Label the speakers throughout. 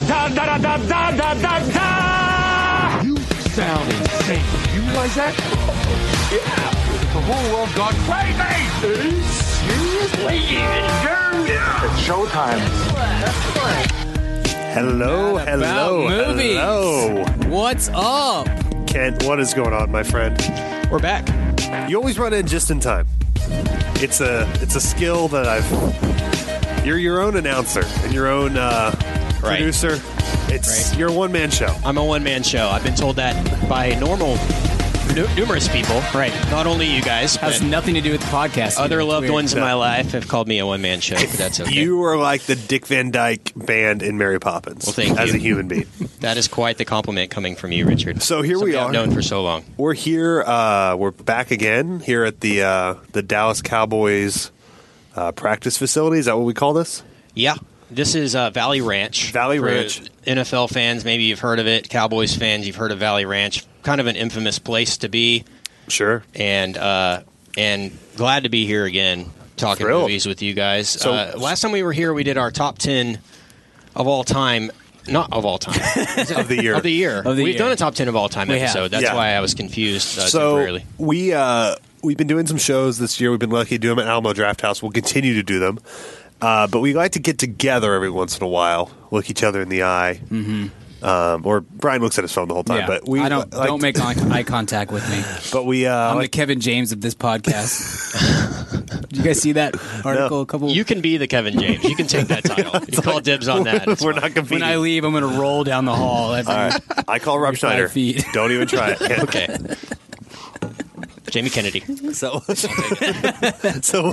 Speaker 1: da da da da da da da. You sound insane. You realize that? yeah. The whole world gone crazy. Are you seriously? It's showtime.
Speaker 2: Hello,
Speaker 3: About
Speaker 2: hello,
Speaker 3: movies.
Speaker 2: hello.
Speaker 3: What's up?
Speaker 2: Kent, what is going on, my friend?
Speaker 3: We're back.
Speaker 2: You always run in just in time. It's a it's a skill that I've. You're your own announcer and your own uh,
Speaker 3: Right.
Speaker 2: producer. It's
Speaker 3: Right.
Speaker 2: your one man show.
Speaker 3: I'm a one-man show. I've been told that by normal, nu- numerous people. Right. Not only you guys,
Speaker 4: has
Speaker 3: but
Speaker 4: nothing to do with the podcast.
Speaker 3: other loved ones in
Speaker 2: Yeah.
Speaker 3: my life have called me a one-man show. But that's okay.
Speaker 2: You are like the Dick Van Dyke band in Mary Poppins
Speaker 3: Well, thank
Speaker 2: as
Speaker 3: you.
Speaker 2: a human being.
Speaker 3: that is quite the compliment coming from you, Richard.
Speaker 2: So here we
Speaker 3: Somebody
Speaker 2: are.
Speaker 3: I've known for so long.
Speaker 2: We're here. Uh, we're back again here at the uh, the Dallas Cowboys uh, practice facility. Is that what we call this?
Speaker 3: Yeah. This is uh, Valley Ranch.
Speaker 2: Valley
Speaker 3: For
Speaker 2: Ranch.
Speaker 3: NFL fans, maybe you've heard of it. Cowboys fans, you've heard of Valley Ranch. Kind of an infamous place to be.
Speaker 2: Sure.
Speaker 3: and uh, and glad to be here again talking
Speaker 2: Thrilled.
Speaker 3: movies with you guys.
Speaker 2: So-
Speaker 3: uh, last time we were here, we did our top ten of all time. Not of all time
Speaker 2: Of the year.
Speaker 3: of the year.
Speaker 4: the
Speaker 3: We've
Speaker 4: year.
Speaker 3: done a top ten of all time
Speaker 4: We have.
Speaker 3: episode. That's
Speaker 2: Yeah.
Speaker 3: why I was confused uh,
Speaker 2: so
Speaker 3: temporarily.
Speaker 2: we uh, we've been doing some shows this year. We've been lucky to do them at Alamo Draft House. We'll continue to do them, uh, but we like to get together every once in a while, look each other in the eye. Mm-hmm. Um, or Brian looks at his phone the whole time,
Speaker 4: Yeah.
Speaker 2: but we
Speaker 4: I don't
Speaker 2: like
Speaker 4: don't
Speaker 2: to-
Speaker 4: make eye eye contact with me.
Speaker 2: But we uh,
Speaker 4: I'm the
Speaker 2: like-
Speaker 4: Kevin James of this podcast. Did you guys see that article? A couple.
Speaker 3: You can be the Kevin James. You can take that title. you call dibs on that. It's
Speaker 2: we're
Speaker 3: fine.
Speaker 2: not
Speaker 4: when
Speaker 2: competing.
Speaker 4: I leave, I'm going to roll down the hall. Every,
Speaker 2: All right. I call Rob
Speaker 4: five
Speaker 2: Schneider.
Speaker 4: feet.
Speaker 2: Don't even try it.
Speaker 3: okay. Jamie Kennedy.
Speaker 2: So, so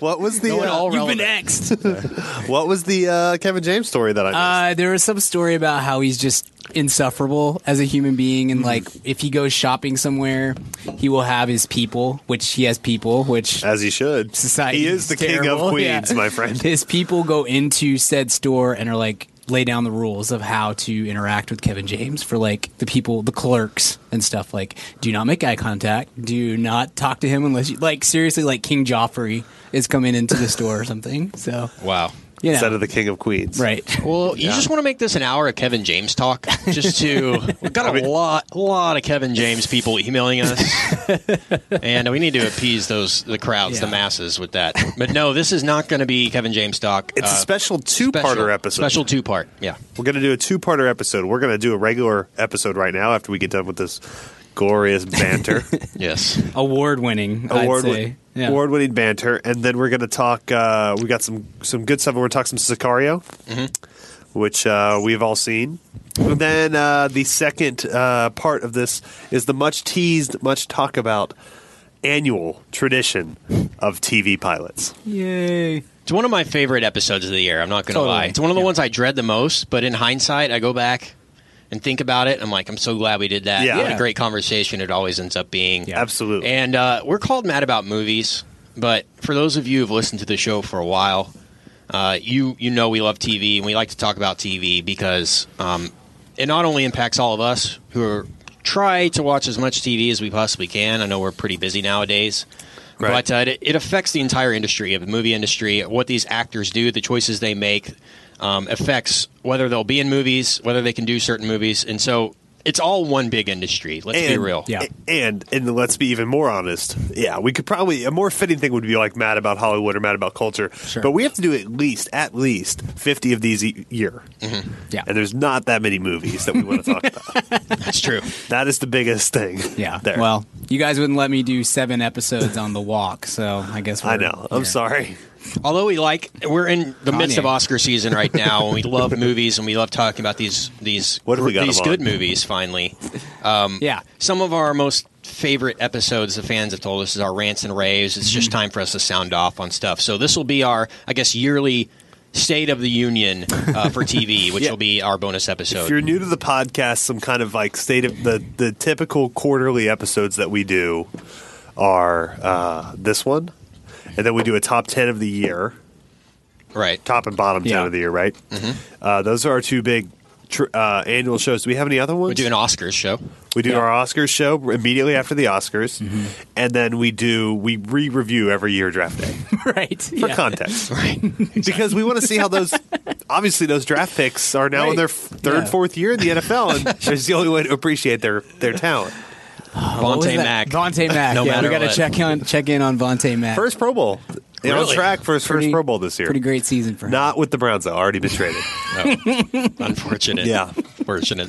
Speaker 2: what was the
Speaker 3: one
Speaker 2: uh,
Speaker 3: all-
Speaker 4: You've been
Speaker 3: relevant.
Speaker 4: next.
Speaker 2: what was the uh, Kevin James story that I missed?
Speaker 4: Uh, there was some story about how he's just insufferable as a human being,
Speaker 2: Mm-hmm.
Speaker 4: and like if he goes shopping somewhere, he will have his people, which he has people, which
Speaker 2: as he should?
Speaker 4: Uh, society.
Speaker 2: He is the king of
Speaker 4: terrible.
Speaker 2: Queens,
Speaker 4: Yeah.
Speaker 2: my friend.
Speaker 4: His people go into said store and are like lay down the rules of how to interact with Kevin James for like the people, the clerks and stuff. Like, do not make eye contact. Do not talk to him unless you like seriously. Like King Joffrey is coming into the store or something. So
Speaker 3: Wow.
Speaker 4: you know,
Speaker 2: Instead of the king of Queens,
Speaker 4: right.
Speaker 3: Well, you just want to make this an hour of Kevin James talk, just to. We've got a lot, lot of Kevin James people emailing us, and we need to appease those the crowds, the
Speaker 4: Yeah.
Speaker 3: masses, with that. But no, this is not going to be Kevin James talk.
Speaker 4: Uh,
Speaker 3: Uh,
Speaker 2: It's a special two-parter episode.
Speaker 3: Special two part. Yeah.
Speaker 2: We're going to do a two-parter episode. We're going to do a regular episode right now after we get done with this glorious banter,
Speaker 3: Yes.
Speaker 4: Award winning.
Speaker 2: award
Speaker 4: I'd say. Yeah.
Speaker 2: award-winning banter, and then we're going to talk. Uh, we got some some good stuff. We're going to talk some Sicario,
Speaker 4: Mm-hmm.
Speaker 2: which uh, we've all seen. And then uh, the second uh, part of this is the much teased, much talk about annual tradition of TV pilots.
Speaker 4: Yay.
Speaker 3: It's one of my favorite episodes of the year. I'm not going to
Speaker 4: Totally.
Speaker 3: lie. It's one of the
Speaker 4: Yeah.
Speaker 3: ones I dread the most, but in hindsight, I go back and think about it. I'm like, I'm so glad we did that.
Speaker 2: Yeah.
Speaker 3: What a
Speaker 4: Yeah.
Speaker 3: great conversation it always ends up being.
Speaker 4: Yeah.
Speaker 2: Absolutely.
Speaker 3: And uh, we're called Mad About Movies, but for those of you who've listened to the show for a while, uh, you you know we love TV and we like to talk about TV because um, it not only impacts all of us who are, try to watch as much TV as we possibly can. I know we're pretty busy nowadays,
Speaker 2: Right.
Speaker 3: but uh, it, it affects the entire industry of the movie industry. What these actors do, the choices they make, um, affects whether they'll be in movies, whether they can do certain movies, and so. It's all one big industry. Let's be
Speaker 2: And-
Speaker 3: real.
Speaker 4: Yeah.
Speaker 2: And and let's be even more honest. Yeah, we could probably a more fitting thing would be like mad about Hollywood or mad about culture.
Speaker 4: Sure.
Speaker 2: But we have to do at least at least fifty of these a year.
Speaker 4: Yeah.
Speaker 2: And there's not that many movies that we want to talk about.
Speaker 3: That's true.
Speaker 2: That is the biggest thing.
Speaker 4: Yeah.
Speaker 2: There.
Speaker 4: Well, you guys wouldn't let me do seven episodes on the walk, so I guess we're,
Speaker 2: I know. I'm
Speaker 4: yeah.
Speaker 2: sorry.
Speaker 3: Although we like, we're in the midst
Speaker 4: Kanye.
Speaker 3: of Oscar season right now, and we love movies, and we love talking about these these
Speaker 2: What have we got
Speaker 3: these
Speaker 2: him
Speaker 3: good
Speaker 2: on?
Speaker 3: movies. Finally,
Speaker 4: Yeah.
Speaker 3: some of our most favorite episodes the fans have told us is our rants and raves. It's
Speaker 2: Mm-hmm.
Speaker 3: just time for us to sound off on stuff. So this will be our, I guess, yearly State of the Union uh, for TV, which
Speaker 2: Yeah.
Speaker 3: will be our bonus episode.
Speaker 2: If you're new to the podcast, some kind of like state of the the typical quarterly episodes that we do are uh, this one, and then we do a top ten of the year.
Speaker 3: right.
Speaker 2: top and bottom
Speaker 4: Yeah. Mm-hmm.
Speaker 2: down of the year, right? Uh, those are our two big tr- uh, annual shows. Do we have any other ones?
Speaker 3: We do an Oscars show.
Speaker 2: We do our Oscars show immediately after the Oscars,
Speaker 4: Mm-hmm.
Speaker 2: and then we do we re-review every year draft day
Speaker 4: right.
Speaker 2: for
Speaker 4: yeah.
Speaker 2: context
Speaker 3: Right.
Speaker 2: because we want to see how those obviously those draft picks are now in their f-
Speaker 4: Yeah.
Speaker 2: third fourth year in the NFL, and it's the only way to appreciate their their talent.
Speaker 4: What was
Speaker 3: Vontae
Speaker 4: that?
Speaker 3: Mack.
Speaker 4: Vontae Mack.
Speaker 3: No
Speaker 4: yeah, we
Speaker 3: matter
Speaker 4: got to
Speaker 3: what.
Speaker 4: check on check in on Vontae Mack.
Speaker 2: First Pro Bowl, You know, on
Speaker 3: Really?
Speaker 2: track for his
Speaker 4: Pretty-
Speaker 2: first Pro Bowl this year.
Speaker 4: Pretty great season for him.
Speaker 2: Not with the Browns though. Already been traded.
Speaker 3: Unfortunate.
Speaker 2: Yeah.
Speaker 3: Fortunate.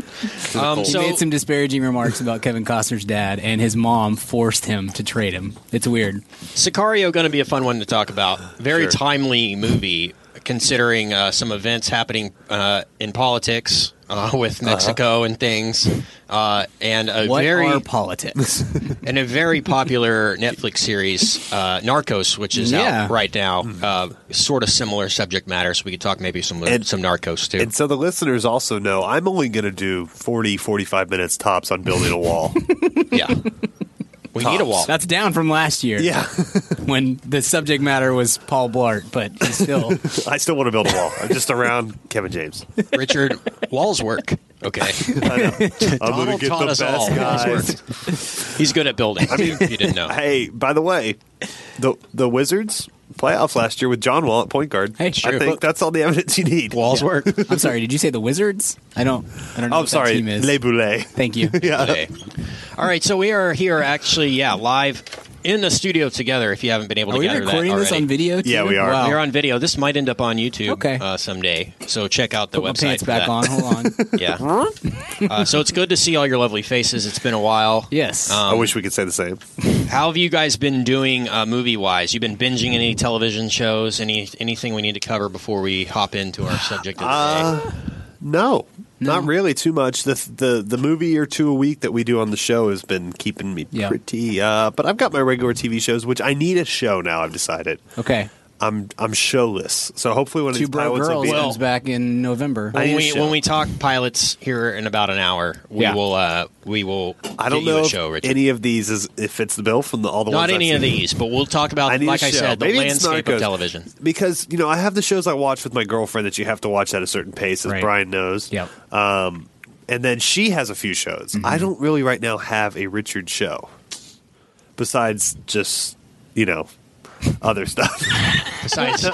Speaker 3: Um,
Speaker 4: He
Speaker 3: so
Speaker 4: made some disparaging remarks about Kevin Costner's dad, and his mom forced him to trade him. It's weird.
Speaker 3: Sicario going to be a fun one to talk about. Very
Speaker 2: Sure.
Speaker 3: timely movie, considering uh, some events happening uh, in politics uh, with Mexico and things, uh, and a
Speaker 4: What
Speaker 3: very
Speaker 4: are politics?
Speaker 3: and a very popular Netflix series, uh, Narcos, which is
Speaker 4: Yeah.
Speaker 3: out right now. Uh, sort of similar subject matter, so we could talk maybe some
Speaker 2: And-
Speaker 3: some Narcos too.
Speaker 2: And so the listeners also know I'm only going to do 40, 45 minutes tops on building a wall.
Speaker 3: yeah, we need a wall.
Speaker 4: That's down from last year.
Speaker 2: yeah.
Speaker 4: when the subject matter was Paul Blart, but he's still
Speaker 2: I still want to build a wall. I'm just around Kevin James.
Speaker 3: Richard Wall's work. Okay,
Speaker 2: I'm
Speaker 3: Donald
Speaker 2: going to get
Speaker 3: taught
Speaker 2: the
Speaker 3: us
Speaker 2: best
Speaker 3: all.
Speaker 2: guys.
Speaker 3: he's good at building. I mean, you didn't know.
Speaker 2: Hey, by the way, the the Wizards playoff last year with John Wall at point guard.
Speaker 4: Hey,
Speaker 2: I
Speaker 4: true.
Speaker 2: think that's all the evidence you need.
Speaker 3: Wall's work.
Speaker 4: I'm sorry. Did you say the Wizards? I don't. I don't know. what That
Speaker 2: I'm Oh, sorry,
Speaker 4: team is.
Speaker 2: Les Boulets.
Speaker 4: Thank you.
Speaker 3: today. All right, so we are here actually, yeah, live in the studio together. If you haven't been able
Speaker 4: Are
Speaker 3: to
Speaker 4: we
Speaker 3: gather
Speaker 4: Oh, recording
Speaker 3: that
Speaker 4: this
Speaker 3: already.
Speaker 4: on video? Too?
Speaker 2: Yeah, we are.
Speaker 4: Wow.
Speaker 3: We're on video. This might end up on YouTube
Speaker 4: Okay.
Speaker 3: uh, someday. So check out the
Speaker 4: Put my
Speaker 3: website.
Speaker 4: pants
Speaker 3: for
Speaker 4: back
Speaker 3: that.
Speaker 4: on. Hold on.
Speaker 3: Yeah. uh, so it's good to see all your lovely faces. It's been a while. Um,
Speaker 4: Yes.
Speaker 2: I wish we could say the same.
Speaker 3: How have you guys been doing uh, movie wise? You've been binging any television shows? Any anything we need to cover before we hop into our subject of the day?
Speaker 2: Uh, No, not really too much. The, the the movie or two a week that we do on the show has been keeping me
Speaker 4: Yeah.
Speaker 2: pretty. Uh, but I've got my regular TV shows, which I need a show now. I've decided
Speaker 4: okay.
Speaker 2: I'm I'm showless, so hopefully one of
Speaker 4: Two
Speaker 2: these
Speaker 4: Bro
Speaker 2: pilots will
Speaker 4: Girls
Speaker 2: be.
Speaker 4: comes back in November.
Speaker 2: I-
Speaker 3: When
Speaker 2: need a
Speaker 3: we,
Speaker 2: show.
Speaker 3: when we talk pilots here in about an hour, we
Speaker 4: Yeah.
Speaker 3: will uh, we will.
Speaker 2: I
Speaker 3: get
Speaker 2: don't
Speaker 3: you
Speaker 2: know
Speaker 3: a
Speaker 2: if
Speaker 3: show, Richard.
Speaker 2: any of these is if it's the bill from the, all the
Speaker 3: Not
Speaker 2: ones I've
Speaker 3: any of
Speaker 2: seen.
Speaker 3: these, but we'll talk about,
Speaker 2: I need a
Speaker 3: like I
Speaker 2: show.
Speaker 3: said, the
Speaker 2: Maybe it's
Speaker 3: landscape
Speaker 2: Narcos.
Speaker 3: of television.
Speaker 2: because you know I have the shows I watch with my girlfriend that you have to watch at a certain pace, as
Speaker 4: Right.
Speaker 2: Brian knows.
Speaker 4: Yep.
Speaker 3: Uh,
Speaker 2: Um, and then she has a few shows. I don't really right now have a Richard show, besides just you know other stuff.
Speaker 3: Besides a-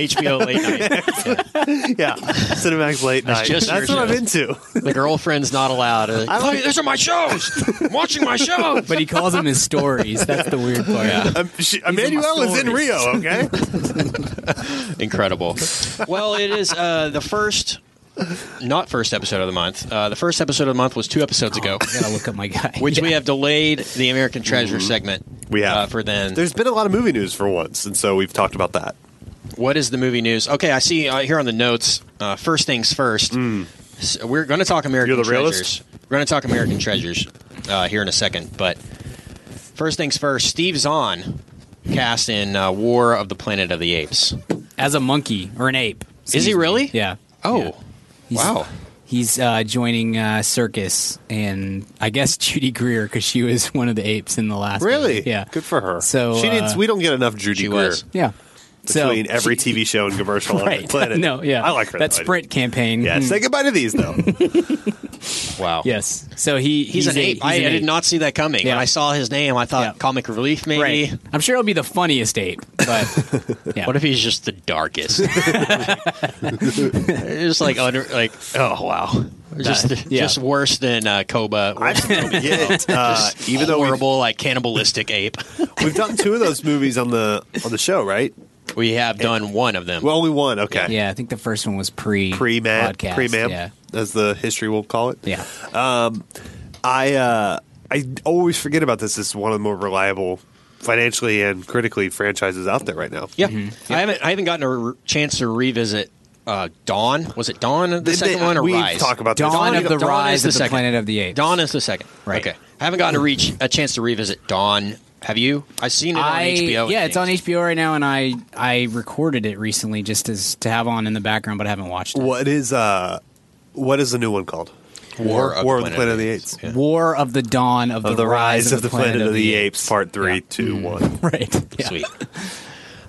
Speaker 3: HBO late night, Yeah.
Speaker 2: yeah, Cinemax late night.
Speaker 3: That's just
Speaker 2: That's
Speaker 3: your
Speaker 2: what I'm
Speaker 3: show.
Speaker 2: into.
Speaker 3: the girlfriend's not allowed. Uh,
Speaker 2: I like-
Speaker 3: "Hey, those are my shows. I'm watching my show.
Speaker 4: but he calls them his stories. That's the weird part.
Speaker 2: Um, she, Emmanuel is in
Speaker 4: stories.
Speaker 2: Rio. Okay.
Speaker 3: Incredible. Well, it is uh, the first, not first episode of the month. Uh, the first episode of the month was two episodes ago,
Speaker 4: I gotta look up my guy.
Speaker 3: which we have delayed the American Treasure segment.
Speaker 2: Mm-hmm. We have.
Speaker 3: uh, for then.
Speaker 2: There's been a lot of movie news for once, and so we've talked about that.
Speaker 3: What is the movie news? Okay, I see uh, here on the notes. Uh, first things first. S- we're going to talk American
Speaker 2: Hmm. You're the realist?
Speaker 3: treasures. We're going to talk American treasures uh, here in a second. But first things first. Steve Zahn cast in uh, War of the Planet of the Apes.
Speaker 4: as a monkey or an ape.
Speaker 3: Is he really?
Speaker 4: Yeah.
Speaker 3: Oh,
Speaker 4: Yeah. He's-
Speaker 3: wow.
Speaker 4: He's uh, joining uh, Circus and I guess Judy Greer because she was one of the apes in the last.
Speaker 2: Really?
Speaker 4: movie. Yeah.
Speaker 2: Good for her.
Speaker 4: So
Speaker 2: she
Speaker 4: uh,
Speaker 2: needs. We don't get enough Judy
Speaker 3: She
Speaker 2: Greer
Speaker 3: was.
Speaker 4: Yeah.
Speaker 2: between
Speaker 4: so,
Speaker 2: every
Speaker 4: she-
Speaker 2: TV show and commercial on the
Speaker 4: Right.
Speaker 2: planet.
Speaker 4: no. Yeah.
Speaker 2: I like her.
Speaker 4: That
Speaker 2: though.
Speaker 4: Sprint campaign.
Speaker 2: Yeah,
Speaker 4: Mm.
Speaker 2: say goodbye to these though.
Speaker 3: Wow.
Speaker 4: Yes. So he
Speaker 3: He's, an
Speaker 4: a-
Speaker 3: ape.
Speaker 4: he's
Speaker 3: I,
Speaker 4: an
Speaker 3: I
Speaker 4: ape.
Speaker 3: did not see that coming. When
Speaker 4: Yeah.
Speaker 3: I saw his name, I thought
Speaker 4: Yeah.
Speaker 3: comic relief maybe.
Speaker 4: Right. I'm sure it'll be the funniest ape, but yeah.
Speaker 3: What if he's just the darkest? just like under, like oh wow, just
Speaker 4: yeah.
Speaker 3: just worse than uh, Koba.
Speaker 2: I
Speaker 3: Worse
Speaker 2: still get uh, even though we've,
Speaker 3: horrible, like cannibalistic ape.
Speaker 2: we've done two of those movies on the on the show, right?
Speaker 3: We have done one of them.
Speaker 2: Well, only one. Okay,
Speaker 4: Yeah, I think the first one was pre
Speaker 2: pre man,
Speaker 4: podcast,
Speaker 2: pre man,
Speaker 4: Yeah.
Speaker 2: as the history will call it.
Speaker 4: Yeah.
Speaker 2: I uh, I always forget about this. This is one of the more reliable, financially and critically franchises out there right now.
Speaker 3: yeah. Mm-hmm. I haven't I haven't gotten a re- chance to revisit uh, Dawn. Was it Dawn? The second one or
Speaker 2: we
Speaker 3: Rise?
Speaker 2: talk about this.
Speaker 4: Dawn of the
Speaker 3: Dawn is
Speaker 4: Rise
Speaker 3: the
Speaker 4: of the
Speaker 3: second.
Speaker 4: Planet of the Apes.
Speaker 3: Dawn is the second.
Speaker 4: Right.
Speaker 3: Okay. I haven't gotten to reach a chance to revisit Dawn. Have you? I've seen it
Speaker 4: I,
Speaker 3: on HBO. and
Speaker 4: Yeah, it's on
Speaker 3: things.
Speaker 4: HBO right now, and I I recorded it recently just as to have on in the background, but I haven't watched it.
Speaker 2: What is uh, what is the new one called?
Speaker 3: War of
Speaker 2: War
Speaker 3: the
Speaker 2: of the
Speaker 3: Planet
Speaker 2: Planet of the Apes.
Speaker 3: Yeah.
Speaker 4: War of the Dawn of,
Speaker 2: Of the Rise of the Planet of the Apes, Part Three,
Speaker 4: Yeah.
Speaker 2: Two, One.
Speaker 4: Right. Yeah.
Speaker 3: Sweet.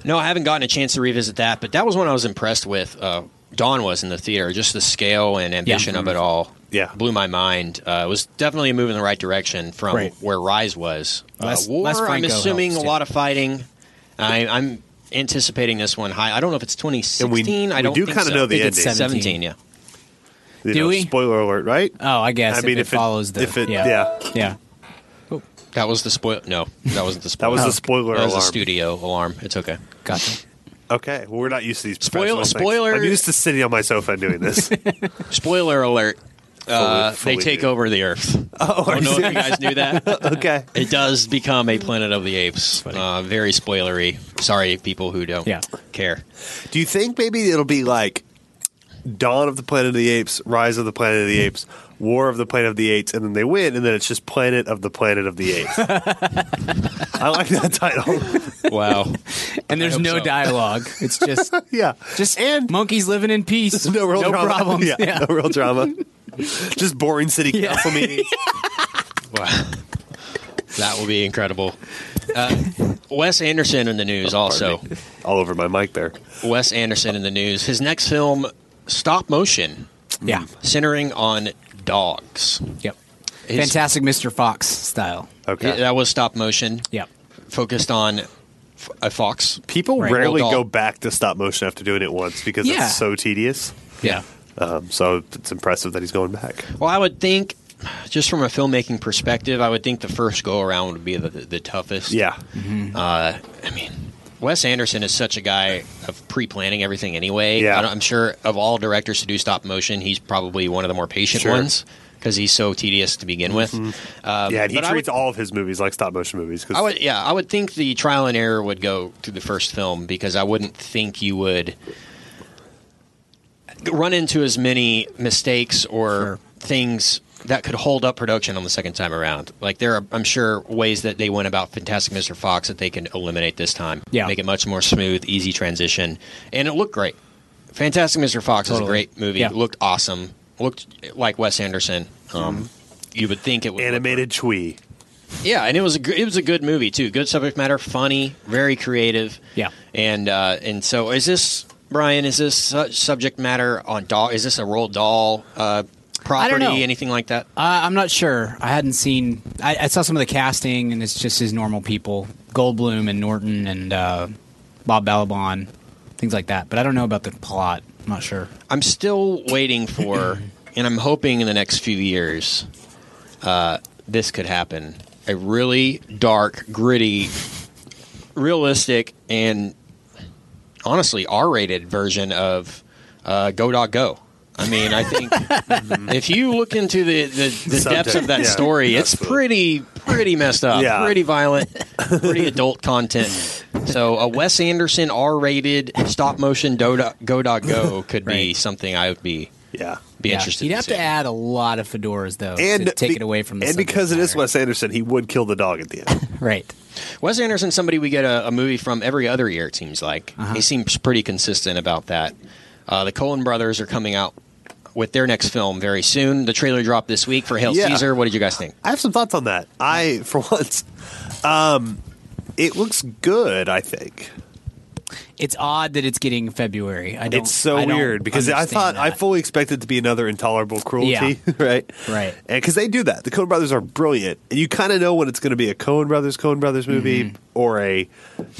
Speaker 3: No, I haven't gotten a chance to revisit that, but that was one I was impressed with. Uh, Dawn was in the theater. Just the scale and ambition of it all.
Speaker 2: Yeah.
Speaker 3: blew my mind. Uh, it was definitely a move in the right direction from
Speaker 4: Right.
Speaker 3: where Rise was.
Speaker 4: Les-
Speaker 3: uh, war,
Speaker 4: Les
Speaker 3: I'm
Speaker 4: Franco
Speaker 3: assuming
Speaker 4: helps,
Speaker 3: a
Speaker 4: too.
Speaker 3: lot of fighting. I, I'm anticipating this one high. I don't know if it's 2016.
Speaker 2: And we,
Speaker 3: I don't
Speaker 2: we do
Speaker 3: think
Speaker 2: kind of
Speaker 3: so.
Speaker 2: know the
Speaker 4: Think
Speaker 2: ending.
Speaker 4: it's
Speaker 3: 17.
Speaker 4: 17,
Speaker 3: yeah.
Speaker 2: You
Speaker 4: Do
Speaker 2: know,
Speaker 4: we?
Speaker 2: Spoiler alert, right?
Speaker 4: Oh, I guess.
Speaker 2: I mean,
Speaker 4: if,
Speaker 2: if
Speaker 4: it
Speaker 2: it-
Speaker 4: follows the.
Speaker 2: if it-
Speaker 4: yeah.
Speaker 2: yeah.
Speaker 4: yeah.
Speaker 3: That was the spoil. No, that wasn't the
Speaker 2: That
Speaker 3: spoiler.
Speaker 2: was the spoiler
Speaker 3: That was the
Speaker 2: alarm.
Speaker 3: studio alarm. It's okay.
Speaker 4: Gotcha.
Speaker 2: Okay, well, we're not used to these.
Speaker 3: Spoil-
Speaker 2: professional things.
Speaker 3: spoiler-
Speaker 2: I'm used to sitting on my sofa and doing this.
Speaker 3: Spoiler alert. Uh,
Speaker 2: Fully- fully
Speaker 3: they take
Speaker 2: do.
Speaker 3: over the Earth. Oh,
Speaker 2: are
Speaker 3: I don't know
Speaker 2: you
Speaker 3: if you guys knew that.
Speaker 2: okay,
Speaker 3: It does become a Planet of the Apes. Uh, very spoilery. Sorry, people who don't
Speaker 4: Yeah.
Speaker 3: care.
Speaker 2: do you think maybe it'll be like Dawn of the Planet of the Apes, Rise of the Planet of the Apes, War of the Planet of the Apes, and then they win, and then it's just Planet of the Planet of the Apes. I like that title.
Speaker 3: Wow.
Speaker 4: And there's
Speaker 3: hope
Speaker 4: no
Speaker 3: so.
Speaker 4: dialogue. It's just
Speaker 2: yeah,
Speaker 4: just
Speaker 2: and
Speaker 4: monkeys living in peace.
Speaker 2: no real drama.
Speaker 4: problems.
Speaker 2: Yeah, no real drama. just boring city
Speaker 4: Yeah.
Speaker 2: council meetings.
Speaker 3: Wow. that will be incredible. Uh, Wes Anderson in the news also.
Speaker 2: All over my mic there.
Speaker 3: Wes Anderson in the news. His next film, stop motion,
Speaker 4: Yeah.
Speaker 3: centering on dogs.
Speaker 4: Yep.
Speaker 3: His-
Speaker 4: Fantastic Mr. Fox style.
Speaker 2: Okay.
Speaker 3: That was stop motion.
Speaker 4: Yep.
Speaker 3: Focused on f- a fox.
Speaker 2: People
Speaker 4: Right.
Speaker 2: rarely
Speaker 3: Well,
Speaker 2: go
Speaker 3: doll-
Speaker 2: back to stop motion after doing it once because
Speaker 4: Yeah.
Speaker 2: it's so tedious.
Speaker 4: Yeah.
Speaker 2: Um, so it's impressive that he's going back.
Speaker 3: Well, I would think, just from a filmmaking perspective, I would think the first go around would be the, the, toughest.
Speaker 2: Yeah.
Speaker 4: Mm-hmm.
Speaker 3: Uh, I mean, Wes Anderson is such a guy of pre-planning everything anyway.
Speaker 2: Yeah.
Speaker 3: I don't- I'm sure of all directors to do stop motion, he's probably one of the more patient
Speaker 2: Sure. Mm-hmm.
Speaker 3: ones because he's so tedious to begin with. Um,
Speaker 2: Yeah, and he
Speaker 3: but I
Speaker 2: treats
Speaker 3: would-
Speaker 2: all of his movies like stop motion movies. 'cause-
Speaker 3: I would, yeah, I would think the trial and error would go to the first film because I wouldn't think you would run into as many mistakes or
Speaker 4: Sure.
Speaker 3: things that could hold up production on the second time around. Like there are, I'm sure, ways that they went about Fantastic Mr. Fox that they can eliminate this time.
Speaker 4: Yeah.
Speaker 3: make it much more smooth, easy transition, and it looked great. Fantastic Mr. Fox is a
Speaker 4: Totally.
Speaker 3: great movie.
Speaker 4: Yeah.
Speaker 3: It looked awesome. Looked like Wes Anderson. Um,
Speaker 4: Mm-hmm.
Speaker 3: You would think it would look
Speaker 2: Animated Chui.
Speaker 3: yeah, and it was a gr- it was a good movie too. Good subject matter, funny, very creative.
Speaker 4: Yeah.
Speaker 3: and uh, and so is this Brian? Is this su- subject matter on doll? Is this a roll doll uh, property?
Speaker 4: know.
Speaker 3: Anything like that?
Speaker 4: Uh, I'm not sure. I hadn't seen. I, I saw some of the casting, and it's just his normal people: Goldblum and Norton and uh, Bob Balaban, things like that. But I don't know about the plot. I'm not sure.
Speaker 3: I'm still waiting for, and I'm hoping in the next few years, uh, this could happen. A really dark, gritty, realistic, and honestly R-rated version of uh, Go Dog Go. I mean, I think if you look into the, the, the depths of that
Speaker 2: yeah,
Speaker 3: story, it's
Speaker 2: absolutely.
Speaker 3: pretty pretty messed up,
Speaker 2: Yeah.
Speaker 3: pretty violent, pretty adult content. So a Wes Anderson R-rated stop motion Do- Do- Go Dog Go could be
Speaker 4: Right.
Speaker 3: something I would be
Speaker 2: Yeah.
Speaker 3: be interested.
Speaker 4: You'd
Speaker 3: in
Speaker 4: have to
Speaker 3: seeing.
Speaker 4: add a lot of fedoras though
Speaker 2: And
Speaker 4: to take
Speaker 2: be-
Speaker 4: it away from the.
Speaker 2: And
Speaker 4: subject
Speaker 2: because it is
Speaker 4: matter.
Speaker 2: Wes Anderson, he would kill the dog at the end.
Speaker 4: right?
Speaker 3: Wes Anderson, somebody we get a, a movie from every other year. It seems like
Speaker 4: Uh-huh.
Speaker 3: he seems pretty consistent about that. Uh, the Coen Brothers are coming out with their next film very soon. The trailer dropped this week for Hail
Speaker 2: Yeah.
Speaker 3: Caesar. What did you guys think?
Speaker 2: I have some thoughts on that. I, for once, um, it looks good, I think.
Speaker 4: It's odd that it's getting February. I don't.
Speaker 2: It's so
Speaker 4: I don't
Speaker 2: weird because I thought
Speaker 4: understand
Speaker 2: I
Speaker 4: that.
Speaker 2: fully expected it to be another intolerable cruelty, right?
Speaker 4: Right.
Speaker 2: And because they do that, the Coen Brothers are brilliant, and you kind of know when it's going to be a Coen Brothers Coen Brothers movie
Speaker 4: Mm-hmm.
Speaker 2: or a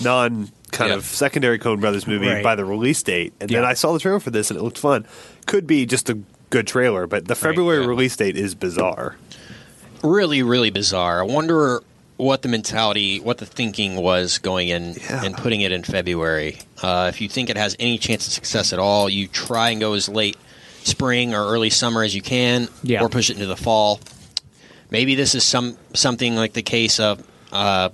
Speaker 2: non kind
Speaker 3: Yeah.
Speaker 2: of secondary Coen Brothers movie
Speaker 4: Right.
Speaker 2: by the release date. And then
Speaker 4: Yeah.
Speaker 2: I saw the trailer for this, and it looked fun. Could be just a good trailer, but the February
Speaker 3: yeah.
Speaker 2: release date is bizarre.
Speaker 3: Really, really bizarre. I wonder what the mentality, what the thinking was going in
Speaker 2: Yeah.
Speaker 3: and putting it in February. Uh, if you think it has any chance of success at all, you try and go as late spring or early summer as you can,
Speaker 4: Yeah.
Speaker 3: or push it into the fall. Maybe this is some something like the case of uh,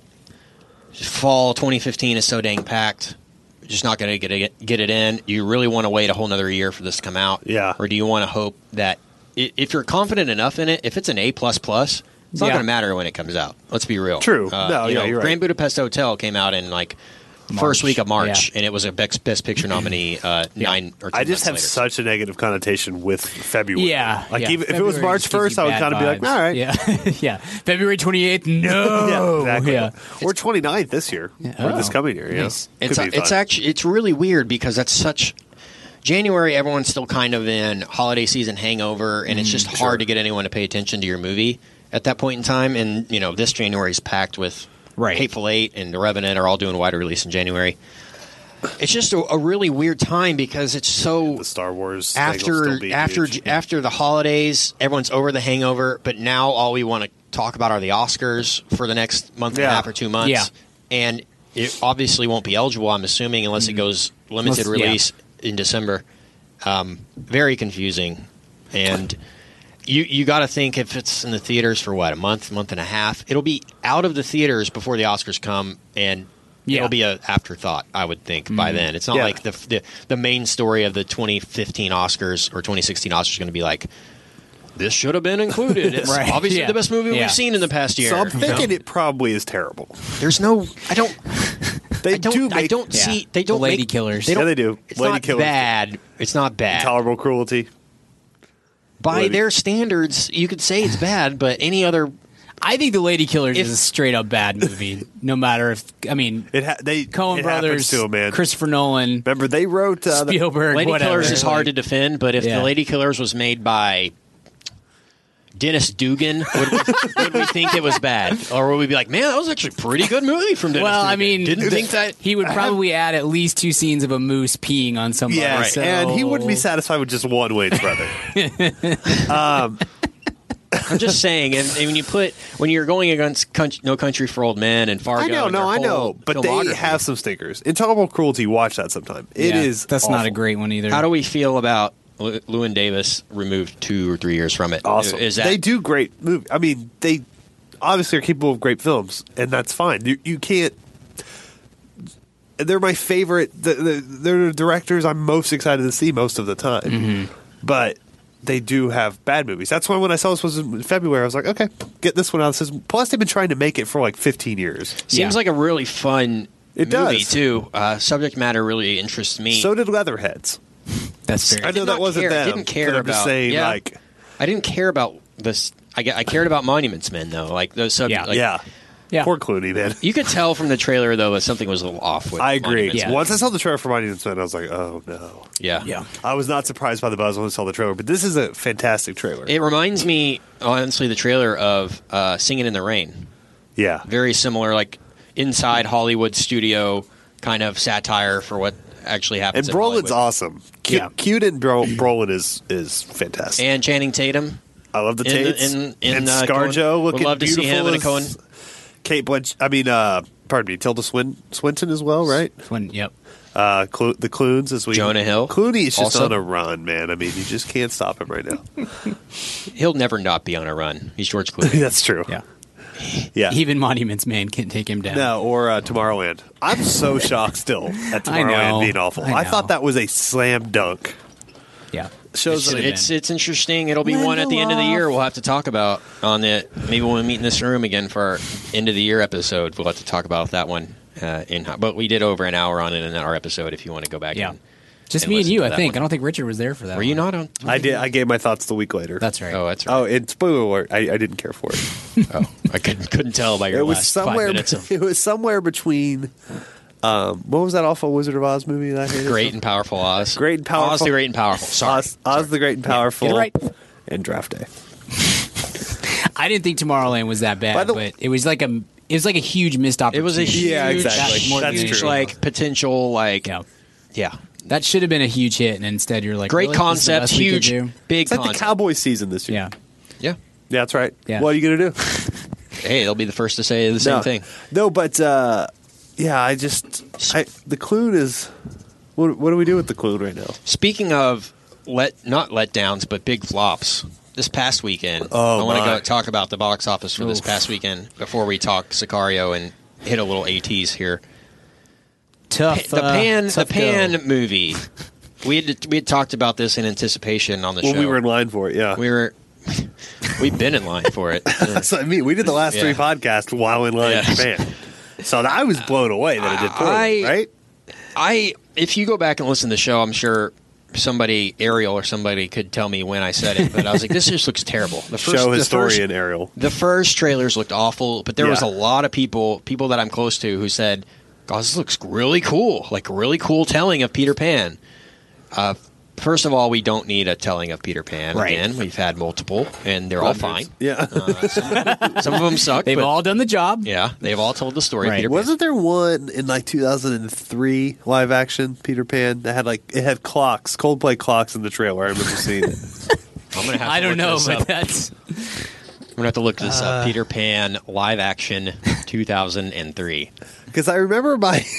Speaker 3: fall 2015 is so dang packed. Just not going to get it, get it in. Do you really want to wait a whole another year for this to come out?
Speaker 2: Yeah.
Speaker 3: Or do you want to hope that i- if you're confident enough in it, if it's an A plus plus, it's not
Speaker 4: Yeah.
Speaker 3: going to matter when it comes out. Let's be real. Uh,
Speaker 2: True. No, yeah, you're right.
Speaker 3: Grand Budapest Hotel came out in like
Speaker 4: March.
Speaker 3: first week of March,
Speaker 4: Yeah.
Speaker 3: and it was a best, best picture nominee uh, nine or. 10
Speaker 2: I just
Speaker 3: months
Speaker 2: have
Speaker 3: later.
Speaker 2: such a negative connotation with February.
Speaker 4: Yeah,
Speaker 2: Like
Speaker 4: yeah.
Speaker 2: even if it was
Speaker 4: February
Speaker 2: March
Speaker 4: just gives
Speaker 2: first,
Speaker 4: you
Speaker 2: I would
Speaker 4: bad
Speaker 2: kind of be like,
Speaker 4: vibes.
Speaker 2: all right,
Speaker 4: yeah, yeah. February twenty eighth, no,
Speaker 2: yeah, exactly.
Speaker 4: yeah.
Speaker 2: Or 29th this year, or this
Speaker 4: Oh.
Speaker 2: coming year. Yeah.
Speaker 4: Nice.
Speaker 2: Could
Speaker 3: It's
Speaker 2: be
Speaker 3: it's
Speaker 2: fun.
Speaker 3: actually it's really weird because that's such January, everyone's still kind of in holiday season hangover, and
Speaker 2: Mm,
Speaker 3: it's just hard to get anyone to pay attention to your movie at that point in time. And you know, this January is packed with
Speaker 4: Right.
Speaker 3: Hateful Eight and The Revenant are all doing wider release in January. It's just a, a really weird time because it's so
Speaker 2: The Star Wars thing will
Speaker 3: after
Speaker 2: still be
Speaker 3: after
Speaker 2: huge.
Speaker 3: after the holidays, everyone's over the hangover, but now all we want to talk about are the Oscars for the next month and
Speaker 2: Yeah.
Speaker 3: a half or two months.
Speaker 4: Yeah.
Speaker 3: And it obviously won't be eligible, I'm assuming, unless it goes limited
Speaker 4: Mm-hmm. Unless- yeah.
Speaker 3: release in December. Um, very confusing. And you you got to think if it's in the theaters for what, a month, month and a half, it'll be out of the theaters before the Oscars come
Speaker 4: Yeah.
Speaker 3: and
Speaker 4: Mm-hmm.
Speaker 3: It'll be a afterthought, I would think, by then. It's not
Speaker 2: Yeah.
Speaker 3: like the, the the main story of the 2015 Oscars or 2016 Oscars is going to be like this should have been included. It's
Speaker 4: Right.
Speaker 3: obviously
Speaker 4: Yeah.
Speaker 3: the best movie
Speaker 4: Yeah.
Speaker 3: we've seen in the past year.
Speaker 2: So I'm
Speaker 3: you know?
Speaker 2: thinking it probably is terrible.
Speaker 3: there's no. I don't.
Speaker 2: They
Speaker 3: I don't.
Speaker 2: do make
Speaker 3: I don't
Speaker 4: Yeah.
Speaker 3: see. They
Speaker 4: The
Speaker 3: don't.
Speaker 4: lady
Speaker 3: make,
Speaker 4: killers.
Speaker 3: They
Speaker 4: Yeah,
Speaker 3: don't,
Speaker 2: they do.
Speaker 3: It's
Speaker 2: Lady
Speaker 3: not
Speaker 2: killers do.
Speaker 3: bad. It's not bad.
Speaker 2: tolerable cruelty.
Speaker 3: By
Speaker 2: lady-
Speaker 3: their standards, you could say it's bad, but any other.
Speaker 4: I think The Lady Killers
Speaker 3: If-
Speaker 4: is a straight up bad movie. no matter if I mean
Speaker 2: It ha- they
Speaker 4: Cohen
Speaker 2: it
Speaker 4: Brothers,
Speaker 2: happens to 'em, man.
Speaker 4: Christopher Nolan,
Speaker 2: Remember they wrote uh, the-
Speaker 4: Spielberg,
Speaker 3: Lady
Speaker 4: whatever.
Speaker 3: Killers is hard to defend, but if
Speaker 4: Yeah.
Speaker 3: the Lady Killers was made by Dennis Dugan, would we, would we think it was bad, or would we be like, "Man, that was actually a pretty good movie from Dennis"?
Speaker 4: Well, I
Speaker 3: Dugan.
Speaker 4: mean,
Speaker 3: didn't think that
Speaker 4: he would probably add at least two scenes of a moose peeing on somebody.
Speaker 2: Yeah,
Speaker 4: so-
Speaker 2: and he wouldn't be satisfied with just one Wayne's brother. Um,
Speaker 3: I'm just saying, and, and when you put when you're going against country, No Country for Old Men and Fargo,
Speaker 2: I know,
Speaker 3: and
Speaker 2: no,
Speaker 3: their
Speaker 2: I know,
Speaker 3: whole
Speaker 2: but they
Speaker 3: filmography,
Speaker 2: have some stinkers. Intolerable cruelty. Watch that sometime. It is.
Speaker 4: Yeah, That's not a
Speaker 2: awful.
Speaker 4: great one either.
Speaker 3: How do we feel about Lu- Llewyn Davis removed two or three years from it?
Speaker 2: awesome.
Speaker 3: Is that
Speaker 2: they do great movie. I mean, they obviously are capable of great films, and that's fine. You, you can't. They're my favorite. The, the, they're the directors I'm most excited to see most of the time.
Speaker 3: Mm-hmm.
Speaker 2: But they do have bad movies. That's why when I saw this was in February, I was like, okay, get this one out of the system. Plus, they've been trying to make it for like 15 years.
Speaker 3: seems
Speaker 4: Yeah.
Speaker 3: like a really fun
Speaker 2: It
Speaker 3: movie
Speaker 2: does.
Speaker 3: too? Uh, subject matter really interests me.
Speaker 2: So did Leatherheads.
Speaker 4: That's fair.
Speaker 2: I know
Speaker 3: did
Speaker 2: that
Speaker 3: not
Speaker 2: wasn't
Speaker 3: care. I
Speaker 2: them.
Speaker 3: didn't care
Speaker 2: but I'm just
Speaker 3: about-
Speaker 2: saying,
Speaker 3: yeah.
Speaker 2: like,
Speaker 3: I didn't care about this. I, ge- I cared about Monuments Men though, like those subject.
Speaker 4: Yeah.
Speaker 3: like-
Speaker 2: yeah.
Speaker 4: Yeah.
Speaker 2: Poor Clooney, man.
Speaker 3: You could tell from the trailer though that something was a little off with.
Speaker 2: I agree.
Speaker 3: Monuments
Speaker 4: Yeah.
Speaker 2: Once I saw the trailer for Monuments Men, I was like, oh no.
Speaker 3: Men. Yeah.
Speaker 4: yeah.
Speaker 2: I was not surprised by the buzz when I saw the trailer, but this is a fantastic trailer.
Speaker 3: It reminds me, honestly, the trailer of uh, Singing in the Rain.
Speaker 2: yeah.
Speaker 3: very similar, like inside Hollywood studio kind of satire for what actually
Speaker 2: And
Speaker 3: happens. in
Speaker 2: Brolin's
Speaker 3: Hollywood.
Speaker 2: awesome. Cute,
Speaker 4: Yeah.
Speaker 2: cute and Bro- Brolin is is fantastic.
Speaker 3: And Channing Tatum.
Speaker 2: I love the
Speaker 3: in the-
Speaker 2: Tates.
Speaker 3: in- in,
Speaker 2: and
Speaker 3: uh,
Speaker 2: ScarJo
Speaker 3: Coen- would
Speaker 2: looking
Speaker 3: love to see
Speaker 2: beautiful
Speaker 3: him in a
Speaker 2: as
Speaker 3: Coen.
Speaker 2: Kate Blanch. I mean, uh, pardon me, Tilda Swin- Swinton as well, right?
Speaker 4: When- yep.
Speaker 2: Uh, Clo- the Clunes as we
Speaker 3: Jonah Hill
Speaker 2: Clooney is just
Speaker 3: also.
Speaker 2: on a run, man. I mean, you just can't stop him right now.
Speaker 3: He'll never not be on a run. He's George Clooney.
Speaker 2: That's true.
Speaker 4: Yeah.
Speaker 2: Yeah.
Speaker 4: Even Monuments Man can't take him down.
Speaker 2: No, or uh, Tomorrowland. I'm so shocked still at
Speaker 4: I know.
Speaker 2: Tomorrowland being awful.
Speaker 4: I
Speaker 2: I,
Speaker 4: know.
Speaker 2: thought that was a slam dunk.
Speaker 4: Yeah.
Speaker 2: Shows
Speaker 3: it's,
Speaker 2: that
Speaker 4: Should've
Speaker 3: it's
Speaker 4: been.
Speaker 3: it's interesting. It'll be
Speaker 4: Lindelof.
Speaker 3: one at the end of the year. We'll have to talk about on it. Maybe when we meet in this room again for our end of the year episode, we'll have to talk about that one. Uh, in but we did over an hour on it in our episode. If you want to go back,
Speaker 4: Yeah.
Speaker 3: and-
Speaker 4: Just
Speaker 3: and
Speaker 4: me and
Speaker 3: listen
Speaker 4: you,
Speaker 3: to
Speaker 4: I
Speaker 3: that
Speaker 4: think. I
Speaker 3: one.
Speaker 4: don't think Richard was there for that.
Speaker 3: were you
Speaker 4: one.
Speaker 3: not on?
Speaker 2: I did. I gave my thoughts the week later.
Speaker 4: That's right.
Speaker 3: Oh, that's right.
Speaker 2: Oh, and spoiler alert! I, I didn't care for it.
Speaker 3: Oh, I couldn't couldn't tell by your
Speaker 2: It was
Speaker 3: last
Speaker 2: somewhere.
Speaker 3: five minutes of
Speaker 2: It was somewhere between. Um, what was that awful Wizard of Oz movie that I hated?
Speaker 3: Great and powerful Oz.
Speaker 2: Great and powerful.
Speaker 3: Oz the great and powerful. Sorry.
Speaker 2: Oz, Oz the Great and Powerful.
Speaker 4: Get it
Speaker 2: And Draft Day.
Speaker 4: I didn't think Tomorrowland was that
Speaker 2: By
Speaker 4: bad,
Speaker 2: the-
Speaker 4: but it was like a it was like a huge missed
Speaker 3: It
Speaker 4: opportunity.
Speaker 3: was a huge,
Speaker 2: Yeah, exactly.
Speaker 3: huge,
Speaker 2: That's
Speaker 3: huge,
Speaker 2: true.
Speaker 3: like potential, like
Speaker 4: Yeah.
Speaker 3: yeah,
Speaker 4: That should have been a huge hit, and instead you're like,
Speaker 3: great
Speaker 4: really? This is the
Speaker 3: concept,
Speaker 4: best we could
Speaker 3: huge,
Speaker 4: do?
Speaker 3: big
Speaker 2: It's like the
Speaker 3: concept.
Speaker 2: Cowboy season this year.
Speaker 4: Yeah,
Speaker 3: yeah.
Speaker 2: Yeah, that's right.
Speaker 4: Yeah.
Speaker 2: What are you gonna do?
Speaker 3: Hey, they'll be the first to say the same
Speaker 2: no.
Speaker 3: thing.
Speaker 2: No, but uh, yeah, I just I, the clue is what, what do we do with the clue right now?
Speaker 3: Speaking of let not letdowns, but big flops. This past weekend,
Speaker 2: Oh,
Speaker 3: I want to
Speaker 2: my.
Speaker 3: go talk about the box office for this
Speaker 4: Oof.
Speaker 3: past weekend before we talk Sicario and hit a little ATs here.
Speaker 4: tough.
Speaker 3: The
Speaker 4: uh,
Speaker 3: pan, the
Speaker 4: tough go.
Speaker 3: pan movie. We had we had talked about this in anticipation on the
Speaker 2: Well,
Speaker 3: show.
Speaker 2: we were in line for it. Yeah,
Speaker 3: we were we've been in line for it.
Speaker 2: that's what I mean. We did the last three
Speaker 3: Yeah.
Speaker 2: podcasts while in line
Speaker 3: Yeah.
Speaker 2: for Japan. So I was blown away that it did poorly,
Speaker 3: I-
Speaker 2: right?
Speaker 3: I if you go back and listen to the show, I'm sure somebody Ariel or somebody could tell me when I said it, but I was like, this just looks terrible. The
Speaker 2: Show
Speaker 3: the
Speaker 2: historian Ariel.
Speaker 3: The first trailers looked awful, but there was a
Speaker 2: Yeah.
Speaker 3: lot of people, people that I'm close to, who said, "God, this looks really cool, like really cool telling of Peter Pan." Uh, First of all, we don't need a telling of Peter Pan
Speaker 4: Right.
Speaker 3: again. We've had multiple, and they're all fine.
Speaker 2: Yeah.
Speaker 3: Uh, Some of them suck.
Speaker 4: They've
Speaker 3: but-
Speaker 4: all done the job.
Speaker 3: yeah, they've all told the story. of
Speaker 4: Right.
Speaker 3: Peter Pan.
Speaker 2: Wasn't there one in like 2003 live action Peter Pan that had like it had clocks, Coldplay clocks in the trailer? I remember seeing it.
Speaker 3: I'm gonna have to
Speaker 4: I don't
Speaker 3: look
Speaker 4: know,
Speaker 3: this
Speaker 4: but
Speaker 3: up.
Speaker 4: that's
Speaker 3: I'm gonna have to look this
Speaker 4: Uh.
Speaker 3: up. Peter Pan live action 2003.
Speaker 2: because I remember my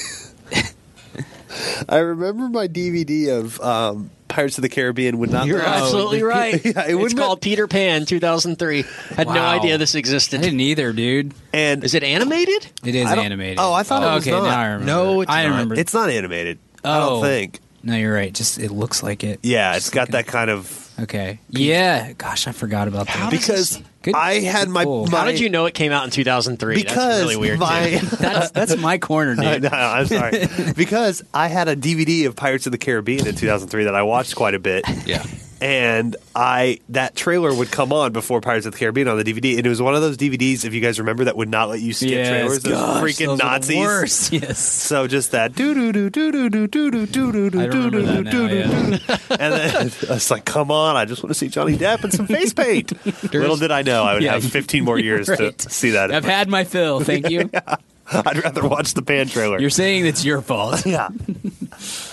Speaker 2: I remember my DVD of um, Pirates of the Caribbean would not. Oh,
Speaker 3: You're absolutely right.
Speaker 2: Yeah, it
Speaker 3: it's
Speaker 2: wouldn't-
Speaker 3: called Peter Pan 2003. Had no
Speaker 4: Wow.
Speaker 3: idea this
Speaker 4: I
Speaker 3: existed.
Speaker 4: didn't either, dude.
Speaker 2: and
Speaker 3: Is it animated?
Speaker 4: It is
Speaker 2: I don't-
Speaker 4: animated.
Speaker 2: oh, I thought it was
Speaker 4: okay,
Speaker 2: not.
Speaker 4: now I remember.
Speaker 3: No, it's
Speaker 4: I
Speaker 3: not.
Speaker 4: remember.
Speaker 2: it's not animated. I
Speaker 4: Oh.
Speaker 2: don't think.
Speaker 4: no, you're right. Just it looks like it.
Speaker 2: Yeah,
Speaker 4: Just
Speaker 2: it's got
Speaker 4: looking-
Speaker 2: that kind of
Speaker 4: Okay. Yeah. Gosh, I forgot about that.
Speaker 2: because
Speaker 4: Good-
Speaker 2: I had my,
Speaker 4: cool.
Speaker 2: my
Speaker 3: How did you know it came out in 2003?
Speaker 2: because
Speaker 3: That's really weird. too.
Speaker 2: my
Speaker 4: that's that's my corner,
Speaker 2: I
Speaker 4: dude.
Speaker 2: know, I'm sorry. because I had a DVD of Pirates of the Caribbean in 2003 that I watched quite a bit.
Speaker 3: Yeah.
Speaker 2: And I that trailer would come on before Pirates of the Caribbean on the DVD, and it was one of those DVDs, if you guys remember, that would not let you skip
Speaker 4: Yes,
Speaker 2: trailers. Those
Speaker 4: gosh,
Speaker 2: freaking
Speaker 4: those are the
Speaker 2: Nazis.
Speaker 4: worst. Yes.
Speaker 2: So just that doo doo doo doo doo doo doo doo doo doo doo
Speaker 4: I
Speaker 2: doo
Speaker 4: remember
Speaker 2: doo doo
Speaker 4: that
Speaker 2: doo
Speaker 4: now,
Speaker 2: doo, and then it's like, come on! I just want to see Johnny Depp and some face paint. Little did I know I would
Speaker 4: Yeah.
Speaker 2: have 15 more years
Speaker 4: Right.
Speaker 2: to see that.
Speaker 4: I've had my fill. Thank you.
Speaker 2: I'd rather watch the Pan trailer.
Speaker 4: You're saying it's your fault.
Speaker 2: yeah,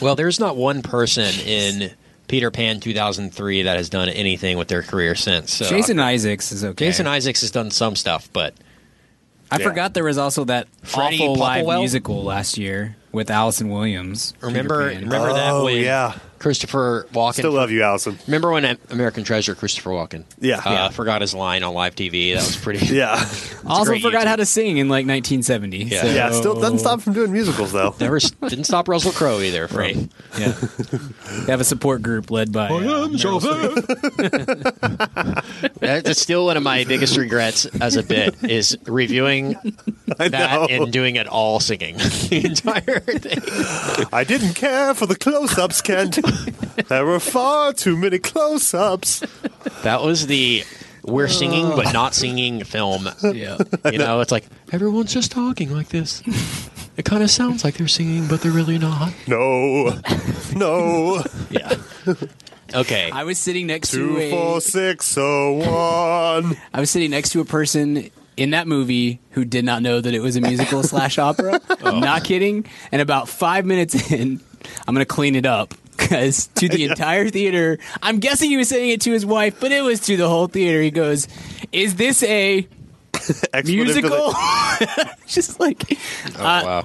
Speaker 3: Well, there's not one person in Peter Pan 2003 that has done anything with their career since. So
Speaker 4: Jason Isaacs is okay.
Speaker 3: Jason Isaacs has done some stuff, but
Speaker 4: I
Speaker 2: Yeah.
Speaker 4: forgot there was also that
Speaker 3: Freddie
Speaker 4: awful live
Speaker 3: Popplewell?
Speaker 4: musical last year with Allison Williams. Peter
Speaker 3: remember,
Speaker 4: Pan.
Speaker 3: remember that
Speaker 2: Oh,
Speaker 3: when
Speaker 2: yeah.
Speaker 3: Christopher Walken.
Speaker 2: still love you, Allison.
Speaker 3: Remember when American Treasure Christopher Walken?
Speaker 2: Yeah.
Speaker 3: uh,
Speaker 2: Yeah.
Speaker 3: forgot his line on live TV. That was pretty.
Speaker 2: Yeah,
Speaker 4: also
Speaker 3: great
Speaker 4: forgot
Speaker 3: YouTube.
Speaker 4: how to sing in like 1970.
Speaker 3: Yeah.
Speaker 4: so-
Speaker 2: yeah. Still doesn't stop from doing musicals though.
Speaker 3: Never s- didn't stop Russell Crowe either. From,
Speaker 4: Right. Yeah. they have a support group led by. uh, Meryl
Speaker 3: That- That's still one of my biggest regrets as a bit is reviewing
Speaker 2: I know.
Speaker 3: that and doing it all singing the entire thing.
Speaker 2: I didn't care for the close-ups, Kent. there were far too many close-ups.
Speaker 3: That was the we're singing but not singing film.
Speaker 4: Streep. Yeah.
Speaker 3: You know, it's like everyone's just talking like this. It kind of sounds like they're singing, but they're really not.
Speaker 2: No, no.
Speaker 3: Yeah. Okay.
Speaker 4: I was sitting next to
Speaker 2: Two,
Speaker 4: a.
Speaker 2: four, six, oh, one.
Speaker 4: I was sitting next to a person in that movie who did not know that it was a musical slash opera.
Speaker 2: Oh.
Speaker 4: Not kidding. And about five minutes in, I'm going to clean it up because to the entire theater, I'm guessing he was saying it to his wife, but it was to the whole theater. He goes, "Is this a
Speaker 2: Expletive to the- Oh,
Speaker 4: musical?" Just like, uh,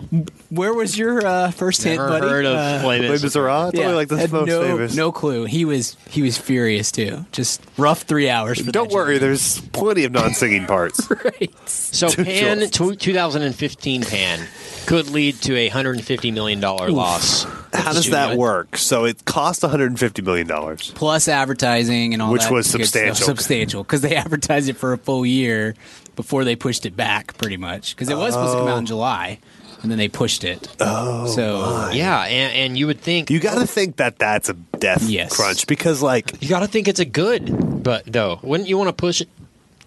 Speaker 4: where was your uh, first
Speaker 3: Never
Speaker 4: hint, buddy?
Speaker 3: heard of
Speaker 4: Uh,
Speaker 3: Les
Speaker 2: Les
Speaker 3: Mis-
Speaker 2: Miserables. It's
Speaker 4: yeah,
Speaker 2: only like the
Speaker 4: had
Speaker 2: most
Speaker 4: no,
Speaker 2: famous.
Speaker 4: no clue. He was he was furious too. Just rough three hours. For
Speaker 2: Don't
Speaker 4: that
Speaker 2: worry, there's plenty of non-singing parts.
Speaker 4: job. Right.
Speaker 3: So Pan
Speaker 2: jobs.
Speaker 3: tw 2015 Pan could lead to a 150 million dollar loss.
Speaker 2: How does that work? So it cost 150 million dollars.
Speaker 4: plus advertising and all
Speaker 2: Which
Speaker 4: that
Speaker 2: was
Speaker 4: good stuff.
Speaker 2: substantial.
Speaker 4: substantial because they advertised it for a full year before they pushed it back, pretty much because it was supposed to come
Speaker 2: Oh.
Speaker 4: out in July and then they pushed it. Oh, so
Speaker 3: Yeah, and, and you would think
Speaker 2: You got to think that that's a death
Speaker 4: Oh. Yes.
Speaker 2: crunch because, like,
Speaker 3: You got to think it's a good, but though, wouldn't you want to push it?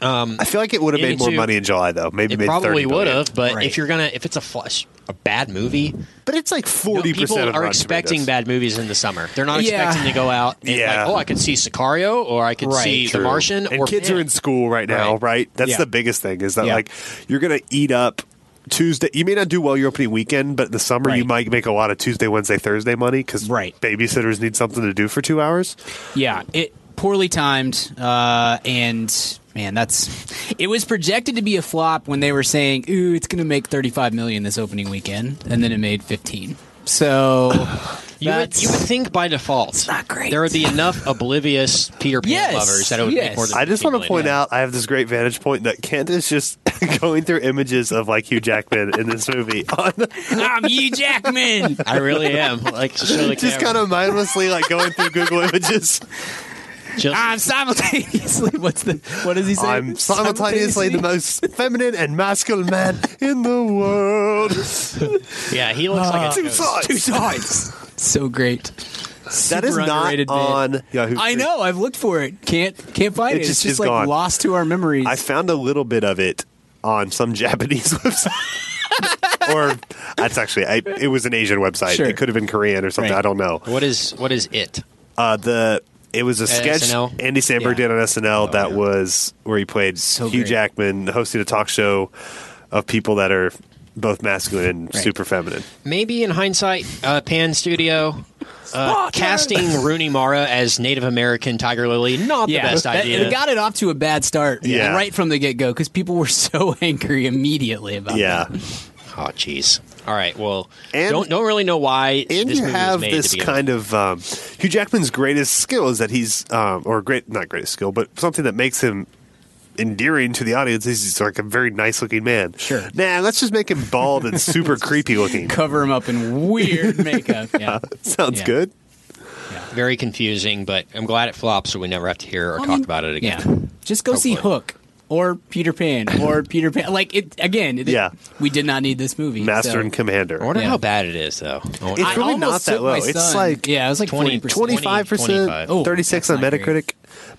Speaker 2: I feel like it would have made more
Speaker 3: Into-
Speaker 2: money in July though. Maybe
Speaker 3: It
Speaker 2: made 30
Speaker 3: probably
Speaker 2: million.
Speaker 3: would have, but
Speaker 4: Right.
Speaker 3: if you're gonna, if it's a flush, a bad movie,
Speaker 2: But it's like
Speaker 3: no,
Speaker 2: forty
Speaker 3: people
Speaker 2: percent of
Speaker 3: are
Speaker 2: Rotten
Speaker 3: expecting
Speaker 2: Tomatoes.
Speaker 3: bad movies in the summer. They're not
Speaker 4: Yeah.
Speaker 3: expecting to go out. And
Speaker 2: Yeah.
Speaker 3: like, oh, I could see Sicario, or I could
Speaker 4: Right,
Speaker 3: see
Speaker 2: True.
Speaker 3: The Martian,
Speaker 2: and
Speaker 3: or
Speaker 2: kids are
Speaker 3: Pan.
Speaker 2: in school right now,
Speaker 3: Right.
Speaker 2: right? That's
Speaker 4: Yeah.
Speaker 2: the biggest thing is that
Speaker 4: Yeah.
Speaker 2: like you're gonna eat up Tuesday. You may not do well your opening weekend, but in the summer you
Speaker 4: Right.
Speaker 2: might make a lot of Tuesday, Wednesday, Thursday money because
Speaker 4: Right.
Speaker 2: babysitters need something to do for two hours.
Speaker 4: yeah, it poorly timed uh, and. Man, that's it was projected to be a flop when they were saying, "Ooh, it's going to make 35 million this opening weekend," and then it made 15. So
Speaker 3: You would,
Speaker 4: that's
Speaker 3: you would think by default, it's
Speaker 4: not great.
Speaker 3: There would be enough oblivious Peter Pan
Speaker 4: Yes,
Speaker 3: lovers that it would
Speaker 4: yes.
Speaker 3: make more than.
Speaker 2: I just want to
Speaker 3: 50
Speaker 2: point
Speaker 3: million.
Speaker 2: out I have this great vantage point that Kent is just going through images of like Hugh Jackman in this movie, on,
Speaker 4: I'm Hugh Jackman.
Speaker 3: I really am like to show the
Speaker 2: just kind of mindlessly like going through Google images.
Speaker 4: I'm simultaneously. What's the? What does he say?
Speaker 2: I'm simultaneously the most feminine and masculine man in the world. Uh,
Speaker 3: yeah. He looks like a
Speaker 2: Two
Speaker 3: ghost.
Speaker 2: sides.
Speaker 4: Two sides. so great.
Speaker 2: That is
Speaker 4: Super
Speaker 2: not
Speaker 4: underrated bit.
Speaker 2: on Yahoo.
Speaker 4: I
Speaker 2: Stream.
Speaker 4: know. I've looked for it. Can't can't find
Speaker 2: It
Speaker 4: it.
Speaker 2: just
Speaker 4: it's
Speaker 2: is
Speaker 4: just like
Speaker 2: gone.
Speaker 4: lost to our memories.
Speaker 2: I found a little bit of it on some Japanese website. or that's actually I, it was an Asian website.
Speaker 4: Sure.
Speaker 2: It could have been Korean or something.
Speaker 4: Right.
Speaker 2: I don't know.
Speaker 3: What is what is it?
Speaker 2: Uh, the it was a sketch
Speaker 3: SNL?
Speaker 2: Andy Samberg
Speaker 4: Yeah.
Speaker 2: did on SNL that
Speaker 3: yeah.
Speaker 2: was where he played
Speaker 4: So
Speaker 2: Hugh
Speaker 4: great.
Speaker 2: Jackman hosting a talk show of people that are both masculine and
Speaker 4: Right.
Speaker 2: super feminine.
Speaker 3: Maybe in hindsight, uh, Pan Studio uh,
Speaker 4: Spartan!
Speaker 3: casting Rooney Mara as Native American Tiger Lily not the best
Speaker 4: that-
Speaker 3: idea.
Speaker 4: It got it off to a bad start
Speaker 2: Yeah.
Speaker 4: right from the get go because people were so angry immediately about
Speaker 2: Yeah.
Speaker 4: that.
Speaker 3: oh, jeez. All right. Well,
Speaker 2: And-
Speaker 3: don't don't really know why
Speaker 2: and
Speaker 3: this
Speaker 2: you
Speaker 3: movie
Speaker 2: have
Speaker 3: was made
Speaker 2: this
Speaker 3: to be
Speaker 2: kind of um, Hugh Jackman's greatest skill is that he's um, or great not greatest skill, but something that makes him endearing to the audience is he's like a very nice looking man.
Speaker 4: Sure.
Speaker 2: Nah, let's just make him bald and super creepy looking.
Speaker 4: Cover him up in weird makeup. Yeah.
Speaker 2: Sounds
Speaker 4: Yeah.
Speaker 2: good.
Speaker 3: very confusing, but I'm glad it flopped, so we never have to hear or
Speaker 4: I
Speaker 3: talk
Speaker 4: mean,
Speaker 3: about it again.
Speaker 4: Yeah. Just go see
Speaker 3: Hopefully.
Speaker 4: Hook or Peter Pan or Peter Pan. Like it again. It,
Speaker 2: Yeah.
Speaker 4: We did not need this movie.
Speaker 2: Master
Speaker 4: so-
Speaker 2: and Commander.
Speaker 3: I wonder
Speaker 4: Yeah.
Speaker 3: how bad it is, though. I wonder-
Speaker 2: It's
Speaker 4: I
Speaker 2: really not
Speaker 4: almost
Speaker 2: that
Speaker 4: took my
Speaker 2: low. It's
Speaker 4: son-
Speaker 2: like
Speaker 4: yeah, it was like
Speaker 3: 20,
Speaker 4: 20,
Speaker 2: 25 percent,
Speaker 3: 25.
Speaker 2: 36 on
Speaker 4: Oh, that's not
Speaker 2: Metacritic.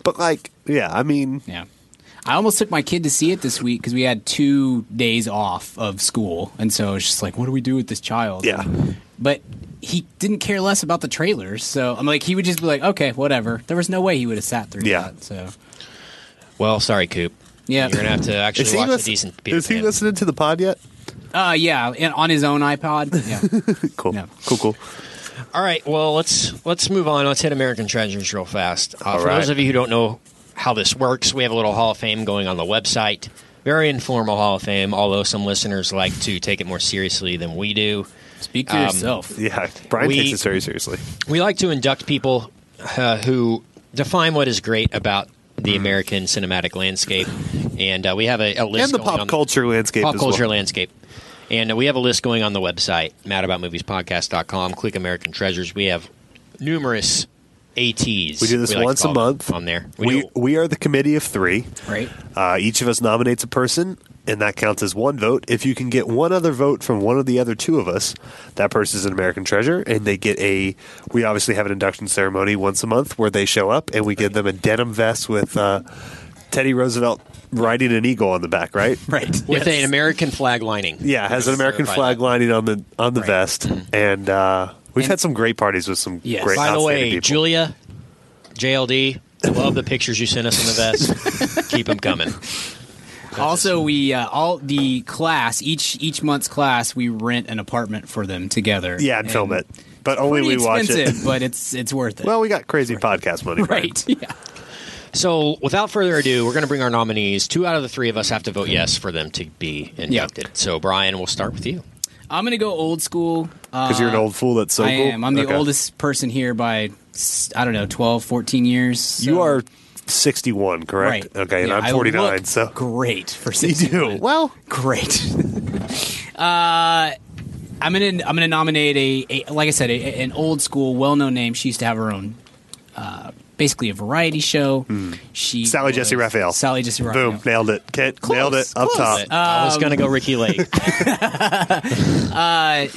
Speaker 2: But like, yeah, I mean,
Speaker 4: Yeah. I almost took my kid to see it this week because we had two days off of school, and so it's just like, what do we do with this child?
Speaker 2: Yeah.
Speaker 4: But he didn't care less about the trailers, so I'm like, he would just be like, okay, whatever. There was no way he would have sat through
Speaker 2: Yeah.
Speaker 4: that. So
Speaker 3: Well, sorry, Coop.
Speaker 4: yeah,
Speaker 3: You're gonna have to actually
Speaker 2: is he,
Speaker 3: watch a
Speaker 2: listen-
Speaker 3: decent Peter
Speaker 2: is he
Speaker 3: Pan.
Speaker 2: listening to the pod yet?
Speaker 4: uh, yeah, and on his own iPod. Yeah.
Speaker 2: Cool,
Speaker 4: No.
Speaker 2: cool, cool.
Speaker 3: All right. Well, let's let's move on. Let's hit American Treasures real fast. Uh,
Speaker 2: All
Speaker 3: for
Speaker 2: right.
Speaker 3: those of you who don't know how this works, we have a little Hall of Fame going on the website. Very informal Hall of Fame, although some listeners like to take it more seriously than we do.
Speaker 4: Speak for
Speaker 3: Um,
Speaker 4: yourself.
Speaker 2: Yeah, Brian
Speaker 3: We-
Speaker 2: takes it very seriously.
Speaker 3: We like to induct people uh, who define what is great about the
Speaker 2: Mm-hmm.
Speaker 3: American cinematic landscape, and uh, we have a, a list
Speaker 2: And the
Speaker 3: going on
Speaker 2: pop culture landscape.
Speaker 3: pop
Speaker 2: as well.
Speaker 3: culture landscape. And uh, we have a list going on the website, madaboutmoviespodcast.com. Click American Treasures. We have numerous ATs. We
Speaker 2: We do this
Speaker 3: like to
Speaker 2: once a
Speaker 3: call them
Speaker 2: month
Speaker 3: on there. We,
Speaker 2: We
Speaker 3: do-
Speaker 2: we, are the committee of three.
Speaker 4: Right.
Speaker 2: Uh, each of us nominates a person, and that counts as one vote. If you can get one other vote from one of the other two of us, that person is an American treasure, and they get a. We obviously have an induction ceremony once a month where they show up, and we give them a denim vest with uh, Teddy Roosevelt riding an eagle on the back, right?
Speaker 4: Right.
Speaker 3: with
Speaker 4: Yes.
Speaker 3: an American flag lining.
Speaker 2: Yeah, has an American
Speaker 3: Clarify
Speaker 2: flag
Speaker 3: that.
Speaker 2: lining on the on the
Speaker 4: Right. Mm-hmm.
Speaker 2: vest, and uh, we've
Speaker 4: And-
Speaker 2: had some great parties with some
Speaker 4: Yes.
Speaker 2: great.
Speaker 3: By the way,
Speaker 2: outstanding people.
Speaker 3: Julia, JLD, love the pictures you sent us in the vest. Keep them coming.
Speaker 4: Also, we uh, all the class each each month's class we rent an apartment for them together.
Speaker 2: yeah, and film it, but only we
Speaker 4: Pretty
Speaker 2: watch it.
Speaker 4: expensive, but it's it's worth it.
Speaker 2: Well, we got crazy podcast money, Brian.
Speaker 4: right. Yeah.
Speaker 3: So, without further ado, we're going to bring our nominees. Two out of the three of us have to vote yes for them to be inducted. So, Brian, we'll start with you.
Speaker 4: I'm gonna go old school. Uh,
Speaker 2: Because you're an old fool that's so
Speaker 4: I
Speaker 2: cool.
Speaker 4: am. I'm the
Speaker 2: Okay.
Speaker 4: oldest person here by s- I don't know 12, 14 years. so-
Speaker 2: You are 61, correct?
Speaker 4: right.
Speaker 2: Okay, and
Speaker 4: Yeah, I
Speaker 2: I'm 49,
Speaker 4: look
Speaker 2: so.
Speaker 4: great for
Speaker 2: You
Speaker 4: sixty.
Speaker 2: do. Well,
Speaker 4: Great. uh, I'm gonna I'm gonna nominate a, a like I said a, a- an old school well known name. She used to have her own. Uh, Basically, a variety show. She
Speaker 2: Hmm. Sally
Speaker 4: was-
Speaker 2: Jesse Raphael.
Speaker 4: Sally Jesse Raphael.
Speaker 2: Boom, nailed it. Kit, nailed it. Up
Speaker 4: close.
Speaker 2: top.
Speaker 3: I was going to go Ricky Lake.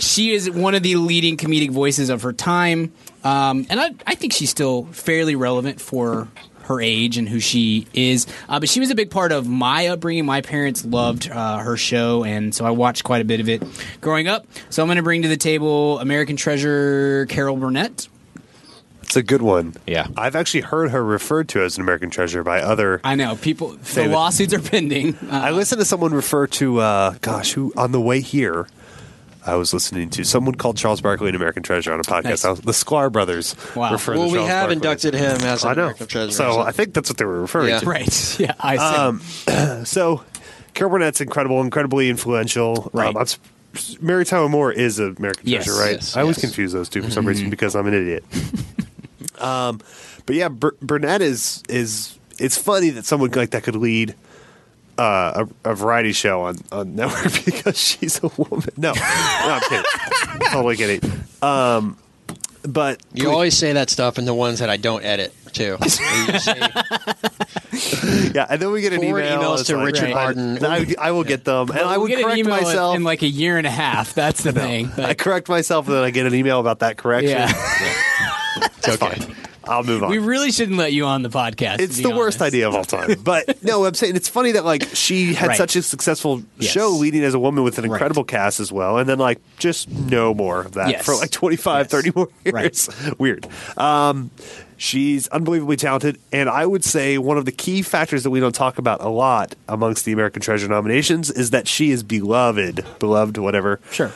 Speaker 4: she is one of the leading comedic voices of her time, um, and I, I think she's still fairly relevant for her age and who she is. Uh, but she was a big part of my upbringing. My parents loved uh, her show, and so I watched quite a bit of it growing up. So I'm going to bring to the table American Treasure Carol Burnett.
Speaker 2: It's a good one.
Speaker 3: Yeah.
Speaker 2: I've actually heard her referred to as an American treasure by other. I,
Speaker 4: I know people. The
Speaker 2: David.
Speaker 4: lawsuits are pending. Uh,
Speaker 2: listened to someone refer to, uh, gosh, who on the way here. I was listening to someone called Charles Barkley an American Treasure on a podcast.
Speaker 4: Nice.
Speaker 2: I was- the Sklar brothers.
Speaker 4: Wow.
Speaker 2: refer to
Speaker 5: Well, we
Speaker 2: Charles
Speaker 5: have
Speaker 2: Barkley.
Speaker 5: inducted him as an
Speaker 2: I know.
Speaker 5: American treasure.
Speaker 2: So I think that's what they were referring
Speaker 5: Yeah.
Speaker 2: to.
Speaker 4: right? Yeah, I see.
Speaker 2: Um, So, Carol Burnett's incredible, incredibly influential.
Speaker 4: Right.
Speaker 2: I'm s- Mary Tyler Moore is an American
Speaker 4: Yes,
Speaker 2: treasure, right?
Speaker 5: yes,
Speaker 2: I always
Speaker 5: yes.
Speaker 2: confuse those two for some reason because I'm an idiot. um, but yeah, Bur- Burnett is is it's funny that someone like that could lead uh, a, a variety show on on network because she's a woman. No, no I'm kidding. totally kidding. Um, but
Speaker 3: You always say that stuff, and the ones that I don't edit too. You say,
Speaker 2: yeah, and then we get an
Speaker 3: Forward
Speaker 2: email.
Speaker 3: emails
Speaker 2: it's
Speaker 3: to
Speaker 2: I-
Speaker 3: Richard Harden.
Speaker 2: I, I will get them, and I
Speaker 4: We'll
Speaker 2: would
Speaker 4: get an
Speaker 2: correct
Speaker 4: email in-
Speaker 2: myself
Speaker 4: in like a year and a half. That's the thing.
Speaker 2: I
Speaker 4: Like,
Speaker 2: correct myself, and then I get an email about that correction.
Speaker 4: yeah,
Speaker 3: it's okay.
Speaker 2: I'll move on.
Speaker 4: we really shouldn't let you on the podcast. to
Speaker 2: it's
Speaker 4: be
Speaker 2: the worst
Speaker 4: honest.
Speaker 2: idea of all time. But no, I'm saying it's funny that like she had
Speaker 4: Right.
Speaker 2: such a successful
Speaker 4: Yes.
Speaker 2: show leading as a woman with an incredible cast as well, and then like just no more of that
Speaker 4: Yes.
Speaker 2: for like 25,
Speaker 4: Yes.
Speaker 2: 30 more years.
Speaker 4: Right.
Speaker 2: Weird. Um, She's unbelievably talented, and I would say one of the key factors that we don't talk about a lot amongst the American Treasure nominations is that she is beloved, beloved, whatever.
Speaker 4: Sure.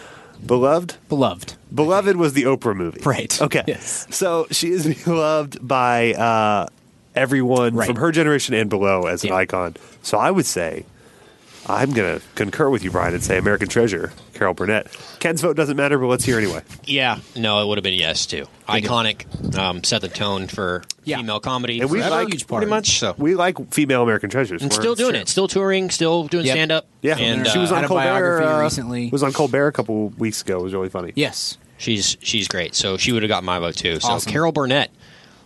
Speaker 2: beloved.
Speaker 4: Beloved.
Speaker 2: Beloved was the Oprah movie,
Speaker 4: Right.
Speaker 2: Okay,
Speaker 4: Yes.
Speaker 2: so she is beloved by uh, everyone
Speaker 4: Right.
Speaker 2: from her generation and below as an
Speaker 4: Yeah.
Speaker 2: icon. So I would say I'm going to concur with you, Brian, and say American Treasure, Carol Burnett. Ken's vote doesn't matter, but let's hear anyway.
Speaker 3: Yeah, no, it would have been yes too. Iconic, um, set the tone for
Speaker 4: Yeah.
Speaker 3: female comedy.
Speaker 2: And we
Speaker 3: forever,
Speaker 2: like-
Speaker 4: Huge part.
Speaker 3: pretty much so.
Speaker 2: We like female American treasures.
Speaker 3: and
Speaker 2: We're-
Speaker 3: still doing
Speaker 2: Sure.
Speaker 3: it, still touring, still doing
Speaker 4: Yep.
Speaker 3: stand up.
Speaker 2: Yeah,
Speaker 3: and
Speaker 2: she was
Speaker 3: uh,
Speaker 2: on
Speaker 4: had a
Speaker 2: Colbert
Speaker 4: biography
Speaker 2: uh,
Speaker 4: recently.
Speaker 2: Was on Colbert a couple weeks ago. It was really funny.
Speaker 4: Yes.
Speaker 3: she's she's great. So she would have got my vote too. So
Speaker 4: Awesome.
Speaker 3: Carol Burnett,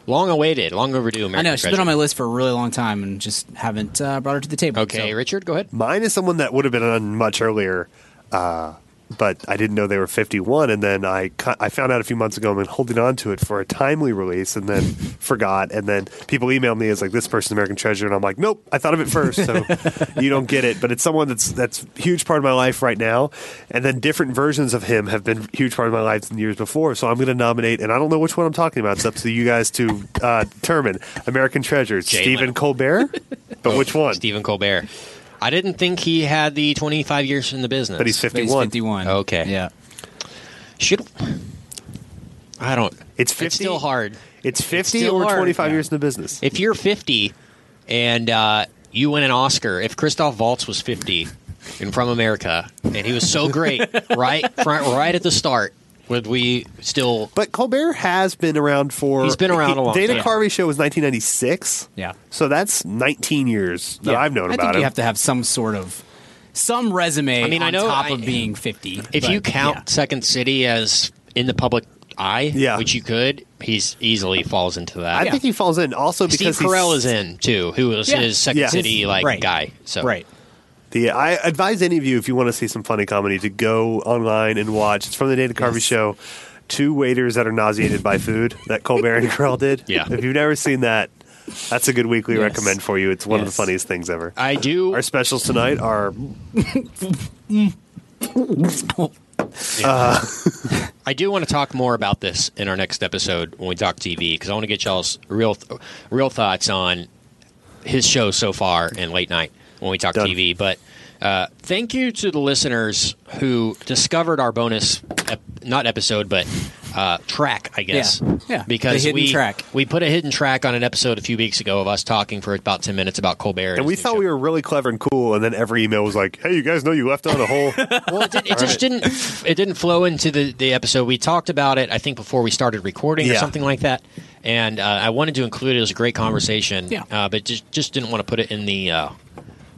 Speaker 3: long awaited, long overdue. American
Speaker 4: I know she's
Speaker 3: Treasure.
Speaker 4: been on my list for a really long time and just haven't uh, brought her to the table.
Speaker 3: Okay,
Speaker 4: so-
Speaker 3: Richard, go ahead.
Speaker 2: Mine is someone that would have been on much earlier, uh, but I didn't know they were 51. And then I, cu- I found out a few months ago. I've been holding on to it for a timely release and then forgot. And then people emailed me as like, this person's American Treasure. And I'm like, nope, I thought of it first. So you don't get it. But it's someone that's that's a huge part of my life right now. And then different versions of him have been a huge part of my life in the years before. So I'm going to nominate, and I don't know which one I'm talking about. It's up to you guys to uh, determine American Treasure, Stephen Colbert. But which one?
Speaker 3: Stephen Colbert. I didn't think he had the 25 years in the business.
Speaker 2: But he's
Speaker 4: But he's
Speaker 2: 51.
Speaker 4: 51.
Speaker 3: Okay.
Speaker 4: Yeah.
Speaker 3: Should I don't.
Speaker 2: It's 50?
Speaker 3: still hard.
Speaker 2: It's 50
Speaker 3: still
Speaker 2: or
Speaker 3: hard,
Speaker 2: 25
Speaker 3: yeah.
Speaker 2: years in the business.
Speaker 3: If you're 50 and uh, you win an Oscar, if Christoph Waltz was 50 and from America, and he was so great, right, front, right at the start, would we still?
Speaker 2: but Colbert has been around for.
Speaker 3: He's been around a long
Speaker 2: Dana
Speaker 3: time.
Speaker 2: Carvey show was 1996.
Speaker 4: Yeah.
Speaker 2: So that's 19 years that
Speaker 4: Yeah.
Speaker 2: I've known
Speaker 4: I
Speaker 2: about
Speaker 4: think
Speaker 2: him.
Speaker 4: you have to have some sort of some resume.
Speaker 3: I mean,
Speaker 4: on
Speaker 3: I know
Speaker 4: top
Speaker 3: I-
Speaker 4: of being fifty.
Speaker 3: If
Speaker 4: but,
Speaker 3: you count
Speaker 4: yeah.
Speaker 3: Second City as in the public eye,
Speaker 2: Yeah.
Speaker 3: which you could, he's easily falls into that.
Speaker 2: I think he falls in also
Speaker 3: Steve
Speaker 2: because
Speaker 3: Carell
Speaker 2: he's,
Speaker 3: is in too, who was
Speaker 4: Yeah.
Speaker 3: his Second
Speaker 2: Yeah.
Speaker 3: City like
Speaker 4: Right.
Speaker 3: guy. So
Speaker 4: right,
Speaker 2: The, I advise any of you if you want to see some funny comedy to go online and watch. It's from the Dana Carvey show. Two waiters that are nauseated by food that Colbert and Carell did.
Speaker 3: Yeah.
Speaker 2: If you've never seen that, that's a good weekly
Speaker 4: Yes.
Speaker 2: recommend for you. It's one of the
Speaker 4: Yes.
Speaker 2: funniest things ever.
Speaker 3: I do.
Speaker 2: Our specials tonight are
Speaker 3: I do want to talk more about this in our next episode when we talk TV because I want to get y'all's real, real thoughts on his show so far and late night when we talk
Speaker 2: Done.
Speaker 3: TV. But uh, thank you to the listeners who discovered our bonus, ep- not episode, but uh, track, I guess.
Speaker 4: Yeah. Yeah. The
Speaker 3: Because
Speaker 4: hidden
Speaker 3: we
Speaker 4: track.
Speaker 3: we put a hidden track on an episode a few weeks ago of us talking for about ten minutes about Colbert,
Speaker 2: And we thought we were really clever and cool, and then every email was like, "Hey, you guys know you left out a whole."
Speaker 3: Well, it, did, it just didn't. It didn't flow into the, the episode. We talked about it, I think, before we started recording or
Speaker 2: Yeah.
Speaker 3: something like that. And uh, I wanted to include it. It was a great conversation.
Speaker 4: Yeah.
Speaker 3: Uh, but just just didn't want to put it in the uh,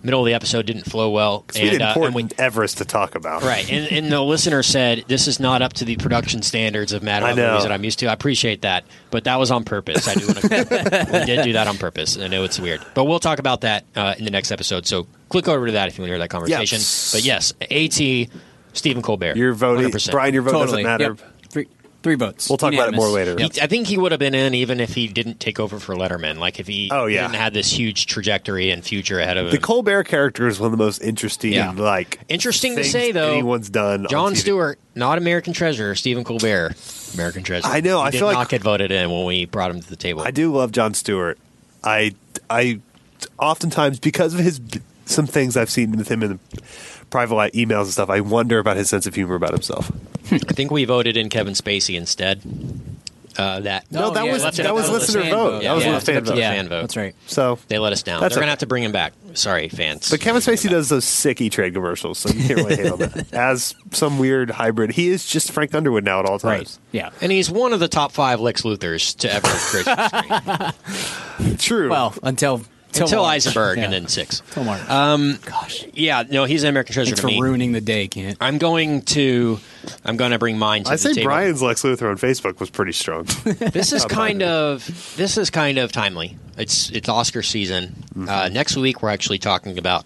Speaker 3: middle of the episode. Didn't flow well.
Speaker 2: we had
Speaker 3: uh,
Speaker 2: important Everest to talk about,
Speaker 3: right. And, and the listener said this is not up to the production standards of Mad
Speaker 2: I
Speaker 3: About
Speaker 2: know.
Speaker 3: movies that I'm used to. I appreciate that, but that was on purpose. I do. Want to, we did do that on purpose. I know it's weird, but we'll talk about that uh, in the next episode. So click over to that if you want to hear that conversation. But yes, at Stephen Colbert.
Speaker 2: Your vote,
Speaker 3: 100%.
Speaker 2: Brian. Your vote
Speaker 4: totally.
Speaker 2: doesn't matter.
Speaker 4: Yep. Three, three votes.
Speaker 2: We'll talk about it more
Speaker 4: Unanimous.
Speaker 2: later.
Speaker 3: He, I think he would have been in even if he didn't take over for Letterman. Like if he
Speaker 2: Oh, yeah.
Speaker 3: didn't have this huge trajectory and future ahead of him.
Speaker 2: The Colbert character is one of the most interesting,
Speaker 3: Yeah.
Speaker 2: like
Speaker 3: Interesting to
Speaker 2: things
Speaker 3: say, though,
Speaker 2: Anyone's done on
Speaker 3: John
Speaker 2: TV.
Speaker 3: Stewart, not American Treasure, Stephen Colbert, American Treasure.
Speaker 2: I know,
Speaker 3: He
Speaker 2: I
Speaker 3: did
Speaker 2: feel
Speaker 3: not
Speaker 2: like-
Speaker 3: get voted in when we brought him to the table.
Speaker 2: I do love John Stewart. I, I, oftentimes because of his some things I've seen with him in the private li- emails and stuff, I wonder about his sense of humor about himself.
Speaker 3: I think we voted in Kevin Spacey instead. Uh, that
Speaker 2: No, that
Speaker 4: Oh, yeah,
Speaker 2: was
Speaker 4: that's
Speaker 3: it
Speaker 2: that
Speaker 3: up
Speaker 2: was
Speaker 3: to the
Speaker 2: listener
Speaker 3: fan
Speaker 2: vote.
Speaker 3: vote.
Speaker 2: That was
Speaker 3: Yeah,
Speaker 2: a
Speaker 3: it's up
Speaker 2: fan
Speaker 3: to the
Speaker 2: vote.
Speaker 4: Yeah,
Speaker 3: fan vote.
Speaker 4: that's right.
Speaker 2: So
Speaker 3: they let us down.
Speaker 2: That's
Speaker 3: They're
Speaker 2: okay.
Speaker 3: gonna have to bring him back. Sorry, fans.
Speaker 2: But Kevin
Speaker 3: They're gonna
Speaker 2: Spacey does those sick E trade commercials, so you can't really hate on that. As some weird hybrid, he is just Frank Underwood now at all
Speaker 4: Right.
Speaker 2: times.
Speaker 4: Yeah.
Speaker 3: And he's one of the top five Lex Luthers to ever grace the screen.
Speaker 2: True.
Speaker 4: Well, until until,
Speaker 3: until
Speaker 4: March.
Speaker 3: Eisenberg
Speaker 4: Yeah.
Speaker 3: and then six.
Speaker 4: Until March. Um, gosh,
Speaker 3: Yeah, no, he's an American Treasure
Speaker 4: thanks
Speaker 3: to
Speaker 4: for
Speaker 3: me.
Speaker 4: ruining the day, Kent.
Speaker 3: I'm going to I'm going to bring mine to
Speaker 2: I
Speaker 3: the
Speaker 2: say
Speaker 3: table.
Speaker 2: Brian's Lex Luthor on Facebook was pretty strong.
Speaker 3: This is kind
Speaker 2: Brian.
Speaker 3: of this is kind of timely. It's it's Oscar season.
Speaker 4: Mm-hmm.
Speaker 3: Uh, next week we're actually talking about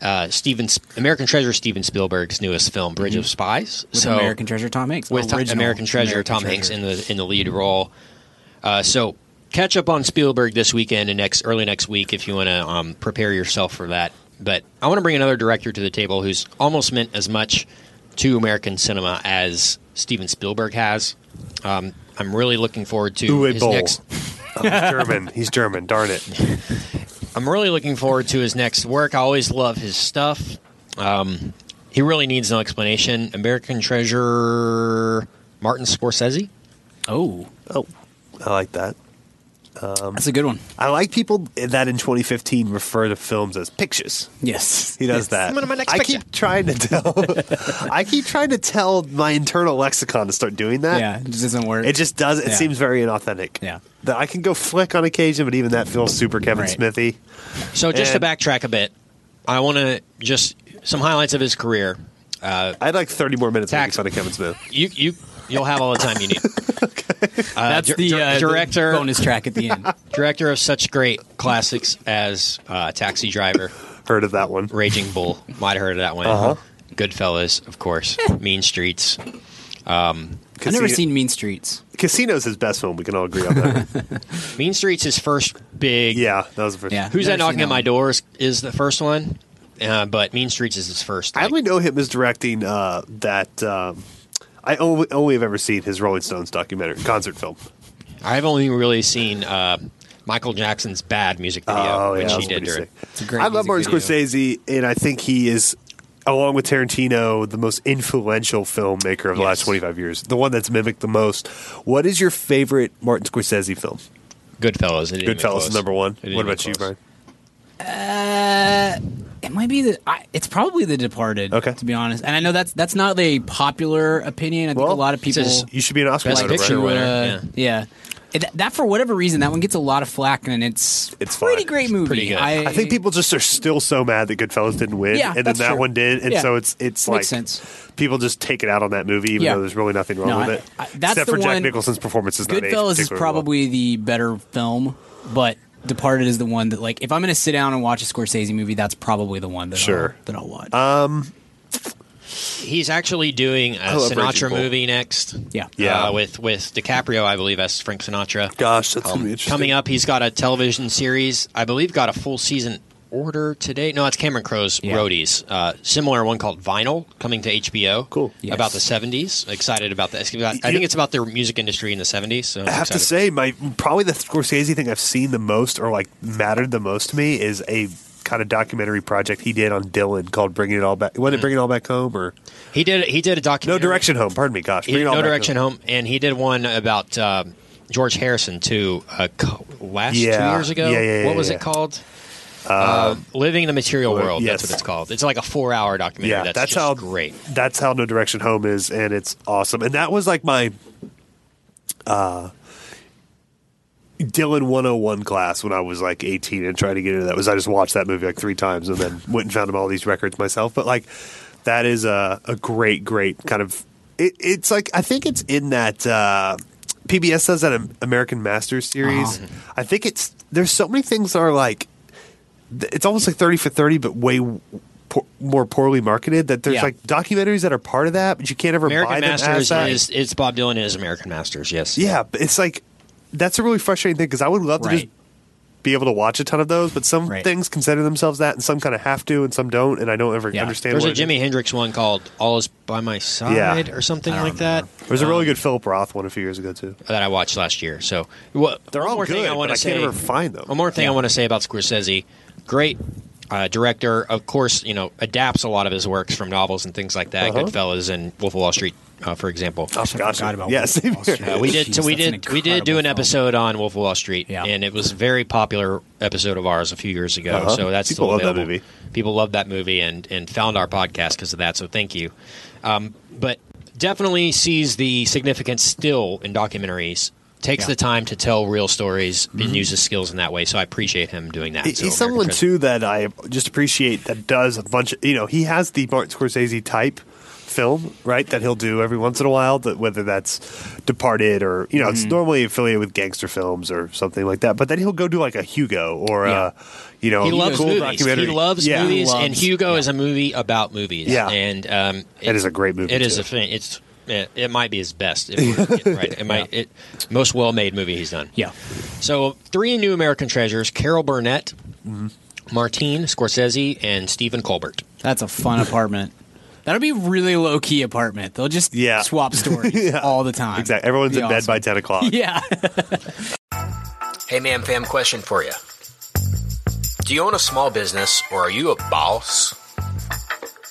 Speaker 3: uh, Steven Sp- American Treasure Steven Spielberg's newest film Bridge of Spies.
Speaker 4: Mm-hmm. With
Speaker 3: so
Speaker 4: American Treasure, Tom Hanks.
Speaker 3: with Tom-
Speaker 4: Original
Speaker 3: American Treasure
Speaker 4: American
Speaker 3: Tom Hanks in the in the lead role. Uh, so catch up on Spielberg this weekend and next early next week if you want to um, prepare yourself for that. But I want to bring another director to the table who's almost meant as much to American cinema as Steven Spielberg has. Um, I'm really looking forward to
Speaker 2: Uwe
Speaker 3: his
Speaker 2: Boll.
Speaker 3: next
Speaker 2: He's German. He's German. Darn it.
Speaker 3: I'm really looking forward to his next work. I always love his stuff. Um, he really needs no explanation. American Treasure, Martin Scorsese.
Speaker 4: Oh,
Speaker 2: Oh, I like that. Um,
Speaker 4: that's a good one.
Speaker 2: I like people that in 2015 refer to films as pictures.
Speaker 4: Yes,
Speaker 2: He does that.
Speaker 3: One of my next
Speaker 2: I
Speaker 3: picture.
Speaker 2: keep trying to tell. I keep trying to tell my internal lexicon to start doing that.
Speaker 4: Yeah, it just doesn't work.
Speaker 2: It just does. It
Speaker 4: Yeah.
Speaker 2: seems very inauthentic.
Speaker 4: Yeah.
Speaker 2: That I can go flick on occasion, but even that feels super Kevin
Speaker 4: Right.
Speaker 2: Smithy.
Speaker 3: So just
Speaker 2: And-
Speaker 3: to backtrack a bit, I want to just some highlights of his career.
Speaker 2: I'd like 30 more minutes making
Speaker 3: Tax-
Speaker 2: fun of Kevin Smith.
Speaker 3: You you you'll have all the time you need. uh,
Speaker 4: that's
Speaker 3: dir-
Speaker 4: the,
Speaker 3: dir-
Speaker 4: uh, the
Speaker 3: director
Speaker 4: bonus track at the end.
Speaker 3: director of such great classics as uh, Taxi Driver,
Speaker 2: Heard of that one?
Speaker 3: Raging Bull. Might have heard of that one.
Speaker 2: Uh-huh.
Speaker 3: Goodfellas, of course. mean Streets.
Speaker 4: I've never seen Mean Streets.
Speaker 2: Casino's his best film. We can all agree on that.
Speaker 3: Mean Streets is first big.
Speaker 2: yeah, that was the first.
Speaker 4: Yeah.
Speaker 3: Who's
Speaker 4: Never
Speaker 3: that knocking
Speaker 4: seen
Speaker 3: at my
Speaker 4: one.
Speaker 3: doors is the first one, uh, but Mean Streets is his first.
Speaker 2: I
Speaker 3: like-
Speaker 2: only know him as directing uh, that. Um, I only, only have ever seen his Rolling Stones documentary concert film.
Speaker 3: I've only really seen uh, Michael Jackson's "Bad" music video, which
Speaker 2: that was
Speaker 3: he did
Speaker 2: Oh, pretty
Speaker 3: during.
Speaker 2: sick.
Speaker 4: a great
Speaker 2: I love Martin
Speaker 4: music
Speaker 2: Scorsese, and I think he is, along with Tarantino, the most influential filmmaker of the last
Speaker 3: Yes.
Speaker 2: 25 years. The one that's mimicked the most. What is your favorite Martin Scorsese film?
Speaker 3: Goodfellas. It didn't even
Speaker 2: Goodfellas
Speaker 3: close.
Speaker 2: is number one.
Speaker 3: It didn't
Speaker 2: What
Speaker 3: even
Speaker 2: about you,
Speaker 3: close.
Speaker 2: Brian?
Speaker 4: Uh, it might be the. I, it's probably The Departed.
Speaker 2: Okay.
Speaker 4: to be honest, and I know that's that's not a popular opinion. I think
Speaker 2: Well,
Speaker 4: a lot of
Speaker 3: it's
Speaker 4: people.
Speaker 3: his
Speaker 2: You should be an Oscar
Speaker 3: Best
Speaker 2: winner, Brian.
Speaker 3: Picture
Speaker 4: to,
Speaker 3: winner,
Speaker 4: uh, yeah. It- that for whatever reason, that one gets a lot of flack, and it's
Speaker 2: It's
Speaker 4: pretty
Speaker 2: fine.
Speaker 4: great movie.
Speaker 3: pretty good.
Speaker 4: I,
Speaker 2: I think people just are still so mad that Goodfellas didn't win,
Speaker 4: Yeah,
Speaker 2: and then
Speaker 4: that's
Speaker 2: that
Speaker 4: true.
Speaker 2: one did, and
Speaker 4: Yeah.
Speaker 2: so it's
Speaker 4: Makes
Speaker 2: it's like
Speaker 4: sense.
Speaker 2: people just take it out on that movie, even
Speaker 4: Yeah.
Speaker 2: though there's really nothing wrong
Speaker 4: No,
Speaker 2: with
Speaker 4: I-
Speaker 2: it,
Speaker 4: I- that's
Speaker 2: except
Speaker 4: the
Speaker 2: for Jack
Speaker 4: one-
Speaker 2: Nicholson's performance. Is not aged
Speaker 4: Goodfellas is
Speaker 2: particularly well.
Speaker 4: probably the better film, but Departed is the one that like if I'm going to sit down and watch a Scorsese movie, that's probably the one that
Speaker 2: Sure. Uh,
Speaker 4: I'll, that I'll watch.
Speaker 3: He's actually doing a
Speaker 2: love Raging
Speaker 3: Sinatra
Speaker 2: Bull.
Speaker 3: movie next.
Speaker 4: Yeah.
Speaker 2: Yeah.
Speaker 3: Uh, with with DiCaprio, I believe, as Frank Sinatra.
Speaker 2: Gosh, that's
Speaker 3: Um, coming up, he's got a television series. I believe got a full season order today. No, it's Cameron Crowe's
Speaker 4: Yeah.
Speaker 3: Roadies. Uh, similar one called Vinyl coming to HBO.
Speaker 2: Cool.
Speaker 4: Yes.
Speaker 3: About the 70s. Excited about that. It's about- I
Speaker 2: You-
Speaker 3: think it's about the music industry in the 70s. So
Speaker 2: I have to say, my probably the Scorsese thing I've seen the most, or like mattered the most to me, is a kind of documentary project he did on Dylan called "Bringing It All Back." Was
Speaker 4: Mm.
Speaker 2: it "Bringing It All Back Home" or
Speaker 3: he did he did
Speaker 2: "No
Speaker 3: a documentary.
Speaker 2: Direction Home"? Pardon me, gosh,
Speaker 3: He
Speaker 2: Bring
Speaker 3: did
Speaker 2: It All
Speaker 3: no
Speaker 2: Back
Speaker 3: direction home. and he did one about uh, George Harrison too. Uh, co- last
Speaker 2: Yeah.
Speaker 3: two years ago,
Speaker 2: Yeah, yeah, yeah,
Speaker 3: what was
Speaker 2: yeah.
Speaker 3: it called? Uh, Living the Material
Speaker 2: Well,
Speaker 3: World.
Speaker 2: yes.
Speaker 3: That's what it's called. It's like a four-hour documentary.
Speaker 2: Yeah,
Speaker 3: that's,
Speaker 2: that's,
Speaker 3: just
Speaker 2: how
Speaker 3: great.
Speaker 2: That's how No Direction Home is, and it's awesome. And that was like my uh, Dylan 101 class when I was like 18 and trying to get into that. Was I just watched that movie like three times and then went and found him all these records myself. But like that is a, a great, great kind of. It, it's like I think it's in that uh, PBS does that Am- American Masters
Speaker 3: Uh-huh.
Speaker 2: series. I think it's there's so many things that are like th- it's almost like 30 for 30 but way w- po- more poorly marketed that there's
Speaker 4: Yeah.
Speaker 2: like documentaries that are part of that but you can't ever buy
Speaker 3: American
Speaker 2: them as
Speaker 3: Masters
Speaker 2: that.
Speaker 3: is it's Bob Dylan and his American Masters. Yes.
Speaker 2: yeah but it's like that's a really frustrating thing because i would love to just
Speaker 4: Right.
Speaker 2: be able to watch a ton of those but some
Speaker 4: Right.
Speaker 2: things consider themselves that and some kind of have to and some don't and i don't ever
Speaker 4: Yeah.
Speaker 2: understand
Speaker 3: There's
Speaker 2: what
Speaker 3: a
Speaker 2: it
Speaker 3: Jimi
Speaker 2: is.
Speaker 3: Hendrix one called "All Is by My Side" or something like that.
Speaker 2: there's a really
Speaker 3: Um,
Speaker 2: good philip roth one a few years ago too
Speaker 3: that I watched last year. So what,
Speaker 2: They're
Speaker 3: one
Speaker 2: all
Speaker 3: more thing
Speaker 2: good,
Speaker 3: I want
Speaker 2: but I
Speaker 3: to
Speaker 2: can't
Speaker 3: say.
Speaker 2: ever find them.
Speaker 3: One more thing I want to say about Scorsese, great uh, director. Of course, you know adapts a lot of his works from novels and things like that.
Speaker 2: Uh-huh.
Speaker 3: Goodfellas and Wolf of Wall Street, uh, for example.
Speaker 2: oh
Speaker 4: I
Speaker 2: gosh
Speaker 4: forgot about
Speaker 2: yeah
Speaker 4: Wolf of
Speaker 2: same
Speaker 4: Wall
Speaker 2: here.
Speaker 4: Street.
Speaker 3: Uh, we did. so
Speaker 4: Jeez,
Speaker 3: we
Speaker 4: that's an
Speaker 3: did. We did do an
Speaker 4: incredible film.
Speaker 3: episode on Wolf of Wall Street,
Speaker 4: Yeah.
Speaker 3: and it was a very popular episode of ours a few years ago.
Speaker 2: Uh-huh.
Speaker 3: So that's
Speaker 2: People
Speaker 3: still
Speaker 2: love that
Speaker 3: available.
Speaker 2: movie.
Speaker 3: People love that movie and and found our podcast because of that. So thank you. Um, but definitely sees the significance still in documentaries. Takes
Speaker 4: Yeah.
Speaker 3: the time to tell real stories and uses skills in that way. So I appreciate him doing that.
Speaker 2: He's
Speaker 3: So American
Speaker 2: someone
Speaker 3: Treasure-
Speaker 2: too that I just appreciate that does a bunch of you know he has the Martin Scorsese type film right that he'll do every once in a while that whether that's Departed or you know it's
Speaker 3: Mm-hmm.
Speaker 2: normally affiliated with gangster films or something like that but then he'll go do like a Hugo or
Speaker 4: Yeah.
Speaker 2: a you know
Speaker 3: He
Speaker 2: a
Speaker 3: loves
Speaker 2: cool
Speaker 3: movies.
Speaker 2: documentary
Speaker 3: He loves
Speaker 2: yeah.
Speaker 3: movies,
Speaker 4: He
Speaker 3: and
Speaker 4: loves-
Speaker 3: Hugo is a movie about movies.
Speaker 2: Yeah.
Speaker 3: and um,
Speaker 2: It is a great movie,
Speaker 3: It is
Speaker 2: too.
Speaker 3: a fan. It's it, it might be his best. If we're getting right, it might it most well made movie he's done.
Speaker 4: Yeah,
Speaker 3: So three new American treasures: Carol Burnett,
Speaker 2: Mm-hmm.
Speaker 3: Martine Scorsese, and Stephen Colbert.
Speaker 4: that's a fun apartment. That'll be a really low key apartment. They'll just
Speaker 2: Yeah.
Speaker 4: swap stories all the time.
Speaker 2: exactly everyone's
Speaker 4: Be
Speaker 2: in bed by
Speaker 4: awesome.
Speaker 2: ten o'clock
Speaker 4: Yeah.
Speaker 5: Hey, ma'am, fam, question for you. Do you own a small business or are you a boss?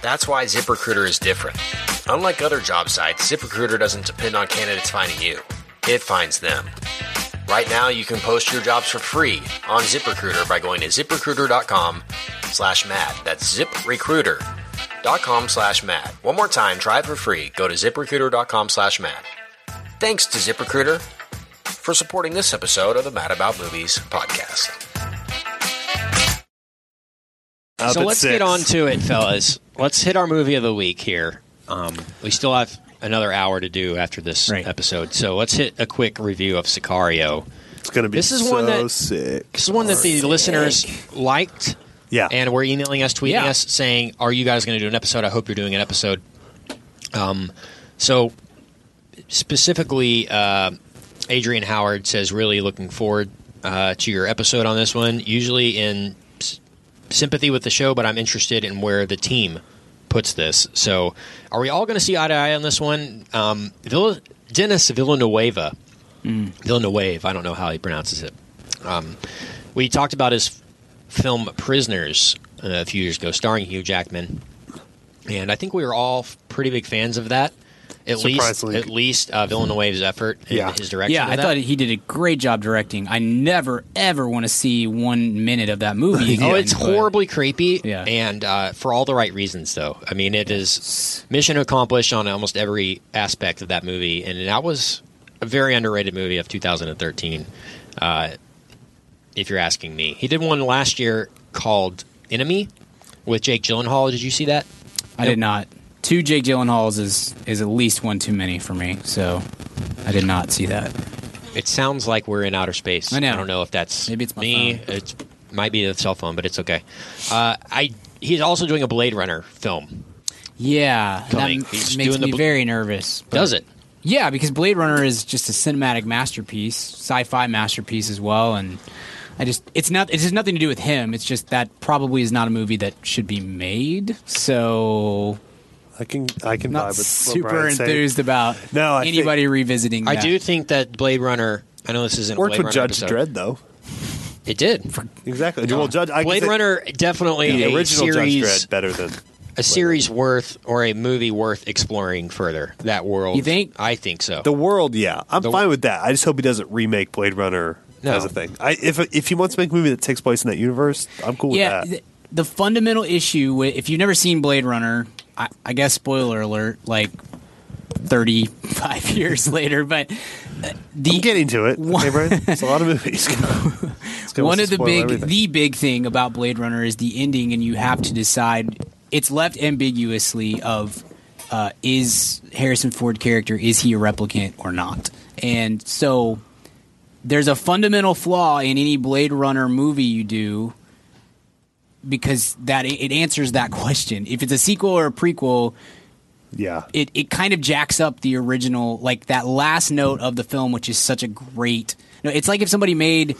Speaker 5: That's why ZipRecruiter is different. Unlike other job sites, ZipRecruiter doesn't depend on candidates finding you, it finds them. Right now, you can post your jobs for free on ZipRecruiter by going to ziprecruiter.com slash Matt. That's ziprecruiter.com slash Matt. One more time, try it for free. Go to ziprecruiter.com slash Matt. Thanks to ZipRecruiter for supporting this episode of the Mad About Movies podcast.
Speaker 2: Up
Speaker 3: so
Speaker 2: at
Speaker 3: let's
Speaker 2: six.
Speaker 3: get on to it, fellas. let's hit our movie of the week here. Um, we still have another hour to do after this
Speaker 4: Right.
Speaker 3: episode, so let's hit a quick review of Sicario.
Speaker 2: It's gonna be
Speaker 3: This is
Speaker 2: so
Speaker 3: one that-
Speaker 2: sick.
Speaker 3: This is one that the listeners liked,
Speaker 2: Yeah,
Speaker 3: and were emailing us, tweeting
Speaker 4: Yeah.
Speaker 3: us, saying, "Are you guys going to do an episode? I hope you're doing an episode." Um, so specifically, uh, Adrian Howard says, "Really looking forward uh, to your episode on this one. Usually in s- sympathy with the show, but I'm interested in where the team puts this. So, are we all going to see eye to eye on this one? Um, Vill- Dennis Villanueva, Villanueva. I don't know how he pronounces it. Um, we talked about his f- film Prisoners uh, a few years ago, starring Hugh Jackman, and I think we were all f- pretty big fans of that. At least,
Speaker 2: Surprisingly.
Speaker 3: at least uh, Villanueva's effort, and
Speaker 2: Yeah.
Speaker 3: his direction.
Speaker 4: Yeah,
Speaker 3: of
Speaker 4: I
Speaker 3: that.
Speaker 4: thought he did a great job directing. I never ever want to see one minute of that movie.
Speaker 3: Oh,
Speaker 4: again,
Speaker 3: it's
Speaker 4: but-
Speaker 3: horribly creepy,
Speaker 4: Yeah.
Speaker 3: and uh, for all the right reasons, though. I mean, it is mission accomplished on almost every aspect of that movie, and that was a very underrated movie of 2013. Uh, if you're asking me, he did one last year called Enemy with Jake Gyllenhaal. Did you see that?
Speaker 4: I did not. Two Jake Gyllenhaals is is at least one too many for me. So I did not see that.
Speaker 3: It sounds like we're in outer space.
Speaker 4: I know.
Speaker 3: don't know if that's
Speaker 4: Maybe it's my
Speaker 3: me.
Speaker 4: phone.
Speaker 3: It might be the cell phone, but it's okay. Uh, I he's also doing a Blade Runner film.
Speaker 4: Yeah,
Speaker 3: Coming.
Speaker 4: that
Speaker 3: He's
Speaker 4: makes
Speaker 3: doing the
Speaker 4: me
Speaker 3: bl-
Speaker 4: very nervous. but-
Speaker 3: Does it?
Speaker 4: Yeah, because Blade Runner is just a cinematic masterpiece, sci-fi masterpiece as well, and I just it's not it's just nothing to do with him. It's just that probably is not a movie that should be made. So
Speaker 2: I can I can
Speaker 4: not
Speaker 2: vibe with what
Speaker 4: super
Speaker 2: Brian's saying.
Speaker 4: enthused about
Speaker 2: No, I
Speaker 4: anybody revisiting.
Speaker 3: I
Speaker 4: that.
Speaker 3: do think that Blade Runner. I know this isn't a
Speaker 2: Worked
Speaker 3: Blade
Speaker 2: with
Speaker 3: Runner
Speaker 2: Judge
Speaker 3: episode.
Speaker 2: Dredd though.
Speaker 3: It did.
Speaker 2: Exactly. Well, Judge I
Speaker 3: Blade
Speaker 2: consider
Speaker 3: Runner definitely
Speaker 2: the
Speaker 3: a
Speaker 2: original Judge
Speaker 3: series,
Speaker 2: Dredd better than
Speaker 3: a series worth or a movie worth exploring further. That world,
Speaker 4: You think?
Speaker 3: I think so.
Speaker 2: the world. Yeah, I'm
Speaker 3: The-
Speaker 2: fine with that. I just hope he doesn't remake Blade Runner
Speaker 3: No.
Speaker 2: as a thing. I, if if he wants to make a movie that takes place in that universe, I'm cool
Speaker 4: Yeah,
Speaker 2: with that.
Speaker 4: th- the fundamental issue with, if you've never seen Blade Runner, I, I guess spoiler alert, like thirty five years later, but uh, the
Speaker 2: I'm getting to it.
Speaker 4: One-
Speaker 2: Okay, Brian? It's a lot of movies. It's gonna
Speaker 4: one of the
Speaker 2: spoil
Speaker 4: big
Speaker 2: everything.
Speaker 4: the big thing about blade runner is the ending and you have to decide it's left ambiguously of uh, is harrison ford character is he a replicant or not and so there's a fundamental flaw in any blade runner movie you do because that it answers that question if it's a sequel or a prequel
Speaker 2: yeah.
Speaker 4: it, it kind of jacks up the original like that last note of the film which is such a great no it's like if somebody made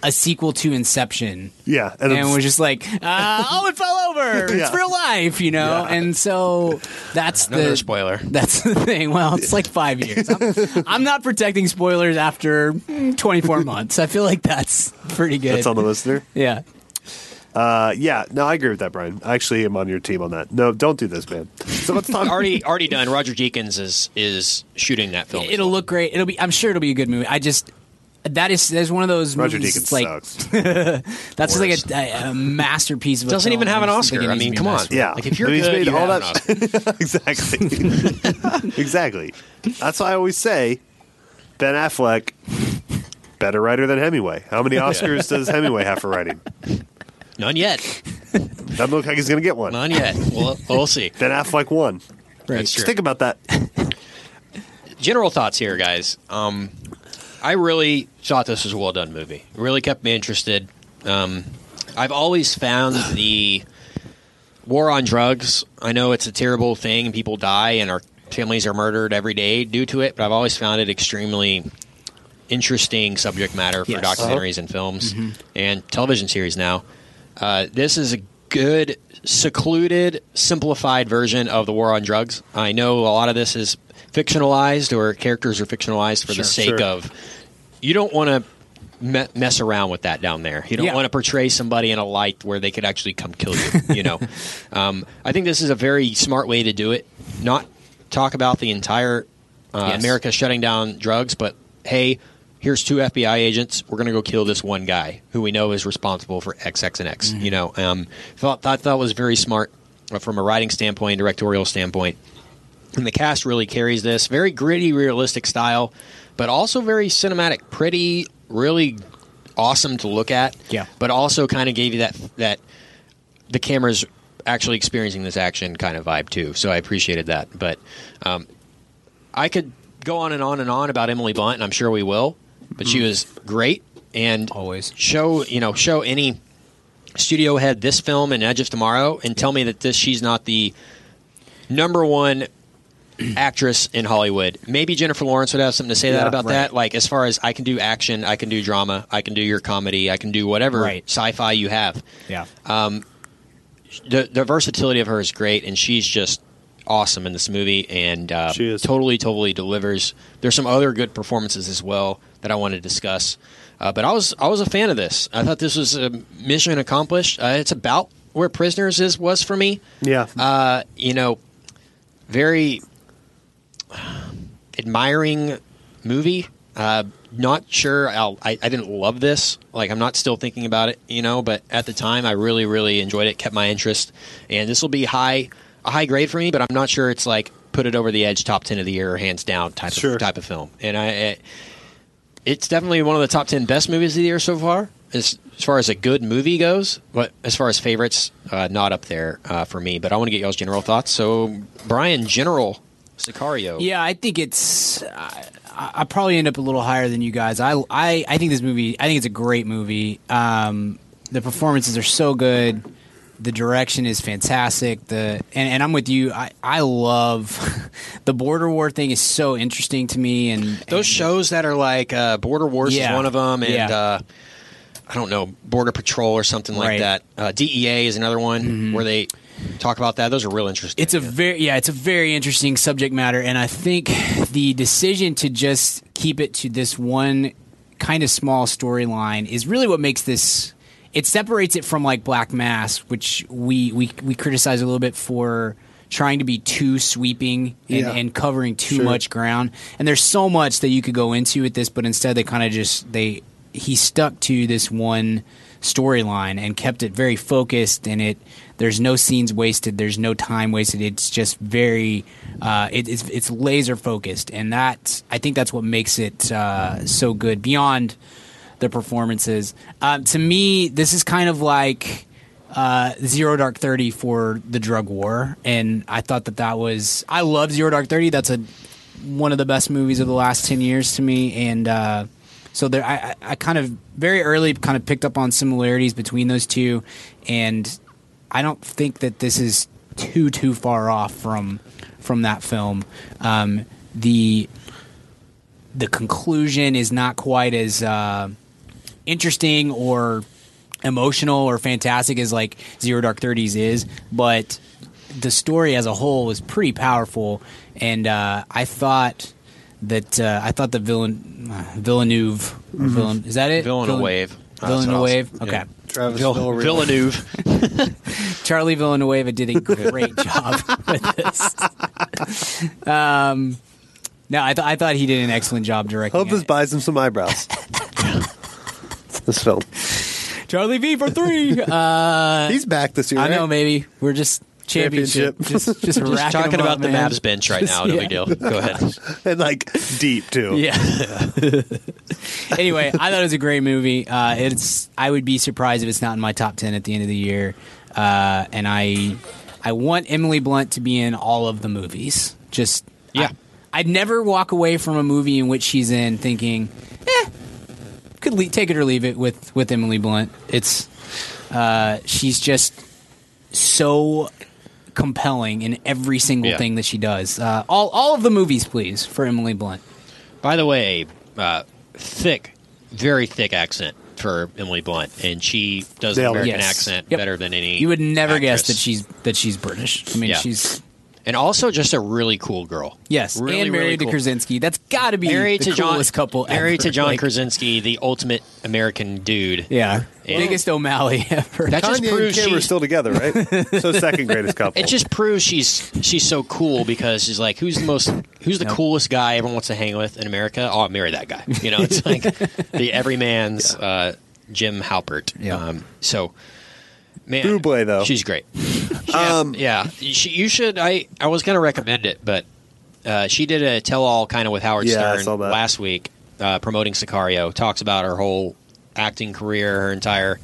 Speaker 4: a sequel to inception
Speaker 2: yeah,
Speaker 4: and
Speaker 2: and, it's-
Speaker 4: was just like uh, oh it fell over
Speaker 2: Yeah.
Speaker 4: it's real life you know
Speaker 2: Yeah.
Speaker 4: and so that's
Speaker 3: Another
Speaker 4: the
Speaker 3: spoiler.
Speaker 4: that's the thing well it's like five years I'm, I'm not protecting spoilers after mm, 24 months i feel like that's pretty good
Speaker 2: that's on the listener.
Speaker 4: yeah
Speaker 2: Uh, yeah, no, I agree with that, Brian. I actually am on your team on that. No, don't do this, man. So let's talk.
Speaker 3: already, already done. Roger Deakins is is shooting that film. as
Speaker 4: it'll
Speaker 3: well.
Speaker 4: look great it'll be i'm sure it'll be a good movie i just that is there's one of those
Speaker 2: Roger
Speaker 4: movies
Speaker 2: Deakins
Speaker 4: like
Speaker 2: sucks.
Speaker 4: That's just like a, a, a masterpiece. Of a
Speaker 3: doesn't
Speaker 4: film.
Speaker 3: even have an
Speaker 4: I just think it
Speaker 3: Oscar. I
Speaker 4: needs to
Speaker 3: mean,
Speaker 4: be
Speaker 3: come on.
Speaker 4: masterpiece.
Speaker 2: Yeah.
Speaker 3: like if you're
Speaker 2: And he's
Speaker 3: good,
Speaker 2: made
Speaker 3: you
Speaker 2: all
Speaker 3: have an
Speaker 2: that-
Speaker 3: Oscar.
Speaker 2: exactly. exactly. That's why I always say Ben Affleck, better writer than Hemingway. How many Oscars does Hemingway have for writing?
Speaker 3: none yet,
Speaker 2: Doesn't look like he's going to get one.
Speaker 3: none yet. we'll, we'll see.
Speaker 2: Ben Affleck won.
Speaker 3: That's true.
Speaker 2: Just think about that.
Speaker 3: general thoughts here, guys. Um, I really thought this was a well done movie. Really kept me interested. Um,
Speaker 5: I've always found the war on drugs. I know it's a terrible thing, and people die, and our families are murdered every day due to it. But I've always found it extremely interesting subject matter for
Speaker 4: Yes.
Speaker 5: documentaries and films and television series. Now, uh, this is a good, secluded, simplified version of the war on drugs. I know a lot of this is fictionalized, or characters are fictionalized for the sake
Speaker 2: sure.
Speaker 5: of. You don't want to me- mess around with that down there. You don't
Speaker 4: Yeah.
Speaker 5: want to portray somebody in a light where they could actually come kill you. You know, um, I think this is a very smart way to do it. Not talk about the entire uh,
Speaker 4: Yes.
Speaker 5: America shutting down drugs, but hey, here's two FBI agents. We're going to go kill this one guy who we know is responsible for X, X, and X. You know, um, thought thought that was very smart uh, from a writing standpoint, directorial standpoint and the cast really carries this very gritty realistic style but also very cinematic pretty really awesome to look at
Speaker 4: Yeah.
Speaker 5: but also kind of gave you that that the camera's actually experiencing this action kind of vibe too so i appreciated that but um, i could go on and on and on about emily blunt and i'm sure we will but she was great and
Speaker 4: Mm-hmm. Always.
Speaker 5: show you know show any studio head this film and edge of tomorrow and tell me that this she's not the number one actress in Hollywood. Maybe Jennifer Lawrence would have something to say that
Speaker 2: Yeah,
Speaker 5: about that. Like as far as I can do action, I can do drama, I can do your comedy, I can do whatever
Speaker 4: Right.
Speaker 5: sci-fi you have.
Speaker 4: Yeah.
Speaker 5: The, the versatility of her is great, and she's just awesome in this movie, and uh,
Speaker 2: She is.
Speaker 5: totally, totally delivers. There's some other good performances as well that I want to discuss, uh, but I was I was a fan of this. I thought this was a mission accomplished. Uh, it's about where Prisoners is was for me
Speaker 2: Yeah.
Speaker 5: uh, you know, very admiring movie. Uh, not sure. I'll, I I didn't love this. Like I'm not still thinking about it. You know, but at the time, I really really enjoyed it. Kept my interest, and this will be high a high grade for me. But I'm not sure it's like put it over the edge, top ten of the year, hands down type
Speaker 2: Sure.
Speaker 5: of type of film. And I. I it's definitely one of the top 10 best movies of the year so far as, as far as a good movie goes but as far as favorites uh, not up there uh, for me but i want to get y'all's general thoughts so brian general sicario
Speaker 4: Yeah, I think it's. I, I I probably end up a little higher than you guys. I, I, I think this movie. I think it's a great movie. Um, the performances are so good. The direction is fantastic. The and, and I'm with you. I, I love the border war thing is so interesting to me. And
Speaker 5: those
Speaker 3: Mm-hmm.
Speaker 4: and-
Speaker 5: shows that are like uh, border wars is
Speaker 4: Yeah.
Speaker 5: one of them and
Speaker 4: Yeah.
Speaker 5: uh, i don't know border patrol or something like
Speaker 4: Right.
Speaker 5: that uh, dea is another one
Speaker 3: Mm-hmm.
Speaker 5: where they talk about that those are real interesting
Speaker 4: It's a very yeah, it's a very interesting subject matter, and I think the decision to just keep it to this one kind of small storyline is really what makes this. It separates it from like Black Mass, which we we we criticize a little bit for trying to be too sweeping and,
Speaker 2: Yeah.
Speaker 4: and covering too much ground. And there's so much that you could go into with this, but instead they kind of just they he stuck to this one storyline and kept it very focused and it there's no scenes wasted there's no time wasted it's just very uh it, it's it's laser focused and that's i think that's what makes it uh so good beyond the performances um to me this is kind of like uh, Zero Dark Thirty for the drug war, and I thought that that was I love Zero Dark Thirty. That's a one of the best movies of the last ten years to me, and uh, so there I, I I kind of very early kind of picked up on similarities between those two, and I don't think that this is too too far off from from that film. Um, the the conclusion is not quite as uh, interesting or emotional or fantastic as like Zero Dark Thirties is, but the story as a whole was pretty powerful, and uh, I thought that uh, I thought the villain uh, Villeneuve or
Speaker 2: Mm-hmm.
Speaker 4: Villen, is that it
Speaker 5: Villeneuve.
Speaker 4: Villen- Villeneuve
Speaker 5: That's what I was-
Speaker 4: okay
Speaker 5: yeah.
Speaker 2: Travis
Speaker 5: Vill- villeneuve
Speaker 4: Charlie Villanueva did a great job with this. Um, no, I, th- I thought he did an excellent job directing.
Speaker 2: Hope this
Speaker 4: it.
Speaker 2: buys him some eyebrows. this film.
Speaker 4: Charlie V for three. Uh,
Speaker 2: He's back this year.
Speaker 4: I
Speaker 2: right?
Speaker 4: know, maybe we're just championship.
Speaker 2: Championship.
Speaker 4: Just, just,
Speaker 5: just
Speaker 4: racking
Speaker 5: talking
Speaker 4: them
Speaker 5: about
Speaker 4: up,
Speaker 5: the
Speaker 4: man.
Speaker 5: mavs bench right now no big deal go ahead
Speaker 2: And like deep too.
Speaker 4: Yeah. anyway, I thought it was a great movie. Uh, it's I would be surprised if it's not in my top ten at the end of the year. Uh, and I I want Emily Blunt to be in all of the movies. Just
Speaker 5: Yeah.
Speaker 4: I, would never walk away from a movie in which she's in thinking, eh, could le- take it or leave it with with Emily Blunt. It's Uh, she's just so compelling in every single
Speaker 3: Yeah.
Speaker 4: thing that she does. Uh, all all of the movies, please, for Emily Blunt.
Speaker 3: By the way, uh, thick, very thick accent for Emily Blunt, and she does the
Speaker 2: Nailed it.
Speaker 3: American
Speaker 4: Yes.
Speaker 3: accent
Speaker 4: Yep.
Speaker 3: better than any.
Speaker 4: You would never guess
Speaker 3: actress.
Speaker 4: that she's that she's British. I mean,
Speaker 3: Yeah.
Speaker 4: she's
Speaker 3: and also just a really cool girl.
Speaker 4: yes,
Speaker 3: really,
Speaker 4: and married
Speaker 3: really
Speaker 4: to
Speaker 3: cool.
Speaker 4: Krasinski. That's got to be
Speaker 3: Married
Speaker 4: the
Speaker 3: to John,
Speaker 4: coolest couple.
Speaker 3: married
Speaker 4: ever.
Speaker 3: to John
Speaker 4: Like,
Speaker 3: Krasinski, the ultimate American dude.
Speaker 4: Yeah,
Speaker 3: Yeah.
Speaker 4: biggest O'Malley ever.
Speaker 3: That just
Speaker 2: Kanye and
Speaker 3: proves
Speaker 2: Kim are
Speaker 3: she,
Speaker 2: still together, right? so second greatest couple.
Speaker 3: it just proves she's she's so cool because she's like, who's the most, who's the coolest guy everyone wants to hang with in America? Oh, I'll marry that guy. You know, it's like the everyman's uh, Jim Halpert. Um,
Speaker 4: Yeah.
Speaker 3: so, man,
Speaker 2: Buble, though.
Speaker 3: she's great. Yeah,
Speaker 2: Um,
Speaker 3: yeah. She, you should. I I was gonna recommend it, but uh, she did a tell-all kind of with Howard
Speaker 2: Yeah, I
Speaker 3: Stern
Speaker 2: saw that.
Speaker 3: last week, uh, promoting Sicario. Talks about her whole acting career, her entire.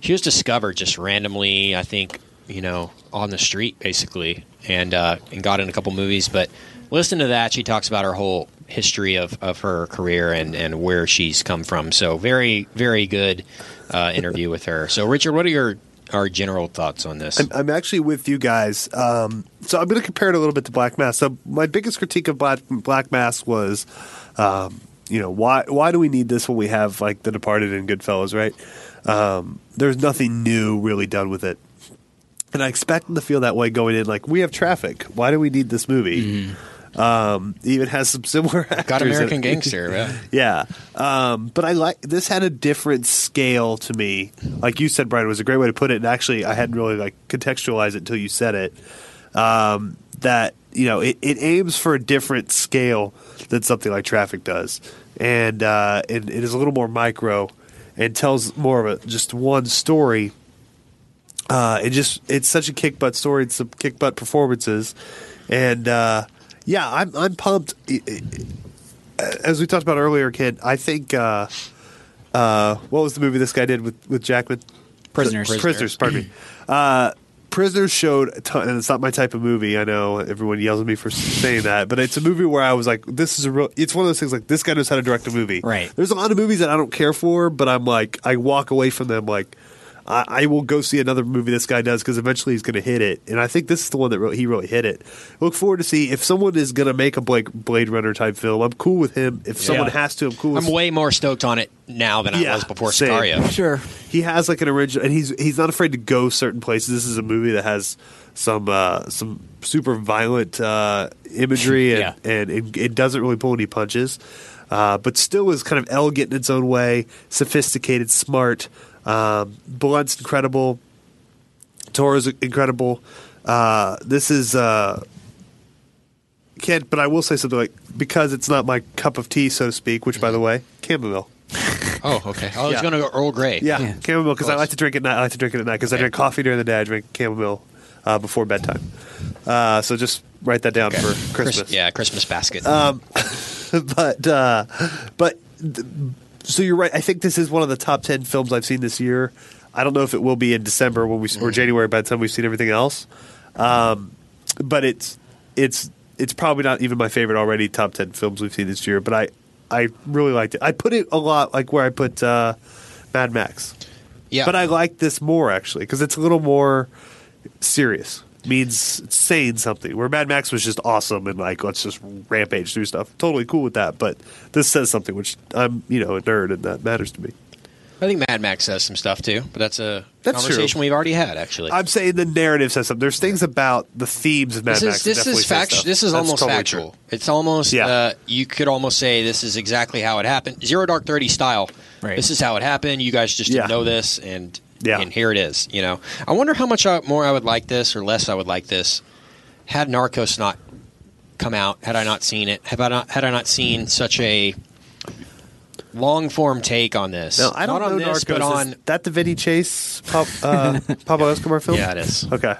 Speaker 3: She was discovered just randomly, I think, you know, on the street basically, and uh, and got in a couple movies. But listen to that. She talks about her whole history of, of her career and, and where she's come from. So very very good uh, interview with her. So Richard, what are your our general thoughts on this?
Speaker 2: I'm actually with you guys. Um, so I'm going to compare it a little bit to Black Mass. So my biggest critique of Black, Black Mass was, um, you know, why why do we need this when we have like The Departed and Goodfellas, right? Um, there's nothing new really done with it, and I expect them to feel that way going in. Like we have traffic. Why do we need this movie? Um, even has some similar
Speaker 3: Mm-hmm. Got
Speaker 2: actors in it.
Speaker 3: American Gangster. Yeah.
Speaker 2: Yeah, um, but I like this had a different scale to me. Like you said, Brian, it was a great way to put it. And actually, I hadn't really like contextualized it until you said it. Um, that you know, it, it aims for a different scale than something like Traffic does, and uh, it, it is a little more micro and tells more of a, just one story. Uh, it just it's such a kick butt story and some kick butt performances, and uh, yeah, I'm I'm pumped. I- I- as we talked about earlier, kid, I think uh, uh, what was the movie this guy did with with Jackman?
Speaker 4: Prisoners.
Speaker 2: prisoners, Pardon me. Uh, prisoners showed, a ton, and it's not my type of movie. I know everyone yells at me for saying that, but it's a movie where I was like, this is a real. It's one of those things like this guy knows how to direct a movie.
Speaker 4: Right.
Speaker 2: There's a lot of movies that I don't care for, but I'm like, I walk away from them like. I I will go see another movie this guy does because eventually he's going to hit it, and I think this is the one that really, he really hit it. Look forward to see if someone is going to make a Blake Blade Runner type film. I'm cool with him. If someone
Speaker 4: Yeah.
Speaker 2: has to, I'm cool. with
Speaker 3: I'm way more stoked on it now than I
Speaker 2: Yeah,
Speaker 3: was before
Speaker 2: same.
Speaker 3: Sicario.
Speaker 4: Sure.
Speaker 2: he has like an original, and he's he's not afraid to go certain places. This is a movie that has some uh, some super violent uh, imagery, and,
Speaker 4: Yeah.
Speaker 2: and it, it doesn't really pull any punches, uh, but still is kind of elegant in its own way, sophisticated, smart. Um, Blunt's incredible. Toro's incredible. Uh, this is uh, kid, but I will say something like because it's not my cup of tea, so to speak. Which, by the way, chamomile.
Speaker 3: Oh, okay. I was
Speaker 2: Yeah.
Speaker 3: going to go Earl Grey.
Speaker 2: Yeah,
Speaker 4: Yeah.
Speaker 2: chamomile because I
Speaker 3: Close.
Speaker 2: like to drink at night. I like to drink it at night because I
Speaker 3: Okay.
Speaker 2: drink coffee during the day. I drink chamomile uh, before bedtime. Uh, so just write that down for
Speaker 3: Christ-
Speaker 2: Christmas. Uh,
Speaker 3: yeah, Christmas basket.
Speaker 2: but uh, but th- so you're right. I think this is one of the top ten films I've seen this year. I don't know if it will be in December when we or January by the time we've seen everything else. Um, but it's it's it's probably not even my favorite already top ten films we've seen this year. But I I really liked it. I put it a lot like where I put uh, Mad Max.
Speaker 3: yeah.
Speaker 2: But I like this more actually because it's a little more serious. Means it's saying something. Where Mad Max was just awesome and like let's just rampage through stuff. Totally cool with that. But this says something, which I'm you know a nerd and that matters to me.
Speaker 3: I think Mad Max says some stuff too, but that's a
Speaker 2: That's
Speaker 3: conversation
Speaker 2: true.
Speaker 3: we've already had actually.
Speaker 2: I'm saying the narrative says something. There's things about the themes of Mad
Speaker 3: this
Speaker 2: Max.
Speaker 3: is
Speaker 2: that
Speaker 3: this
Speaker 2: definitely
Speaker 3: is
Speaker 2: say
Speaker 3: factual.
Speaker 2: stuff.
Speaker 3: This is
Speaker 2: That's
Speaker 3: almost
Speaker 2: totally true.
Speaker 3: factual. It's almost
Speaker 2: Yeah.
Speaker 3: uh, you could almost say this is exactly how it happened. Zero Dark Thirty style.
Speaker 4: Right.
Speaker 3: This is how it happened. You guys just didn't
Speaker 2: Yeah.
Speaker 3: know this, and
Speaker 2: Yeah.
Speaker 3: and here it is. You know, I wonder how much I, more I would like this or less I would like this had Narcos not come out. Had I not seen it, have I not had I not seen such a long form take on this?
Speaker 2: No, I don't
Speaker 3: not on
Speaker 2: know
Speaker 3: this,
Speaker 2: Narcos.
Speaker 3: but on
Speaker 2: Is that the Vinny Chase Pop, uh, Pablo Escobar film?
Speaker 3: yeah, it is.
Speaker 2: Okay.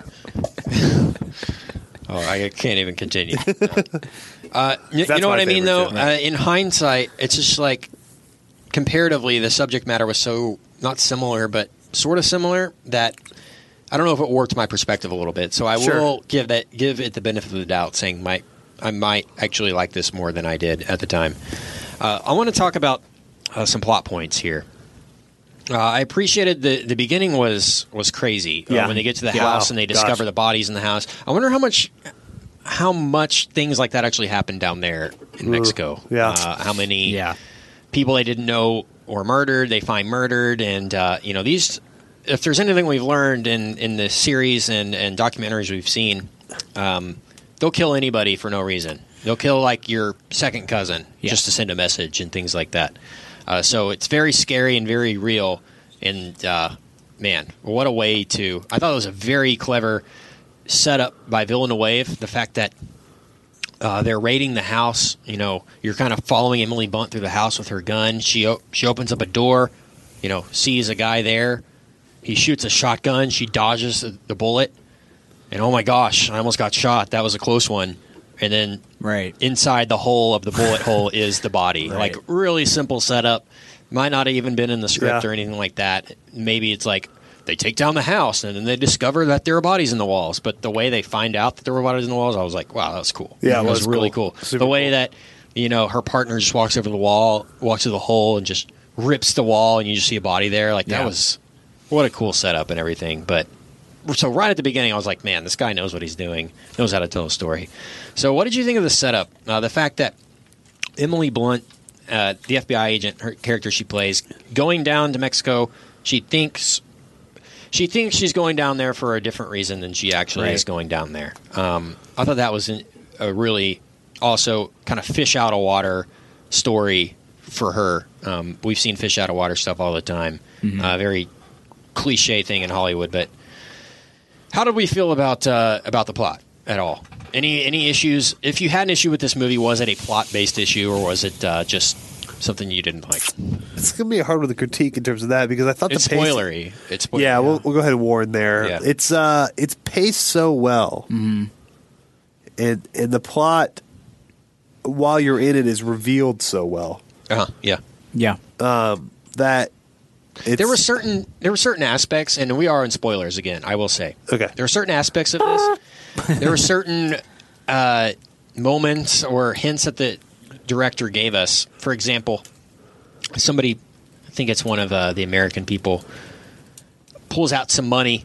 Speaker 3: Oh, I can't even continue. uh, you, you
Speaker 2: That's
Speaker 3: know what
Speaker 2: my
Speaker 3: I
Speaker 2: favorite,
Speaker 3: mean, though.
Speaker 2: too.
Speaker 3: Uh, in hindsight, it's just like comparatively, the subject matter was so not similar, but sort of similar that I don't know if it warped my perspective a little bit. So I
Speaker 2: Sure.
Speaker 3: will give that give it the benefit of the doubt, saying might I might actually like this more than I did at the time. Uh, I want to talk about uh, some plot points here. Uh, I appreciated the the beginning was was crazy uh,
Speaker 2: Yeah.
Speaker 3: when they get to the
Speaker 2: Yeah.
Speaker 3: house
Speaker 2: Wow.
Speaker 3: and they
Speaker 2: Gosh.
Speaker 3: discover the bodies in the house. I wonder how much how much things like that actually happened down there in Mexico.
Speaker 2: yeah.
Speaker 3: uh, how many
Speaker 4: Yeah.
Speaker 3: people they didn't know were murdered they find murdered and uh, you know these if there's anything we've learned in in the series and and documentaries we've seen um, they'll kill anybody for no reason they'll kill like your second cousin
Speaker 4: Yeah.
Speaker 3: just to send a message and things like that uh, so it's very scary and very real and uh, man what a way to i thought it was a very clever setup by Villanueva the fact that uh, they're raiding the house. You know, you're kind of following Emily Bunt through the house with her gun. She o- she opens up a door. You know, sees a guy there. He shoots a shotgun. She dodges the, the bullet. And oh my gosh, I almost got shot. That was a close one. And then
Speaker 4: Right.
Speaker 3: inside the hole of the bullet hole is the body.
Speaker 4: Right.
Speaker 3: Like really simple setup. Might not have even been in the script
Speaker 2: Yeah.
Speaker 3: or anything like that. Maybe it's like they take down the house and then they discover that there are bodies in the walls. But the way they find out that there were bodies in the walls, I was like, wow, that was cool.
Speaker 2: Yeah, it
Speaker 3: that was,
Speaker 2: was
Speaker 3: really
Speaker 2: cool.
Speaker 3: cool.
Speaker 2: Super
Speaker 3: the way
Speaker 2: cool.
Speaker 3: that you know her partner just walks over the wall, walks through the hole, and just rips the wall, and you just see a body there. Like that
Speaker 4: Yeah.
Speaker 3: was what a cool setup and everything. But so right at the beginning, I was like, man, this guy knows what he's doing, knows how to tell a story. So what did you think of the setup? Uh, the fact that Emily Blunt, uh, the FBI agent, her character she plays, going down to Mexico, she thinks she thinks she's going down there for a different reason than she actually
Speaker 4: Right.
Speaker 3: is going down there. Um, I thought that was an, a really also kind of fish out of water story for her. Um, we've seen fish out of water stuff all the time. Uh, very cliche thing in Hollywood, but how did we feel about uh, about the plot at all? Any any issues? If you had an issue with this movie, was it a plot based issue or was it uh, just something you didn't like?
Speaker 2: It's gonna be hard with a critique in terms of that because I thought
Speaker 3: It's
Speaker 2: the pace,
Speaker 3: spoilery. It's spoilery.
Speaker 2: Yeah, We'll, we'll go ahead and warn there.
Speaker 3: Yeah.
Speaker 2: It's uh, it's paced so well,
Speaker 3: Mm-hmm.
Speaker 2: and and the plot while you're in it is revealed so well
Speaker 3: uh-huh, yeah.
Speaker 4: Yeah.
Speaker 2: that it's,
Speaker 3: There were certain there were certain aspects, and we are in spoilers again. I will say,
Speaker 2: Okay.
Speaker 3: there were certain aspects of this. there were certain uh, moments or hints that the director gave us. For example, somebody, I think it's one of uh, the American people, pulls out some money,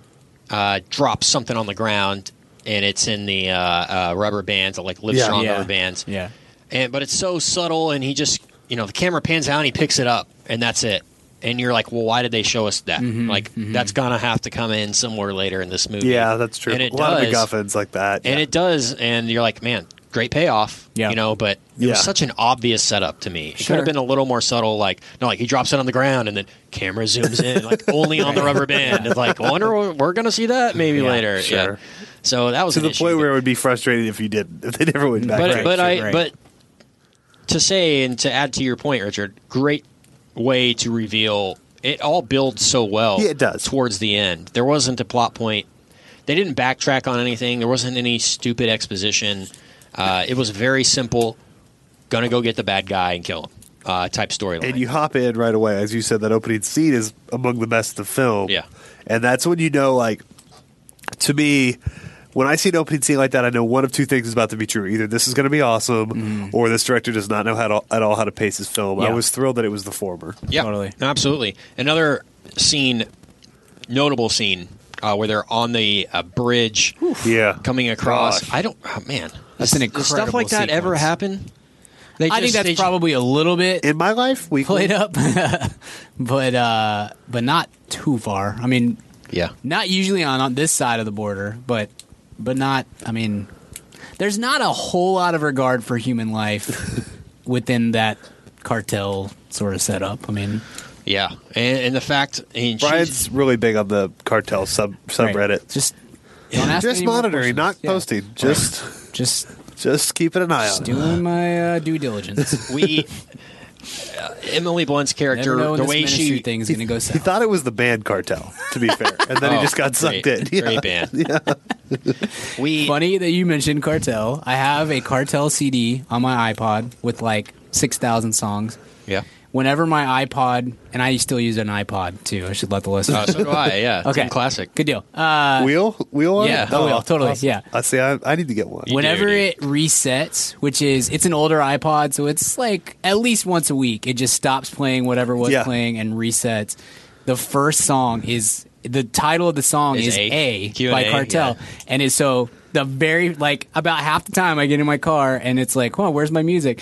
Speaker 3: uh, drops something on the ground, and it's in the uh, uh, rubber bands, like Livestrong
Speaker 4: Yeah.
Speaker 3: rubber bands.
Speaker 4: Yeah.
Speaker 3: And but it's so subtle, and he just you know the camera pans out and he picks it up, and that's it. And you're like, well, why did they show us that?
Speaker 4: Mm-hmm,
Speaker 3: like that's gonna have to come in somewhere later in this movie.
Speaker 2: yeah, that's true.
Speaker 3: And it
Speaker 2: a lot
Speaker 3: does.
Speaker 2: of MacGuffins like that,
Speaker 3: And
Speaker 2: yeah.
Speaker 3: it does, and you're like, man, great payoff.
Speaker 4: Yeah.
Speaker 3: You know, oh, but it
Speaker 2: Yeah.
Speaker 3: was such an obvious setup to me. It could
Speaker 4: Sure.
Speaker 3: have been a little more subtle, like no, like he drops it on the ground and then camera zooms in, like only on the rubber band. It's like, wonder where- we're gonna see that maybe
Speaker 4: Yeah,
Speaker 3: later.
Speaker 2: sure.
Speaker 3: Yeah. So that was
Speaker 2: to
Speaker 3: an
Speaker 2: the
Speaker 3: issue,
Speaker 2: point
Speaker 3: but-
Speaker 2: where it would be frustrating if you didn't if they never went back.
Speaker 3: but
Speaker 2: to it.
Speaker 3: but I
Speaker 4: right.
Speaker 3: but to say and to add to your point, Richard, great way to reveal it all builds so well.
Speaker 2: Yeah, it does.
Speaker 3: towards the end. There wasn't a plot point. They didn't backtrack on anything. There wasn't any stupid exposition. Uh, it was very simple. Gonna go get the bad guy and kill him. Uh, type storyline.
Speaker 2: and you hop in right away, as you said, that opening scene is among the best of the film.
Speaker 3: Yeah.
Speaker 2: and that's when you know, like, to me. When I see an opening scene like that, I know one of two things is about to be true. Either this is going to be awesome, or this director does not know how to, at all how to pace his film. I
Speaker 4: Mm. Yeah.
Speaker 2: was thrilled that it was the former.
Speaker 3: Yeah,
Speaker 4: Totally.
Speaker 3: absolutely. Another scene, notable scene, uh, where they're on the uh, bridge,
Speaker 2: Yeah.
Speaker 3: coming across.
Speaker 2: Gosh.
Speaker 3: I don't, oh, man,
Speaker 4: That's
Speaker 3: Does-
Speaker 4: an
Speaker 3: does stuff like
Speaker 4: incredible
Speaker 3: that ever
Speaker 4: sequence.
Speaker 3: happen. They
Speaker 4: I
Speaker 3: just-
Speaker 4: think that's
Speaker 3: they ju-
Speaker 4: probably a little bit
Speaker 2: In my life, we
Speaker 4: played up, but uh, but not too far. I mean,
Speaker 3: yeah.
Speaker 4: not usually on, on this side of the border, but but not. I mean, there's not a whole lot of regard for human life within that cartel sort of setup. I mean,
Speaker 3: Yeah, and, and the fact and she's-
Speaker 2: Brian's really big on the cartel sub
Speaker 4: right.
Speaker 2: subreddit.
Speaker 4: Just don't ask
Speaker 2: Just
Speaker 4: any more
Speaker 2: monitoring,
Speaker 4: questions.
Speaker 2: not
Speaker 4: Yeah.
Speaker 2: posting. Just
Speaker 4: Just
Speaker 2: just keeping an eye
Speaker 4: just
Speaker 2: on. it.
Speaker 4: doing my uh, due diligence.
Speaker 3: we uh, Emily Blunt's
Speaker 4: Never
Speaker 3: character,
Speaker 4: know when
Speaker 3: the
Speaker 4: this
Speaker 3: way
Speaker 4: ministry
Speaker 3: she
Speaker 4: thing's
Speaker 2: He-
Speaker 4: gonna go
Speaker 2: He
Speaker 4: south.
Speaker 2: thought it was the band cartel, to be fair, and then
Speaker 3: Oh,
Speaker 2: he just got sucked
Speaker 3: great,
Speaker 2: in. Yeah.
Speaker 3: Great band. yeah. We
Speaker 4: Funny that you mentioned cartel. I have a cartel CD on my iPod with like six thousand songs.
Speaker 3: Yeah.
Speaker 4: Whenever my iPod, and I still use an iPod too. I should let the listeners.
Speaker 3: Uh, so do I. Yeah.
Speaker 4: Okay.
Speaker 3: Team Classic.
Speaker 4: Good deal. Uh,
Speaker 2: Wheel, wheel. on it?
Speaker 4: yeah, oh, yeah, totally. Yeah.
Speaker 2: I see. I, I need to get one.
Speaker 3: You
Speaker 4: Whenever
Speaker 3: do, dude.
Speaker 4: it resets, which is it's an older iPod, so it's like at least once a week, it just stops playing whatever was
Speaker 2: Yeah.
Speaker 4: playing and resets. the first song is the title of the song
Speaker 3: Is
Speaker 4: is,
Speaker 3: A.
Speaker 4: A,
Speaker 3: Q and
Speaker 4: by
Speaker 3: A,
Speaker 4: Cartel, and it's so the very like about half the time I get in my car and it's like, oh, where's my music?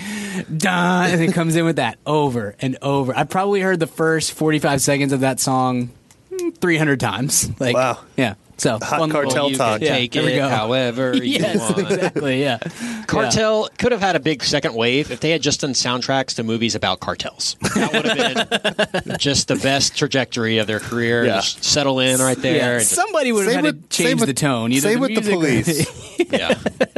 Speaker 4: Dun, and it comes in with that over and over. I probably heard the first forty five seconds of that song mm, three hundred times. Like,
Speaker 2: Wow.
Speaker 4: yeah. So
Speaker 2: Hot
Speaker 4: on the-
Speaker 2: Cartel
Speaker 3: you
Speaker 2: talk.
Speaker 3: Can
Speaker 4: Yeah,
Speaker 3: take
Speaker 4: there we
Speaker 3: it
Speaker 4: go.
Speaker 3: however you
Speaker 4: Yes,
Speaker 3: want.
Speaker 4: exactly. Yeah.
Speaker 3: Cartel could have had a big second wave if they had just done soundtracks to movies about cartels. That would have been just the best trajectory of their career.
Speaker 2: Yeah.
Speaker 3: Just settle in right there.
Speaker 4: Yeah,
Speaker 3: and just-
Speaker 4: somebody would have
Speaker 2: Same
Speaker 4: had
Speaker 2: with-
Speaker 4: to change
Speaker 2: same with-
Speaker 4: the tone. Either
Speaker 2: same with the
Speaker 4: music or-
Speaker 2: police,
Speaker 3: yeah.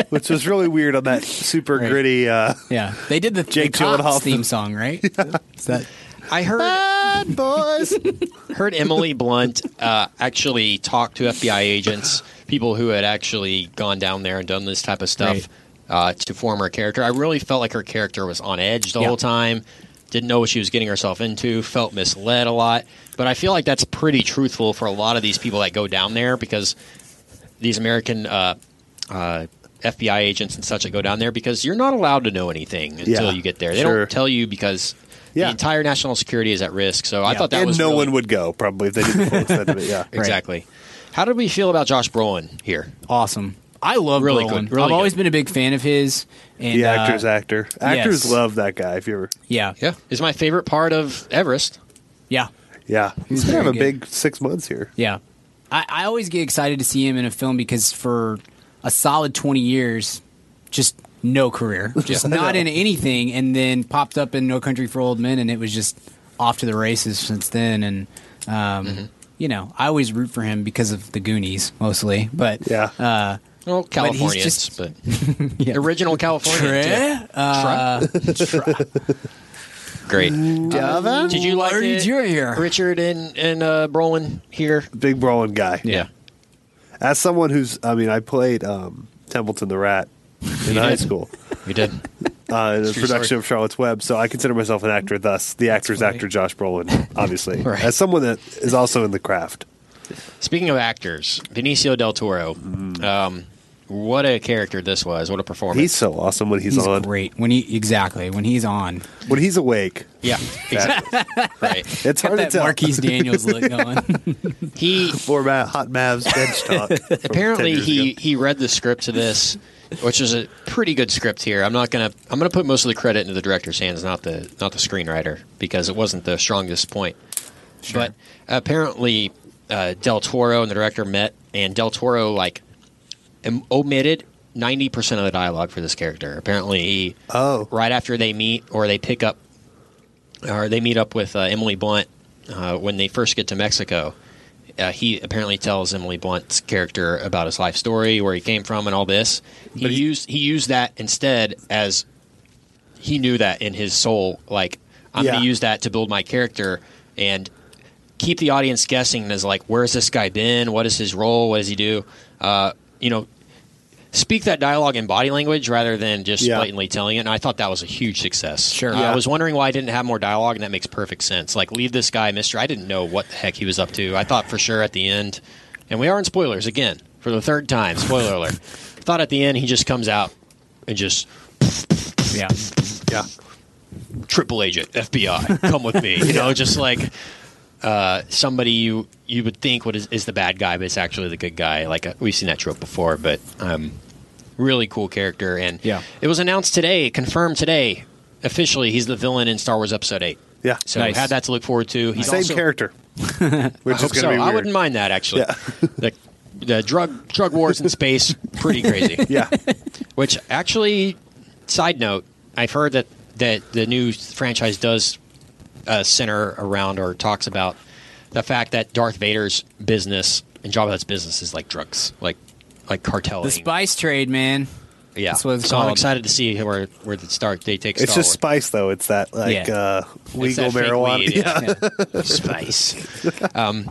Speaker 2: which was really weird on that super gritty. Uh,
Speaker 4: yeah, they did the
Speaker 2: Jake
Speaker 4: the Cops
Speaker 2: Gyllenhaal.
Speaker 4: theme song, right? Is that-
Speaker 3: I heard
Speaker 2: Bad boys.
Speaker 3: heard Emily Blunt uh, actually talk to FBI agents, people who had actually gone down there and done this type of stuff
Speaker 4: Right.
Speaker 3: uh, to form her character. I really felt like her character was on edge the
Speaker 4: Yeah.
Speaker 3: whole time. Didn't know what she was getting herself into. Felt misled a lot. But I feel like that's pretty truthful for a lot of these people that go down there because these American uh, uh, FBI agents and such that go down there because you're not allowed to know anything until
Speaker 2: Yeah,
Speaker 3: you get there. They
Speaker 2: sure.
Speaker 3: don't tell you because
Speaker 2: Yeah.
Speaker 3: the entire national security is at risk. So I
Speaker 4: Yeah.
Speaker 3: thought that
Speaker 2: and
Speaker 3: was
Speaker 2: no
Speaker 3: really-
Speaker 2: one would go probably if they didn't full extent of it. Yeah,
Speaker 3: Exactly. How did we feel about Josh Brolin here?
Speaker 4: awesome. I love
Speaker 3: Really
Speaker 4: Brolin.
Speaker 3: good, really
Speaker 4: I've always
Speaker 3: good.
Speaker 4: been a big fan of his. And,
Speaker 2: the
Speaker 4: uh,
Speaker 2: actor's actor. Actors
Speaker 4: yes.
Speaker 2: love that guy. If you ever,
Speaker 4: Yeah, yeah,
Speaker 3: Is my favorite part of Everest.
Speaker 4: yeah,
Speaker 2: yeah,
Speaker 4: He's
Speaker 2: he's gonna have a
Speaker 4: very good.
Speaker 2: big six months here.
Speaker 4: I, I always get excited to see him in a film because for a solid twenty years, just no career, just not in anything, and then popped up in No Country for Old Men, and it was just off to the races since then. And um,
Speaker 2: Mm-hmm.
Speaker 4: you know, I always root for him because of the Goonies mostly, but
Speaker 2: Yeah.
Speaker 4: Uh,
Speaker 3: Well,
Speaker 4: he's
Speaker 3: Californians,
Speaker 4: just-
Speaker 3: but
Speaker 4: yeah.
Speaker 3: original California.
Speaker 4: Tre-
Speaker 3: too.
Speaker 4: uh, Tre-
Speaker 3: Great.
Speaker 4: uh,
Speaker 2: Java?
Speaker 3: Did you like
Speaker 4: Why did
Speaker 3: it,
Speaker 4: you here?
Speaker 3: Richard and and uh, Brolin here?
Speaker 2: Big brawling guy.
Speaker 4: Yeah.
Speaker 2: As someone who's, I mean, I played um, Templeton the Rat in high school.
Speaker 3: you did.
Speaker 2: uh, the
Speaker 3: true
Speaker 2: production
Speaker 3: story.
Speaker 2: of Charlotte's Web. So I consider myself an actor, thus the actor's
Speaker 4: funny.
Speaker 2: actor Josh Brolin, obviously,
Speaker 3: Right.
Speaker 2: as someone that is also in the craft.
Speaker 3: Speaking of actors, Benicio del Toro. Um, what a character this was! What a performance!
Speaker 2: Mm. He's so awesome when he's,
Speaker 4: he's
Speaker 2: on.
Speaker 4: great when he exactly when he's on.
Speaker 2: When he's awake,
Speaker 3: yeah, exactly. right.
Speaker 2: it's hard to
Speaker 4: that
Speaker 2: tell.
Speaker 4: Marquise Daniels look going.
Speaker 3: He
Speaker 2: Or Ma- hot Mavs bench talk. from 10
Speaker 3: apparently
Speaker 2: years
Speaker 3: he
Speaker 2: ago.
Speaker 3: he read the script to this which is a pretty good script here i'm not gonna i'm gonna put most of the credit into the director's hands not the not the screenwriter because it wasn't the strongest point but apparently uh, del toro and the director met and del toro like em- omitted 90% of the dialogue for this character apparently he
Speaker 2: Oh.
Speaker 3: right after they meet or they pick up or they meet up with uh, Emily Blunt uh, when they first get to Mexico. Uh, he apparently tells Emily Blunt's character about his life story, where he came from, and all this. He, used he used that instead as he knew that in his soul, like I'm
Speaker 2: Yeah.
Speaker 3: going to use that to build my character and keep the audience guessing. And is like, where's this guy been? What is his role? What does he do? Uh, you know, speak that dialogue in body language rather than just
Speaker 2: Yeah.
Speaker 3: blatantly telling it. And I thought that was a huge success.
Speaker 4: Sure.
Speaker 3: Uh,
Speaker 4: Yeah.
Speaker 3: I was wondering why I didn't have more dialogue, and that makes perfect sense. Like, leave this guy, Mister. I didn't know what the heck he was up to. I thought for sure at the end, and we are in spoilers again for the third time. Spoiler alert. Thought at the end he just comes out and just
Speaker 4: yeah,
Speaker 2: yeah.
Speaker 3: triple agent FBI, come with me. You know, just like uh, somebody you you would think what is, is the bad guy, but it's actually the good guy. Like uh, we've seen that trope before, but um, really cool character. And
Speaker 4: Yeah.
Speaker 3: it was announced today, confirmed today, officially. He's the villain in Star Wars Episode Eight.
Speaker 2: Yeah.
Speaker 3: So
Speaker 4: Nice.
Speaker 3: had that to look forward to. He's
Speaker 2: Same
Speaker 3: also-
Speaker 2: character. Which
Speaker 3: I
Speaker 2: is
Speaker 3: hope
Speaker 2: going to
Speaker 3: so.
Speaker 2: be weird.
Speaker 3: I wouldn't mind that actually. the, the drug drug wars in space, pretty crazy.
Speaker 2: Yeah.
Speaker 3: Which actually, side note, I've heard that that the new franchise does uh, center around or talks about the fact that Darth Vader's business and Jabba the Hutt's business is like drugs, like like cartel.
Speaker 4: the spice trade, man.
Speaker 3: yeah.
Speaker 4: that's what it's
Speaker 3: so I'm
Speaker 4: called.
Speaker 3: excited to see where where the start they take.
Speaker 2: It's
Speaker 3: Star
Speaker 2: just
Speaker 3: Wars.
Speaker 2: spice, though. It's that, like,
Speaker 4: Yeah.
Speaker 2: uh,
Speaker 3: It's
Speaker 2: legal
Speaker 3: that fake
Speaker 2: marijuana.
Speaker 3: weed,
Speaker 2: yeah.
Speaker 3: yeah. spice. Um,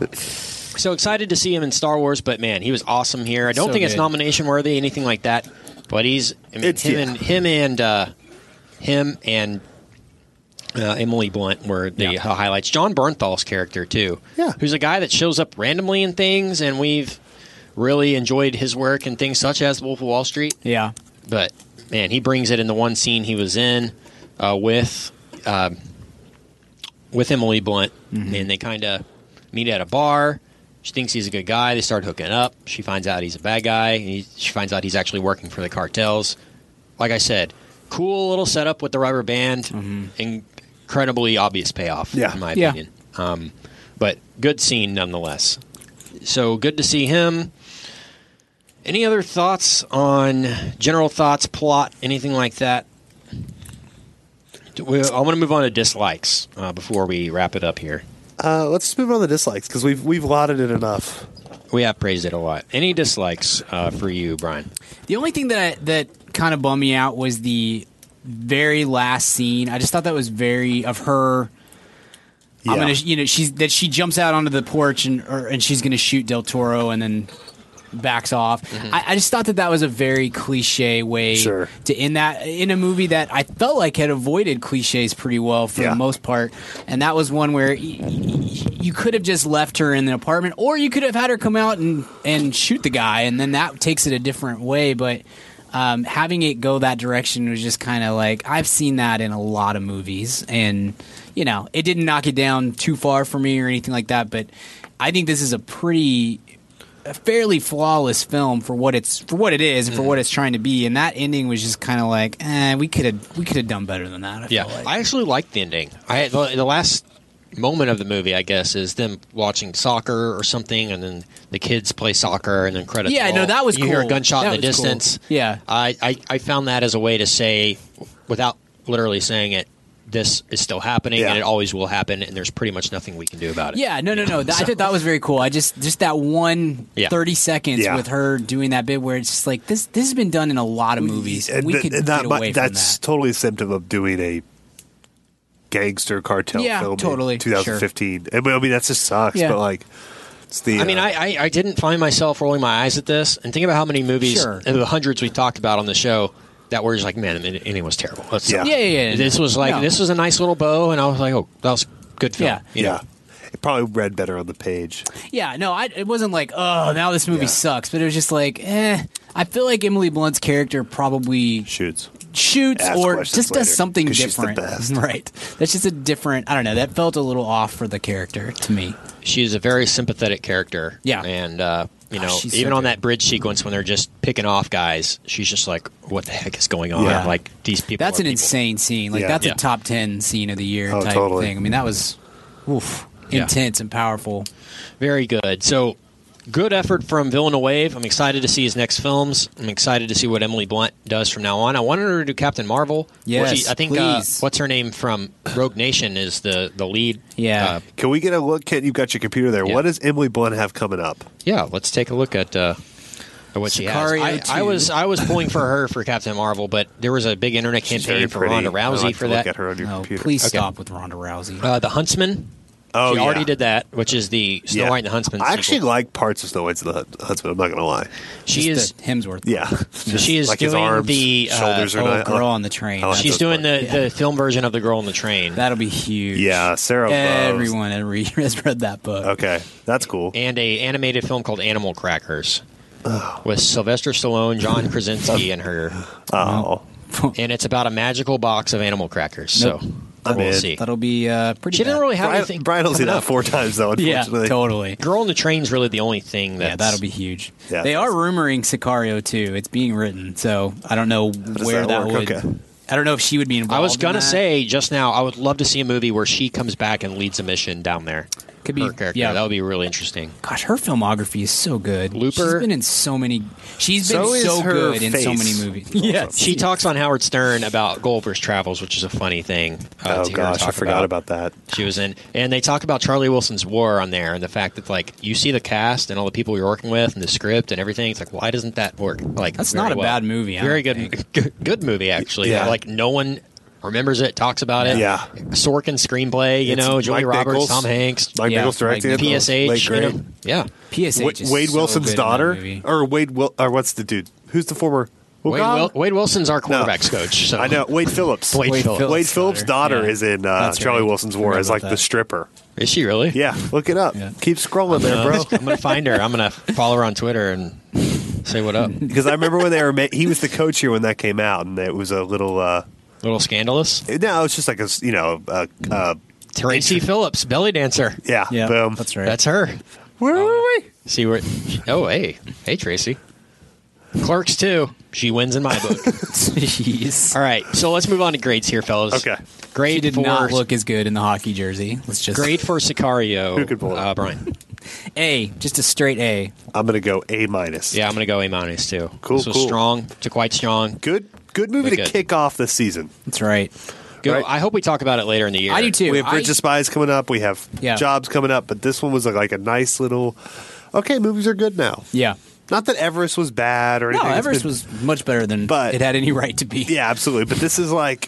Speaker 3: so excited to see him in Star Wars, but man, he was awesome here. I don't
Speaker 4: So
Speaker 3: think it's
Speaker 4: good.
Speaker 3: nomination worthy, anything like that. But he's I mean,
Speaker 2: It's-
Speaker 3: him
Speaker 2: yeah.
Speaker 3: and him and uh, him and uh, Emily Blunt were the
Speaker 4: Yeah.
Speaker 3: highlights. John Bernthal's character too,
Speaker 2: Yeah.
Speaker 3: who's a guy that shows up randomly in things, and we've really enjoyed his work in things such as Wolf of Wall Street
Speaker 4: Yeah,
Speaker 3: but man, he brings it in the one scene he was in uh, with um with Emily Blunt, and they kind of meet at a bar. She thinks he's a good guy. They start hooking up. She finds out he's a bad guy. And he, she finds out he's actually working for the cartels. Like I said, cool little setup with the rubber band. Incredibly obvious payoff,
Speaker 2: Yeah.
Speaker 3: in my
Speaker 4: Yeah.
Speaker 3: opinion. Um, but good scene nonetheless. So good to see him. Any other thoughts on general thoughts, plot, anything like that? Do we- I want to move on to dislikes uh, before we wrap it up here.
Speaker 2: Uh, let's just move on to dislikes because we've we've lauded it enough.
Speaker 3: We have praised it a lot. Any dislikes uh, for you, Brian?
Speaker 4: The only thing that that kind of bummed me out was the very last scene. I just thought that was very of her. I'm
Speaker 2: Yeah.
Speaker 4: gonna, you know, she's that she jumps out onto the porch and or, and she's gonna shoot Del Toro and then backs off. I, I just thought that that was a very cliche way
Speaker 2: Mm-hmm. Sure.
Speaker 4: to end that in a movie that I felt like had avoided cliches pretty well for
Speaker 2: Yeah.
Speaker 4: the most part, and that was one where. y- y- you could have just left her in the apartment, or you could have had her come out and, and shoot the guy, and then that takes it a different way. But um, having it go that direction was just kind of like I've seen that in a lot of movies, and you know it didn't knock it down too far for me or anything like that. But I think this is a pretty a fairly flawless film for what it's for what it is
Speaker 3: Mm-hmm.
Speaker 4: and for what it's trying to be and that ending was just kind of like eh, we could have we could have done better than that I
Speaker 3: Yeah,
Speaker 4: feel like.
Speaker 3: I actually liked the ending. I the, the last moment of the movie, I guess, is them watching soccer or something, and then the kids play soccer, and then credits.
Speaker 4: Yeah,
Speaker 3: roll.
Speaker 4: no, that was
Speaker 3: you hear a
Speaker 4: cool.
Speaker 3: gunshot
Speaker 4: That
Speaker 3: in the
Speaker 4: was cool.
Speaker 3: distance.
Speaker 4: Yeah.
Speaker 3: I, I I found that as a way to say, without literally saying it, this is still happening,
Speaker 2: Yeah.
Speaker 3: and it always will happen, and there's pretty much nothing we can do about it.
Speaker 4: Yeah, no, no, no. That, I thought that was very cool. I just just that one
Speaker 3: Yeah.
Speaker 4: 30 seconds
Speaker 2: Yeah.
Speaker 4: with her doing that bit where it's just like this. This has been done in a lot of movies.
Speaker 2: And
Speaker 4: we
Speaker 2: uh, th-
Speaker 4: could
Speaker 2: and
Speaker 4: get
Speaker 2: that mi-
Speaker 4: away from
Speaker 2: that's
Speaker 4: that.
Speaker 2: totally a symptom of doing a gangster cartel
Speaker 4: Yeah,
Speaker 2: film in
Speaker 4: totally, sure.
Speaker 2: 2015. And, I mean, that just sucks.
Speaker 4: Yeah.
Speaker 2: But like, it's the.
Speaker 3: I mean,
Speaker 2: uh,
Speaker 3: I, I, I didn't find myself rolling my eyes at this. And think about how many movies,
Speaker 4: Sure.
Speaker 3: the hundreds we talked about on the show, that were just like, man, the ending was terrible. Let's
Speaker 2: Yeah.
Speaker 4: Yeah, yeah, yeah.
Speaker 3: This was like,
Speaker 4: No.
Speaker 3: this was a nice little bow. And I was like, oh, that was good film.
Speaker 4: Yeah.
Speaker 3: you know?
Speaker 2: yeah. It probably read better on the page.
Speaker 4: Yeah, no, I, it wasn't like oh now this movie
Speaker 2: Yeah.
Speaker 4: sucks, but it was just like eh. I feel like Emily Blunt's character probably
Speaker 2: Shoots.
Speaker 4: shoots
Speaker 2: Ask
Speaker 4: or
Speaker 2: questions
Speaker 4: just
Speaker 2: later,
Speaker 4: does something
Speaker 2: 'cause she's the
Speaker 4: different.
Speaker 2: best.
Speaker 4: Right. That's just a different. I don't know. That felt a little off for the character to me.
Speaker 3: She is a very sympathetic character.
Speaker 4: Yeah. Ah,
Speaker 3: And, uh, you know,
Speaker 4: she's so
Speaker 3: even on
Speaker 4: good.
Speaker 3: that bridge sequence when they're just picking off guys, she's just like, what the heck is going on?
Speaker 2: Yeah.
Speaker 3: Like, these people.
Speaker 4: That's
Speaker 3: are
Speaker 4: an
Speaker 3: people.
Speaker 4: insane scene. Like
Speaker 2: Yeah.
Speaker 4: that's
Speaker 3: Yeah.
Speaker 4: a top ten scene of the year
Speaker 2: Oh,
Speaker 4: type
Speaker 2: totally.
Speaker 4: thing. I mean, that was oof,
Speaker 3: Yeah.
Speaker 4: intense and powerful.
Speaker 3: Very good. So, good effort from Villeneuve. I'm excited to see his next films. I'm excited to see what Emily Blunt does from now on. I wanted her to do Captain Marvel.
Speaker 4: Yes,
Speaker 3: Well, I think uh,
Speaker 4: please.
Speaker 3: what's her name from Rogue Nation is the the lead.
Speaker 4: Yeah.
Speaker 3: uh,
Speaker 2: Can we get a look? Kent, you've got your computer there.
Speaker 3: Yeah.
Speaker 2: What does Emily Blunt have coming up?
Speaker 3: yeah. Let's take a look at. Uh, at what
Speaker 4: Sicario
Speaker 3: she has. I, I
Speaker 4: 2.
Speaker 3: was I was pulling for her for Captain Marvel, but there was a big internet
Speaker 2: She's
Speaker 3: campaign
Speaker 2: very
Speaker 3: for
Speaker 2: pretty.
Speaker 3: Ronda
Speaker 2: I
Speaker 3: Rousey
Speaker 2: like
Speaker 3: for
Speaker 2: to
Speaker 3: that.
Speaker 2: Look at her on your
Speaker 4: No,
Speaker 2: computer.
Speaker 4: Oh, please
Speaker 3: Okay.
Speaker 4: stop with Ronda Rousey.
Speaker 3: Uh, the Huntsman.
Speaker 2: Oh,
Speaker 3: she already
Speaker 2: yeah.
Speaker 3: did that, which is the Snow
Speaker 2: Yeah.
Speaker 3: White and the Huntsman.
Speaker 2: I actually
Speaker 3: sequel.
Speaker 2: like parts of Snow White and the Hun- Huntsman. I'm not going to lie.
Speaker 3: she
Speaker 4: Just
Speaker 3: is
Speaker 4: the Hemsworth.
Speaker 2: Yeah. Just
Speaker 3: She is
Speaker 2: like his
Speaker 3: doing
Speaker 2: arms,
Speaker 3: the, uh,
Speaker 2: shoulders are
Speaker 4: Oh,
Speaker 2: not.
Speaker 4: girl on the train.
Speaker 2: I like
Speaker 3: she's
Speaker 2: those
Speaker 3: doing the,
Speaker 2: parts.
Speaker 3: the film version of the Girl on the Train.
Speaker 4: That'll be huge.
Speaker 2: Yeah, Sarah Bowen.
Speaker 4: Everyone had re- has read that book.
Speaker 2: Okay, that's cool.
Speaker 3: and a animated film called Animal Crackers with Sylvester Stallone, John Krasinski, and her.
Speaker 2: Oh,
Speaker 3: And it's about a magical box of animal crackers. So
Speaker 2: I'm
Speaker 3: we'll
Speaker 2: in.
Speaker 3: see.
Speaker 4: That'll be uh, pretty.
Speaker 3: She didn't
Speaker 4: bad.
Speaker 3: really have
Speaker 2: Brian,
Speaker 3: anything.
Speaker 2: Brian will see
Speaker 3: coming
Speaker 2: that
Speaker 3: up.
Speaker 2: four times though.
Speaker 4: Yeah,
Speaker 2: Unfortunately,
Speaker 4: totally.
Speaker 3: Girl on the Train's really the only thing that
Speaker 4: Yeah, that'll be huge.
Speaker 2: Yeah,
Speaker 4: they are
Speaker 2: that's-
Speaker 4: rumoring Sicario too. It's being written, so I don't know where
Speaker 2: that
Speaker 4: that,
Speaker 2: work?
Speaker 4: would.
Speaker 2: Okay.
Speaker 4: I don't know if she would be involved.
Speaker 3: I was
Speaker 4: in
Speaker 3: gonna
Speaker 4: that.
Speaker 3: say just now, I would love to see a movie where she comes back and leads a mission down there.
Speaker 4: Could be-
Speaker 3: her character.
Speaker 4: yeah.
Speaker 3: that would be really interesting.
Speaker 4: Gosh, her filmography is so good.
Speaker 3: Looper.
Speaker 4: She's been in so many. She's been so,
Speaker 2: So is her
Speaker 4: good in so
Speaker 2: face.
Speaker 4: many movies.
Speaker 2: Also.
Speaker 3: She talks on Howard Stern about Goldberg's travels, which is a funny thing. Uh,
Speaker 2: Oh
Speaker 3: to hear her
Speaker 2: gosh, I
Speaker 3: talk
Speaker 2: forgot about, that.
Speaker 3: she was in and they talk about charlie wilson's war on there and the fact that like you see the cast and all the people you're working with and the script and everything it's like why doesn't that work like
Speaker 4: That's
Speaker 3: very
Speaker 4: not a
Speaker 3: well.
Speaker 4: bad movie, I
Speaker 3: very
Speaker 4: don't
Speaker 3: good, good good movie actually
Speaker 2: Yeah.
Speaker 3: like no one remembers it talks about it
Speaker 2: Yeah.
Speaker 3: sorkin screenplay you
Speaker 2: It's
Speaker 3: know julie
Speaker 2: Mike
Speaker 3: roberts
Speaker 2: Nichols.
Speaker 3: tom hanks
Speaker 2: Mike
Speaker 4: Yeah,
Speaker 2: Nichols directing
Speaker 4: like
Speaker 2: it. though. Late
Speaker 3: psh you know?
Speaker 2: grade.
Speaker 3: yeah
Speaker 4: PSH.
Speaker 2: Wa-
Speaker 4: is
Speaker 2: Wade
Speaker 4: so
Speaker 2: Wilson's
Speaker 4: good in that
Speaker 2: daughter,
Speaker 4: movie.
Speaker 2: or Wade Wil- or what's the dude? Who's the former? Well,
Speaker 3: wade,
Speaker 2: God-
Speaker 3: Wil- wade wilson's our quarterbacks coach so
Speaker 2: I know Wade Phillips.
Speaker 3: Wade
Speaker 2: Wade,
Speaker 3: Phillips.
Speaker 4: Phillips'
Speaker 2: Phillips' daughter,
Speaker 4: Yeah.
Speaker 2: is in uh,
Speaker 4: That's
Speaker 2: Charlie
Speaker 4: right.
Speaker 2: Wilson's
Speaker 4: Forgot
Speaker 2: War as
Speaker 4: about
Speaker 2: like the
Speaker 4: that.
Speaker 2: stripper.
Speaker 3: is she really
Speaker 2: Yeah, look it up.
Speaker 4: Yeah.
Speaker 2: Keep scrolling there, bro.
Speaker 3: Uh, i'm gonna find her i'm gonna follow her on twitter and say what up
Speaker 2: Because I remember when they were, ma- he was the coach here when that came out, and it was a little. uh
Speaker 3: little scandalous
Speaker 2: No, it's just like a s- you know a, a
Speaker 3: Tracy Phillips, belly dancer.
Speaker 2: Yeah,
Speaker 4: Yeah,
Speaker 2: boom.
Speaker 4: that's right.
Speaker 3: That's her.
Speaker 2: Where were we?
Speaker 3: See where? Oh, hey, hey, Tracy. Clerks too. She wins in my book.
Speaker 4: Jeez.
Speaker 3: All right, so let's move on to grades here, fellas.
Speaker 2: Okay.
Speaker 3: Grade
Speaker 4: She did
Speaker 3: for
Speaker 4: not look as good in the hockey jersey. Let's just
Speaker 3: grade for Sicario.
Speaker 2: Who could pull it?
Speaker 3: uh, Brian?
Speaker 4: A, just a straight A.
Speaker 2: I'm gonna go A minus.
Speaker 3: Yeah, I'm gonna go A minus too.
Speaker 2: Cool,
Speaker 3: So
Speaker 2: cool.
Speaker 3: strong to quite strong.
Speaker 2: good, good movie
Speaker 3: Look
Speaker 2: to
Speaker 3: good.
Speaker 2: kick off this season.
Speaker 4: That's right.
Speaker 3: Go,
Speaker 2: Right.
Speaker 3: I hope we talk about it later in the year.
Speaker 4: I do too.
Speaker 2: we have
Speaker 4: I-
Speaker 2: Bridge of Spies coming up. We have
Speaker 4: Yeah.
Speaker 2: Jobs coming up, but this one was like a nice little. Okay, movies are good now.
Speaker 4: yeah.
Speaker 2: Not that Everest was bad or
Speaker 4: No,
Speaker 2: anything. It's
Speaker 4: Everest
Speaker 2: been-
Speaker 4: was much better than
Speaker 2: But-
Speaker 4: it had any right to be.
Speaker 2: Yeah, absolutely. But this is like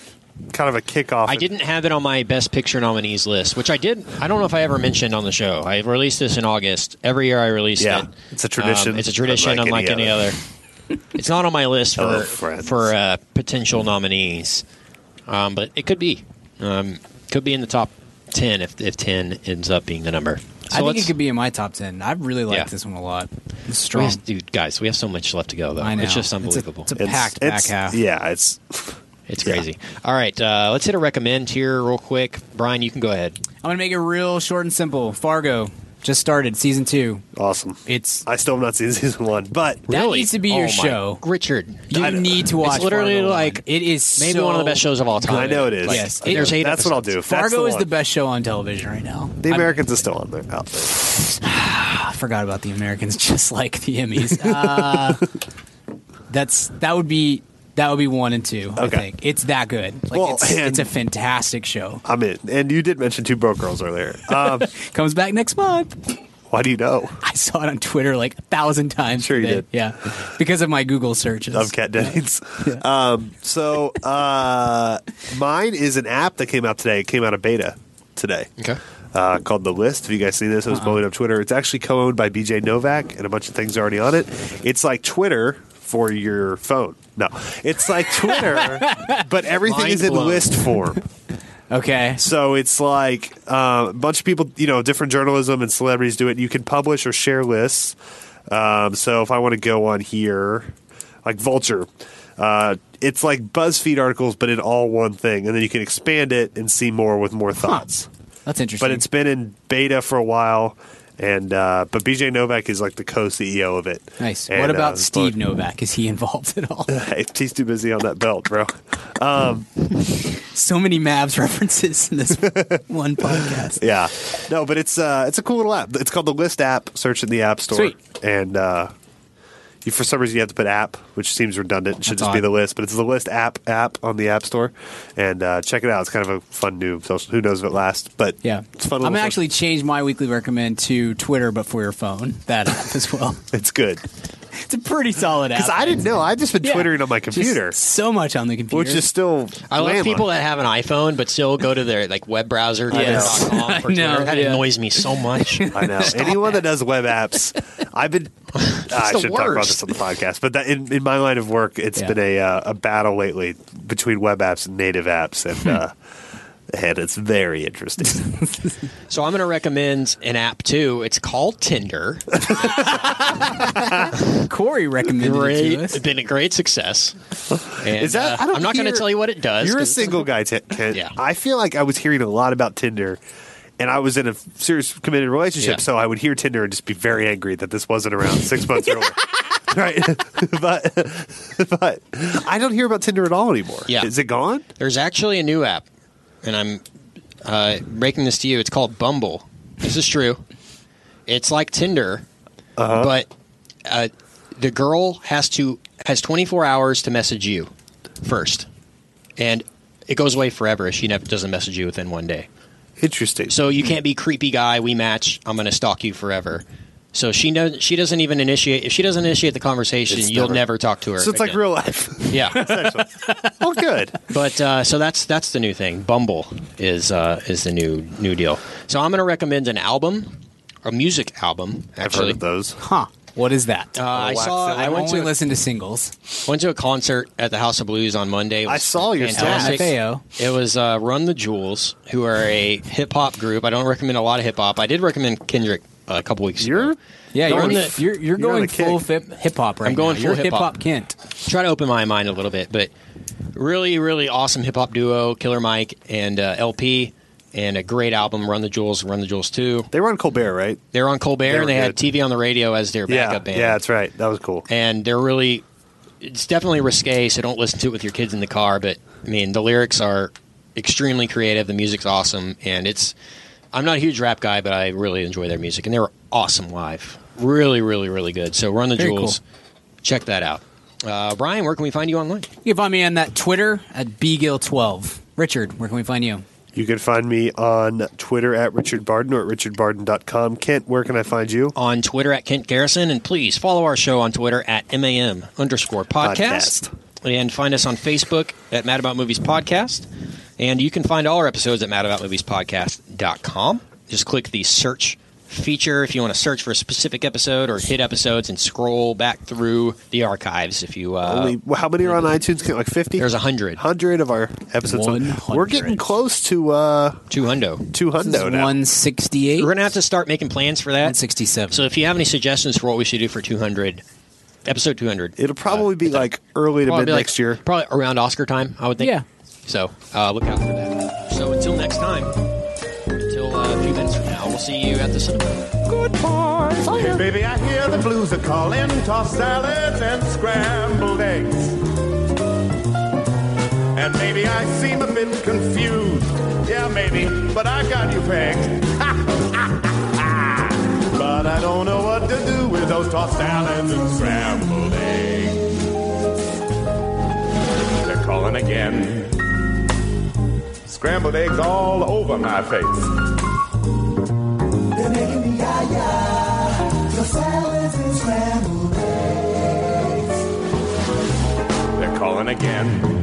Speaker 2: kind of a kickoff.
Speaker 3: I didn't have it on my best picture nominees list, which I did. I don't know if I ever mentioned on the show. I released this in August. Every year I released
Speaker 2: Yeah,
Speaker 3: it.
Speaker 2: Um, it's a tradition,
Speaker 4: Um,
Speaker 3: it's a tradition, unlike, any, other. it's not on my list
Speaker 2: Hello,
Speaker 3: for
Speaker 2: friends.
Speaker 3: for uh, potential nominees, um, but it could be. Um, could be in the top ten if if ten ends up being the number.
Speaker 4: I think
Speaker 3: let's-
Speaker 4: it could be in my top ten. I really liked
Speaker 3: Yeah.
Speaker 4: this one a lot. It's
Speaker 3: we
Speaker 4: strong.
Speaker 3: have- dude, guys, we have so much left to go though.
Speaker 4: I know.
Speaker 3: It's just
Speaker 4: It's a-
Speaker 3: unbelievable.
Speaker 4: it's a
Speaker 2: It's-
Speaker 4: packed back
Speaker 2: it's-
Speaker 4: half.
Speaker 2: Yeah, it's
Speaker 3: It's crazy. All right, uh, let's hit a recommend here real quick. Brian, you can go ahead.
Speaker 4: I'm gonna make it real short and simple. Fargo just started season two.
Speaker 2: awesome.
Speaker 4: It's
Speaker 2: I still have not seen season one, but
Speaker 4: That needs to be your
Speaker 3: Oh my-
Speaker 4: show.
Speaker 3: Richard.
Speaker 4: you
Speaker 2: I know.
Speaker 4: need to watch.
Speaker 3: It's literally
Speaker 4: Fargo
Speaker 3: like
Speaker 4: on. it is
Speaker 3: Maybe
Speaker 4: so-
Speaker 3: one of the best shows of all time.
Speaker 2: I know it is.
Speaker 3: Like,
Speaker 4: Yes,
Speaker 2: I know.
Speaker 3: there's eight.
Speaker 2: that's what I'll do.
Speaker 3: episodes.
Speaker 2: That's
Speaker 4: Fargo is
Speaker 2: one.
Speaker 4: the best show on television right now.
Speaker 2: The
Speaker 4: I-
Speaker 2: Americans are still on there. Oh, Out there.
Speaker 4: I forgot about the Americans, just like the Emmys. Uh, that's that would be that would be one and two. I
Speaker 2: Okay.
Speaker 4: think it's that good. Like
Speaker 2: Well,
Speaker 4: it's,
Speaker 2: and-
Speaker 4: it's a fantastic show.
Speaker 2: I'm in. And you did mention two broke girls earlier. Um,
Speaker 4: Comes back next month.
Speaker 2: why do you know?
Speaker 4: I saw it on Twitter like a thousand times.
Speaker 2: Sure you
Speaker 4: today.
Speaker 2: did.
Speaker 4: Yeah, because of my Google searches.
Speaker 2: Of Cat Dennings. Um, so uh, mine is an app that came out today. It came out of beta today.
Speaker 3: Okay. Uh-huh.
Speaker 2: uh, called The List. Have you guys seen this? It was blowing up Twitter. It's actually co owned by BJ Novak, and a bunch of things are already on it. It's like Twitter for your phone. No, it's like Twitter, but everything
Speaker 3: Mind
Speaker 2: is in
Speaker 3: blown.
Speaker 2: list form.
Speaker 4: Okay.
Speaker 2: So it's like uh, a bunch of people, you know, different journalism and celebrities do it. You can publish or share lists. Um, so if I want to go on here, like Vulture, uh, it's like BuzzFeed articles, but in all one thing. And then you can expand it and see more with more thoughts
Speaker 4: That's interesting.
Speaker 2: but it's been in beta for a while. And uh, but BJ Novak is like the co-CEO of it.
Speaker 4: nice.
Speaker 2: And,
Speaker 4: what
Speaker 2: uh,
Speaker 4: about Steve Novak? Is he involved at all?
Speaker 2: Hey, he's too busy on that belt, bro.
Speaker 4: so many Mavs references in this one podcast.
Speaker 2: Yeah, no, but it's uh, it's a cool little app. It's called the List app. Search in the App Store,
Speaker 4: Sweet.
Speaker 2: and uh, you, for some reason you have to put app, which seems redundant. It should
Speaker 4: That's
Speaker 2: just be
Speaker 4: odd.
Speaker 2: the List, but it's the List app app on the App Store, and uh, check it out. It's kind of a fun new social. Who knows if it lasts, but
Speaker 4: Yeah,
Speaker 2: it's a fun.
Speaker 4: I'm
Speaker 2: little
Speaker 4: gonna actually change my weekly recommend to Twitter, but for your phone. That app as well.
Speaker 2: social- it's good
Speaker 4: It's a pretty solid app.
Speaker 2: because I didn't know. I just been
Speaker 4: Yeah.
Speaker 2: twittering on my
Speaker 4: Just
Speaker 2: computer,
Speaker 4: so much on the computer.
Speaker 2: which is still
Speaker 3: I love
Speaker 2: landline.
Speaker 3: people that have an iPhone but still go to their like web browser.
Speaker 4: Yes.
Speaker 3: Twitter.com for
Speaker 4: I know,
Speaker 3: Twitter. That
Speaker 4: yeah.
Speaker 3: annoys me so much.
Speaker 2: I know. Anyone that. does web apps, I've been. I
Speaker 3: the
Speaker 2: should talk about
Speaker 3: worst.
Speaker 2: this on the podcast, but that, in, in my line of work, it's
Speaker 4: Yeah.
Speaker 2: been a uh, a battle lately between web apps and native apps,
Speaker 3: Hmm.
Speaker 2: and uh, and it's very interesting.
Speaker 3: So I'm going to recommend an app too. It's called Tinder.
Speaker 4: Corey recommended it
Speaker 3: Great,
Speaker 4: to us.
Speaker 3: it's been a great success. And,
Speaker 2: Is that-
Speaker 3: uh,
Speaker 2: I don't
Speaker 3: I'm not going
Speaker 2: hear-
Speaker 3: to tell you what it does.
Speaker 2: You're a
Speaker 3: 'cause-
Speaker 2: single guy, Ti- Ken.
Speaker 3: Yeah.
Speaker 2: I feel like I was hearing a lot about Tinder. And I was in a serious committed relationship,
Speaker 3: Yeah.
Speaker 2: so I would hear Tinder and just be very angry that this wasn't around six months earlier. right? but but I don't hear about Tinder at all anymore.
Speaker 3: Yeah.
Speaker 2: Is it gone?
Speaker 3: There's actually a new app, and I'm uh, breaking this to you. It's called Bumble. This is true. It's like Tinder,
Speaker 2: Uh-huh.
Speaker 3: but uh, the girl has to has 24 hours to message you first, and it goes away forever if she never doesn't message you within one day.
Speaker 2: Interesting.
Speaker 3: So you can't be creepy guy. We match. I'm going to stalk you forever. So she knows she doesn't even initiate. If she doesn't initiate the conversation,
Speaker 2: It's
Speaker 3: you'll
Speaker 2: never-
Speaker 3: never talk to her.
Speaker 2: So it's like
Speaker 3: again.
Speaker 2: real life.
Speaker 3: yeah.
Speaker 2: well, good.
Speaker 3: But uh, so that's that's the new thing. Bumble is uh, is the new new deal. So I'm going to recommend an album, a music album. Actually,
Speaker 2: I've heard of those.
Speaker 4: Huh. What is that?
Speaker 3: Uh, I saw.
Speaker 4: I
Speaker 3: I went
Speaker 4: only
Speaker 3: to
Speaker 4: listen to singles.
Speaker 3: went to a concert at the House of Blues on Monday. It
Speaker 2: I
Speaker 3: was
Speaker 2: saw your
Speaker 3: fantastic.
Speaker 4: status.
Speaker 3: It was uh, Run the Jewels, who are a hip hop group. I don't recommend a lot of hip hop. I did recommend Kendrick a couple weeks
Speaker 2: You're
Speaker 3: ago.
Speaker 4: Yeah,
Speaker 3: You're
Speaker 4: you're
Speaker 3: on
Speaker 4: you're,
Speaker 3: the-
Speaker 4: you're,
Speaker 2: on
Speaker 4: going
Speaker 2: the kick.
Speaker 4: full hip hop right
Speaker 3: I'm going
Speaker 4: now.
Speaker 3: full
Speaker 4: You're
Speaker 3: hip-hop.
Speaker 4: hip-hop Kent.
Speaker 3: Try to open my mind a little bit, but really, really awesome hip hop duo, Killer Mike and uh, LP. and a great album, Run the Jewels, Run the Jewels 2.
Speaker 2: They were on Colbert, right?
Speaker 3: They were on Colbert
Speaker 2: were
Speaker 3: and they had
Speaker 2: good.
Speaker 3: TV on the radio as their
Speaker 2: Yeah,
Speaker 3: backup band.
Speaker 2: yeah, that's right. That was cool.
Speaker 3: and they're really it's definitely risque so don't listen to it with your kids in the car but i mean the lyrics are extremely creative the music's awesome and it's i'm not a huge rap guy but i really enjoy their music and they were awesome live really really really good so run the
Speaker 4: Very
Speaker 3: jewels check that out uh, brian where can we find you online
Speaker 4: You can find me on that Twitter at bgill12. Richard, where can we find you?
Speaker 2: You can find me on Twitter at Richard Barden or at richardbarden.com. Kent, where can I find you?
Speaker 3: on twitter at kent garrison and please follow our show on twitter at mam underscore podcast, and find us on facebook at mad about movies podcast and you can find all our episodes at madaboutmoviespodcast.com just click the search feature if you want to search for a specific episode or hit episodes and scroll back through the archives if you uh,
Speaker 2: Only, well, how many are on iTunes? Kent? Like 50?
Speaker 3: there's 100
Speaker 2: 100 of our episodes. So
Speaker 4: 100.
Speaker 2: We're getting close to uh,
Speaker 3: 200
Speaker 4: This is
Speaker 2: 200 now.
Speaker 4: 168.
Speaker 3: we're gonna have to start making plans for that
Speaker 4: 167.
Speaker 3: so if you have any suggestions for what we should do for 200 episode 200
Speaker 2: It'll probably be like early to
Speaker 3: Probably
Speaker 2: mid
Speaker 3: be like-
Speaker 2: next year.
Speaker 3: Probably around Oscar time, I would think.
Speaker 4: Yeah.
Speaker 3: So uh, look out for that. So until next time, until uh, a few minutes from now, we'll see you at the cinema.
Speaker 6: Hey, baby, I hear the blues are calling. Toss salads and scrambled eggs. And maybe I seem a bit confused. Yeah, maybe, but I got you pegged. but I don't know what to do with those tossed salads and scrambled eggs. They're calling again. Scrambled eggs all over my face. They're calling again.